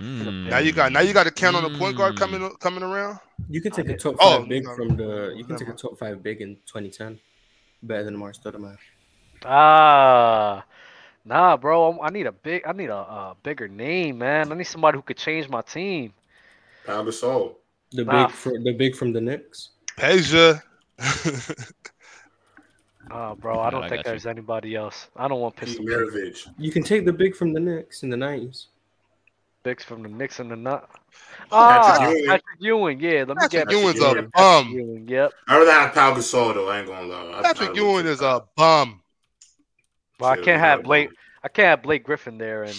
Mm.
Now you got now you got to count on the point guard
Mm.
coming coming around.
You can take a top
Oh,
five big
no.
from the. You can take a
Never.
top five big in 2010. Better than Amari Stoudemire.
Ah, nah, bro. I'm- i need a big. I need a, a bigger name, man. I need somebody who could change my team.
Pound of soul.
The
Nah.
big, fr- the big from the Knicks.
Peja.
Oh, bro. I
Yeah,
don't
I
think
got you.
there's anybody else. I don't want pistol
Mirovic.
You can take the big from the Knicks in the 90s.
picks from the Knicks and the nut. Ah, Patrick Ewing.
Ewing.
Yeah, let me
Patrick
get
Ewing's
Ewing.
a bum.
Ewing. Yep.
I rather have Pau Gasol though. I ain't gonna lie. I
Patrick
probably
Ewing
would
is uh,
take
a bum.
But I
Shit,
can't
we
have
got
Blake.
one.
I can't have Blake Griffin there and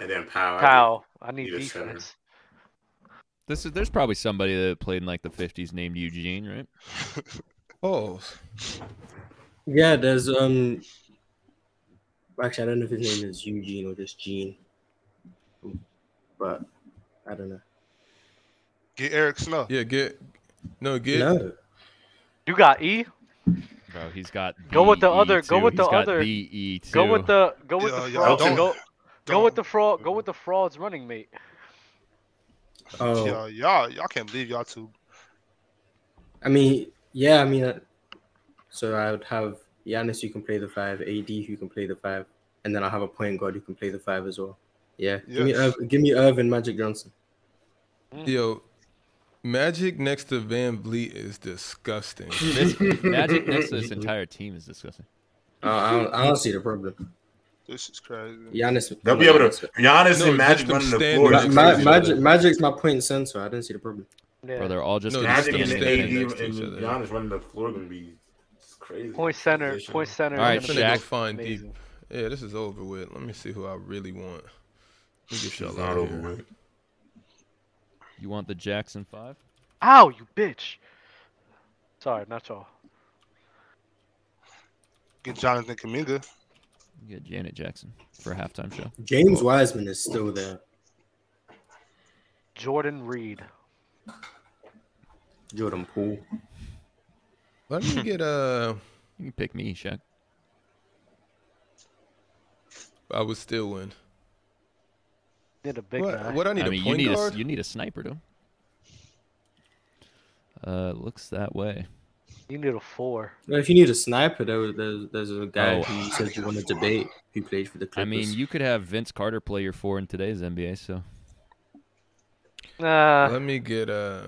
and then Powell.
Powell. I need
Need a center.
defense.
This is, there's probably somebody that played in like the 50s named Eugene, right?
Pause.
Yeah, there's um. Actually, I don't know if his name is Eugene or just Gene, but I don't know.
Get Eric Snow.
Yeah, get no get.
No,
You got E.
Bro, he's got
Go with the
BE
other- go
too.
with the
He's got E
other-
BE too.
Go with the. Go with
Yeah,
the
yeah,
fraud.
don't-
go, go
Don't-
with the fraud. Go with the fraud's running mate.
oh,
Yo, y'all, y'all can't believe y'all two.
I mean, yeah, I mean, uh, so I would have Giannis who can play the five, AD who can play the five, and then I'll have a point guard who can play the five as well. Yeah, give me,
Yeah.
Irv, give me Irvin, Magic Johnson.
Yo, Magic next to Van Vliet is disgusting.
This, Magic next to this entire team is disgusting.
Uh, I, don't, I don't see the problem.
This is crazy.
Giannis,
They'll be able to. Giannis
No,
and
just
Magic
them
running the
standing
floor.
Ma-
next to
is
Ma-
each
crazy.
Magic, Magic's my point sensor. I don't see the problem.
Yeah.
Bro, they're all just
No,
gonna
just
Magic
stand
and
them
there.
standing
AD
next to
and
each other.
Giannis running the floor gonna be it's crazy.
Point center.
Position.
Point center.
All right,
I'm
is gonna
finna
be
go
Shaq.
find
amazing.
deep. Yeah, this is over with. Let me see who I really want. Let me get
It's
y'all
not
out of
over.
here.
with.
You want the Jackson Five?
Ow, you bitch. Sorry, not y'all.
Get Jonathan Kaminga.
You get Janet Jackson for a halftime show.
James Wiseman is still there.
Jordan Reed.
Jordan Poole.
Let me get uh
You can pick me, Shaq.
I would still win.
Did a big guy.
What, what I need
I mean,
a
you
point
need
guard?
a you need a sniper to. Uh, looks that way.
You need a four.
Well, if you need a sniper, there, there's, there's a guy
Oh.
who said you want to debate who played for the
I
Clippers.
mean, you could have Vince Carter play your four in today's NBA. So
Nah.
Let me get uh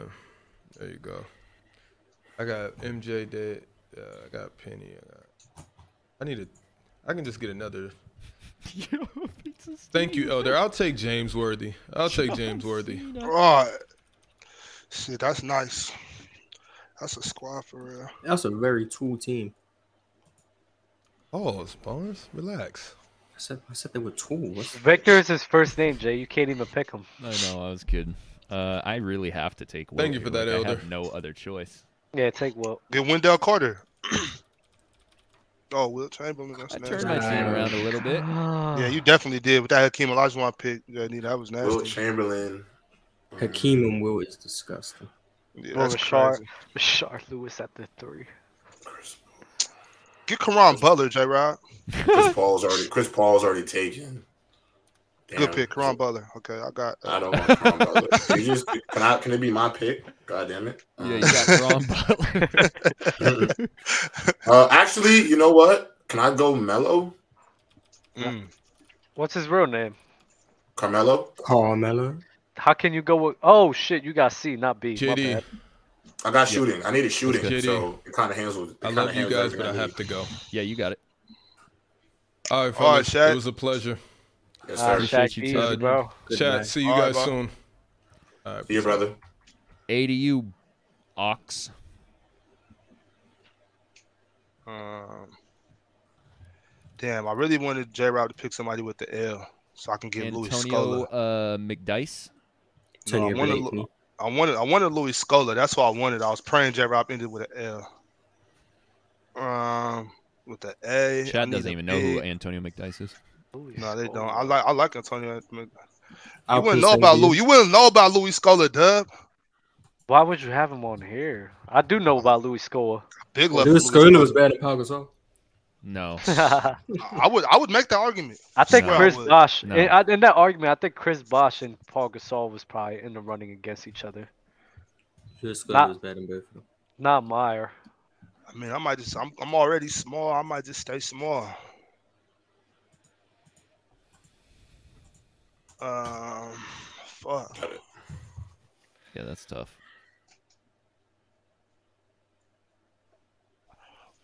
there you go. I got MJ dead. Uh, I got Penny. I got I need a I can just get another Thank you, Elder. I'll take James Worthy. I'll take James Worthy.
Oh, shit, that's nice. That's a squad for real.
that's a very tall team.
Oh, Barnes, relax.
I said, I said they were tall. What's
Victor is his first name, Jay. You can't even pick him.
I know I was kidding. Uh, I really have to take.
Thank you
Woj.
for that,
Like,
Elder.
I have no other choice.
Yeah, take Will.
Get Wendell Carter. Oh, Will Chamberlain. That's
I
nasty.
turned my team around a little bit.
Ah,
Yeah, you definitely did with that Hakeem Olajuwon pick. Yeah, Nita, that was nasty.
Will Chamberlain. um,
Hakeem and Will is disgusting.
Yeah,
Well,
that's
Rashard-
crazy.
Rashard Lewis at the three.
Chris,
Get Karan Butler, J. Rod.
Chris Paul's already. Chris Paul's already taken.
Good
Damn.
pick, Karan Butler. Okay, I got. uh,
I don't want Cron Butler. Can, you just, can I? Can it be my pick? God damn it! Um,
Yeah, you got Ron Butler.
uh, actually, you know what? Can I go Mello? Uh,
Mm.
What's his real name?
Carmelo?
Carmelo.
How can you go with? Oh shit, you got C, not B. My
JD,
bad.
I got shooting. I needed shooting,
JD.
so it kind of handles. It
I
kinda
love you
handles
guys,
everything
but I
need.
have to go.
yeah, you got it.
All right,
All right,
fellas,
Shaq.
it was a pleasure.
Yes,
Ah,
sir.
Alright,
Shaq,
you,
easy,
Todd.
bro.
Good
Chat,
night.
see you
All right,
guys
bro.
soon. All right,
See you, brother.
A to you, Ox.
mm.
Um, damn, I really wanted J. Rod to pick somebody with the L so I can get Louis
Antonio
Scola.
uh, McDice.
No, I
Antonio
wanted,
Blakeney.
Lu- I wanted, I wanted Louis Scola. That's what I wanted. I was praying J. Rod ended with an L. Um, with the A. Eh, I
Chad
need
doesn't
a
even know who
big-
Antonio McDice is.
Louis
No, they don't.
Scola.
I like, I like Antonio. You
I'll
wouldn't
put
know about
Xavier.
Louis. You wouldn't know about Louis Scola, Dub.
Why would you have him on here? I do know about Louis Scola.
Big love.
Louis
for Louis
Scola was better than Pau Gasol.
No.
I
Scola. I would, I would make that argument.
think
No.
Chris Bosh.
No.
In, I- in that argument, I think Chris Bosh and Paul Gasol was probably in the running against each other.
Louis Scola
Nah.
was better than both of them.
Not Meyer.
I mean, I might just, I'm, I'm already small. I might just stay small. Um, fuck.
Got it.
Yeah, that's tough.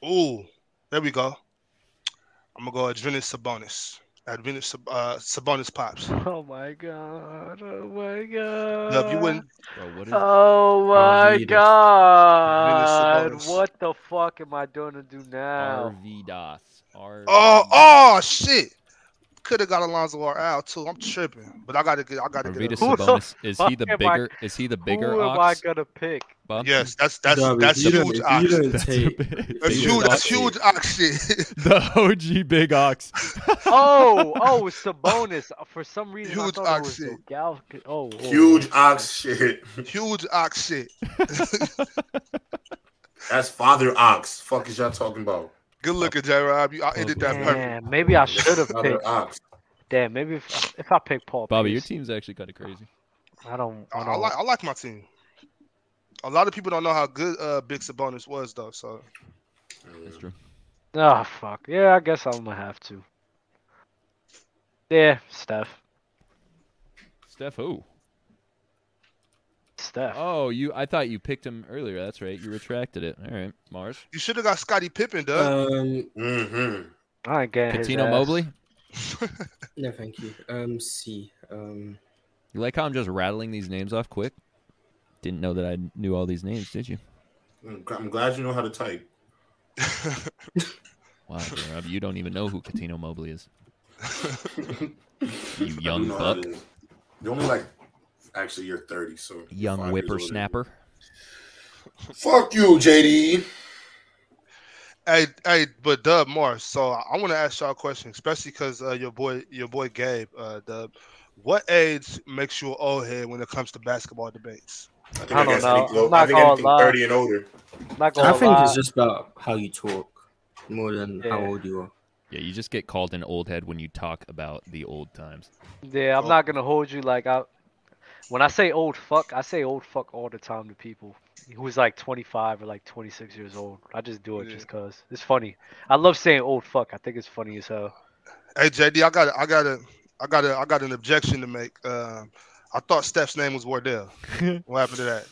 Ooh, there we go. I'm gonna go Adrenaline Sabonis. Adrenaline Sab- uh, Sabonis pops.
Oh my god. Oh my god.
No, if you wouldn't.
Bro, what is
Oh
my
my
Arvidas.
god.
Arvidas Sabonis.
What the fuck am I going to do now?
Arvidas? Arvidas.
Oh, oh shit! Could have got Alonzo or Al too. I'm tripping, but I gotta get. I gotta
Arvidas
get.
Who
A,
the
Sabonis. Is he
fuck
the
am I-
bigger? Is he the bigger
Who am I
ox?
going to pick?
Bump?
yes, that's that's
Dog, if
that's
you don't-
huge.
if
Ox.
you don't
That's a
take-
big-
That's
big
huge. That's
ox
huge.
shit,
Ox shit.
The OG big ox.
Oh, oh, it's Sabonis. For some reason, I
Huge
thought it was
oxy.
Gal. Oh, oh,
Huge ox shit.
huge ox shit.
That's father ox. Fuck is y'all talking about?
Good looking, J Rob. You I ended that perfect.
Man, maybe I should have
Father
picked.
ox.
Damn, maybe if, if I pick Paul.
Bobby, your
Pierce,
team's actually kind of crazy.
I don't.
Oh, I,
I
I
don't.
like I like my team. A lot of people don't know how good uh, Big Sabonis was though. So
That's true.
Oh fuck. Yeah, I guess I'm gonna have to. Yeah, Steph.
Steph, who?
Steph.
Oh, you. I thought you picked him earlier. That's right. You retracted it. All right, Mars.
you should have got Scottie Pippen, Doug.
Um,
Mm-hmm.
I ain't getting his
Patino
ass.
Mobley.
no, thank you. Um, C. Um,
You like how I'm just rattling these names off quick? Didn't know that I knew all these names, did you?
I'm glad you know how to type.
Wow, Rob, you don't even know who Katino Mobley is. you
I
young
do know how
buck,
to- You're only like, actually, you're 30, so. five
young
years
whippersnapper.
older. Fuck you, JD.
Hey, hey, but Dub Mars. So I want to ask y'all a question, especially because uh, your boy, your boy Gabe, uh, Dub. What age makes you an old head when it comes to basketball debates?
I think
I don't
guess
know.
anything-
I'm not
I think
gonna
anything
lie.
30 and older.
Not gonna
I think
lie.
it's just about how you talk more than how
Yeah.
old you are.
Yeah, you just get called an old head when you talk about the old times.
Yeah, I'm
Oh.
not gonna hold you like I. When I say old fuck, I say old fuck all the time to people who's like 25 or like 26 years old. I just do it
Yeah.
just 'cause it's funny. I love saying old fuck. I think it's funny as hell.
Hey, JD, I got, I got a, I got a, I got an objection to make. Um, I thought Steph's name was Wardell. what happened to that?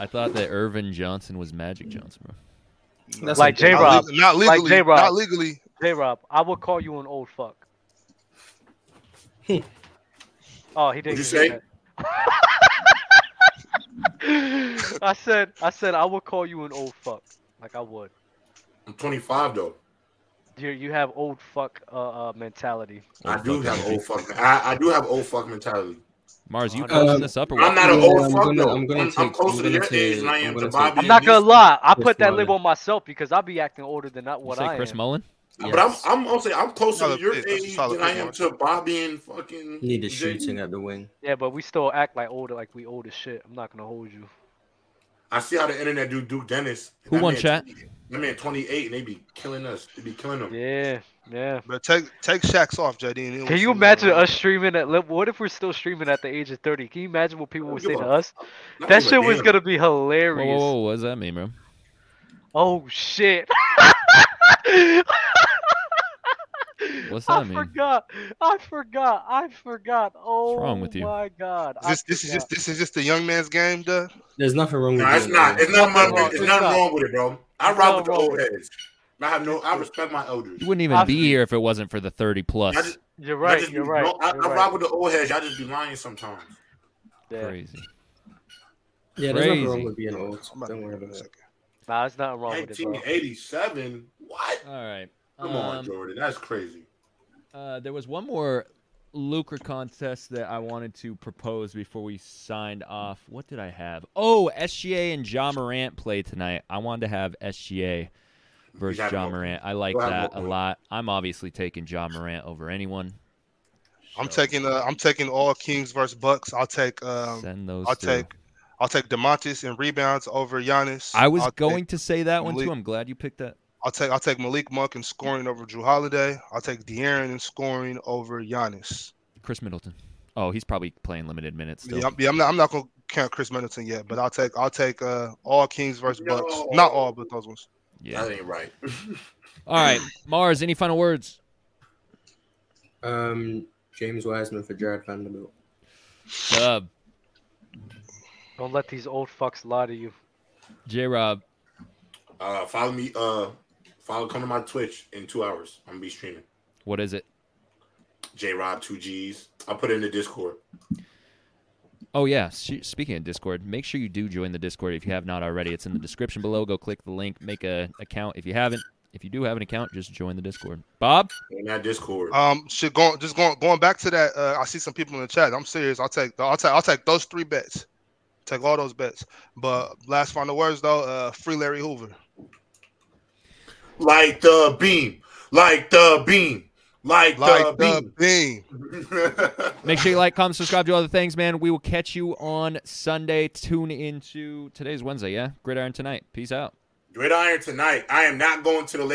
I thought that Irvin Johnson was Magic Johnson, bro.
That's
Like
a bit-
J-Rob.
Not, le- not
Like
legally.
J-Rob.
not legally.
J Rob, I will call you an old fuck. oh, he didn't.
What'd you
even hear that. I said, I said, I will call you an old fuck. Like I would.
I'm 25, though.
You you have old fuck uh, uh mentality.
I
Old
do
Oh, fuck energy.
have old fuck. I, I do have old fuck mentality.
Mars, you
Um,
coaching this up or what?
Oh, I'm not an
Yeah,
old
I'm
fuck
gonna-
though.
I'm
I'm,
gonna
I'm
take-
closer
I'm
to your
gonna
age
take-
than I
I'm
am to
gonna
Bobby.
take-
and
I'm not gonna
Houston.
lie. I
Chris
put that label
Mullen.
on myself because I be acting older than not what
you say
I
Chris
am.
Mullen?
But I'm
Yes.
I'm also I'm closer
Solid
to your
pick. That's a
age
solid
than I
pick,
am
Mark.
to Bobby and fucking.
Need a
Jay.
shooting at the wing.
Yeah, but we still act like older, like we old as shit. I'm not gonna hold you.
I see how the internet do Duke Dennis.
Who
That
won,
man
chat?
20 That man 28 and they be killing us. They be killing them.
Yeah, yeah.
But take take Shaq's off, JD. and then we'll
Can
see uh,
you
what's
imagine
going on.
us streaming at? level? What if we're still streaming at the age of 30? Can you imagine what people
I don't
would
give
say
a-
to us?
Not
That
even
shit was
damn.
gonna be
Whoa,
hilarious.
whoa, whoa, what does that mean, bro?
Oh shit!
What's
I
that mean?
forgot. I forgot. I forgot. Oh
wrong with you?
my god. I
This, this is
forgot.
just this is just the young man's game, duh.
There's nothing wrong with
Nah, it's
it.
not. It's nothing,
Nothing
wrong,
wrong.
it's
It's
nothing
not.
wrong with it, bro. I
It's
rock
nothing
with the
wrong
old
with it.
heads. I have no. I respect my elders.
You wouldn't even
I-
be here if it wasn't for the 30 plus.
I just-
You're
I
right.
just be-
You're right.
no, I,
you're
I
right.
rock with the old heads. I just be lying sometimes.
Yeah.
Crazy.
Yeah, there's nothing
Crazy.
wrong with being old.
I'm about to
Don't worry
give it
about
a
it.
second.
Nah, it's nothing wrong with it, bro.
1987. What?
All right.
Come
Um,
on, Jordan. That's crazy.
Uh, there was one more lucre contest that I wanted to propose before we signed off. What did I have? Oh, SGA and John Morant play tonight. I wanted to have SGA versus
got
John
more.
Morant. I like
You have
that a
more.
lot. I'm obviously taking John Morant over anyone.
I'm
So,
taking uh, I'm taking all Kings versus Bucks. I'll take um,
send those.
I'll
through.
take I'll take Demontis and rebounds over Giannis.
I was
I'll take-
going to say that one
Malik.
too. I'm glad you picked that.
I'll take I'll take Malik Monk in scoring over Drew Holiday. I'll take De'Aaron in scoring over Giannis.
Chris Middleton. Oh, he's probably playing limited minutes still.
Yeah, I'm, yeah, I'm not I'm not gonna count Chris Middleton yet, but I'll take I'll take uh, all Kings versus Bucks.
No.
Not all, but those ones.
Yeah.
That ain't right.
All right, Mars. Any final words?
Um, James Wiseman for Jared Vanderbilt.
Dub.
Don't let these old fucks lie to you.
J. Rob.
uh, follow me. Uh, follow. Come to my Twitch in two hours. I'm gonna be streaming.
What is it?
J Rob two G's. I'll put it in the Discord.
Oh yeah. S- Speaking of Discord, make sure you do join the Discord if you have not already. It's in the description below. Go click the link. Make a account if you haven't. If you do have an account, just join the Discord. Bob.
In that Discord.
Um, shit, going just going going back to that. Uh, I see some people in the chat. I'm serious. I'll take I'll take I'll take those three bets. Take all those bets. But last final words though, uh, free Larry Hoover.
like the beam. Like the beam. Like,
Like the
the,
beam.
beam.
Make sure you like, comment, subscribe, do all the things, man. We will catch you on Sunday. Tune into today's Wednesday. Yeah, Gridiron tonight. Peace out.
Gridiron tonight. I am not going to the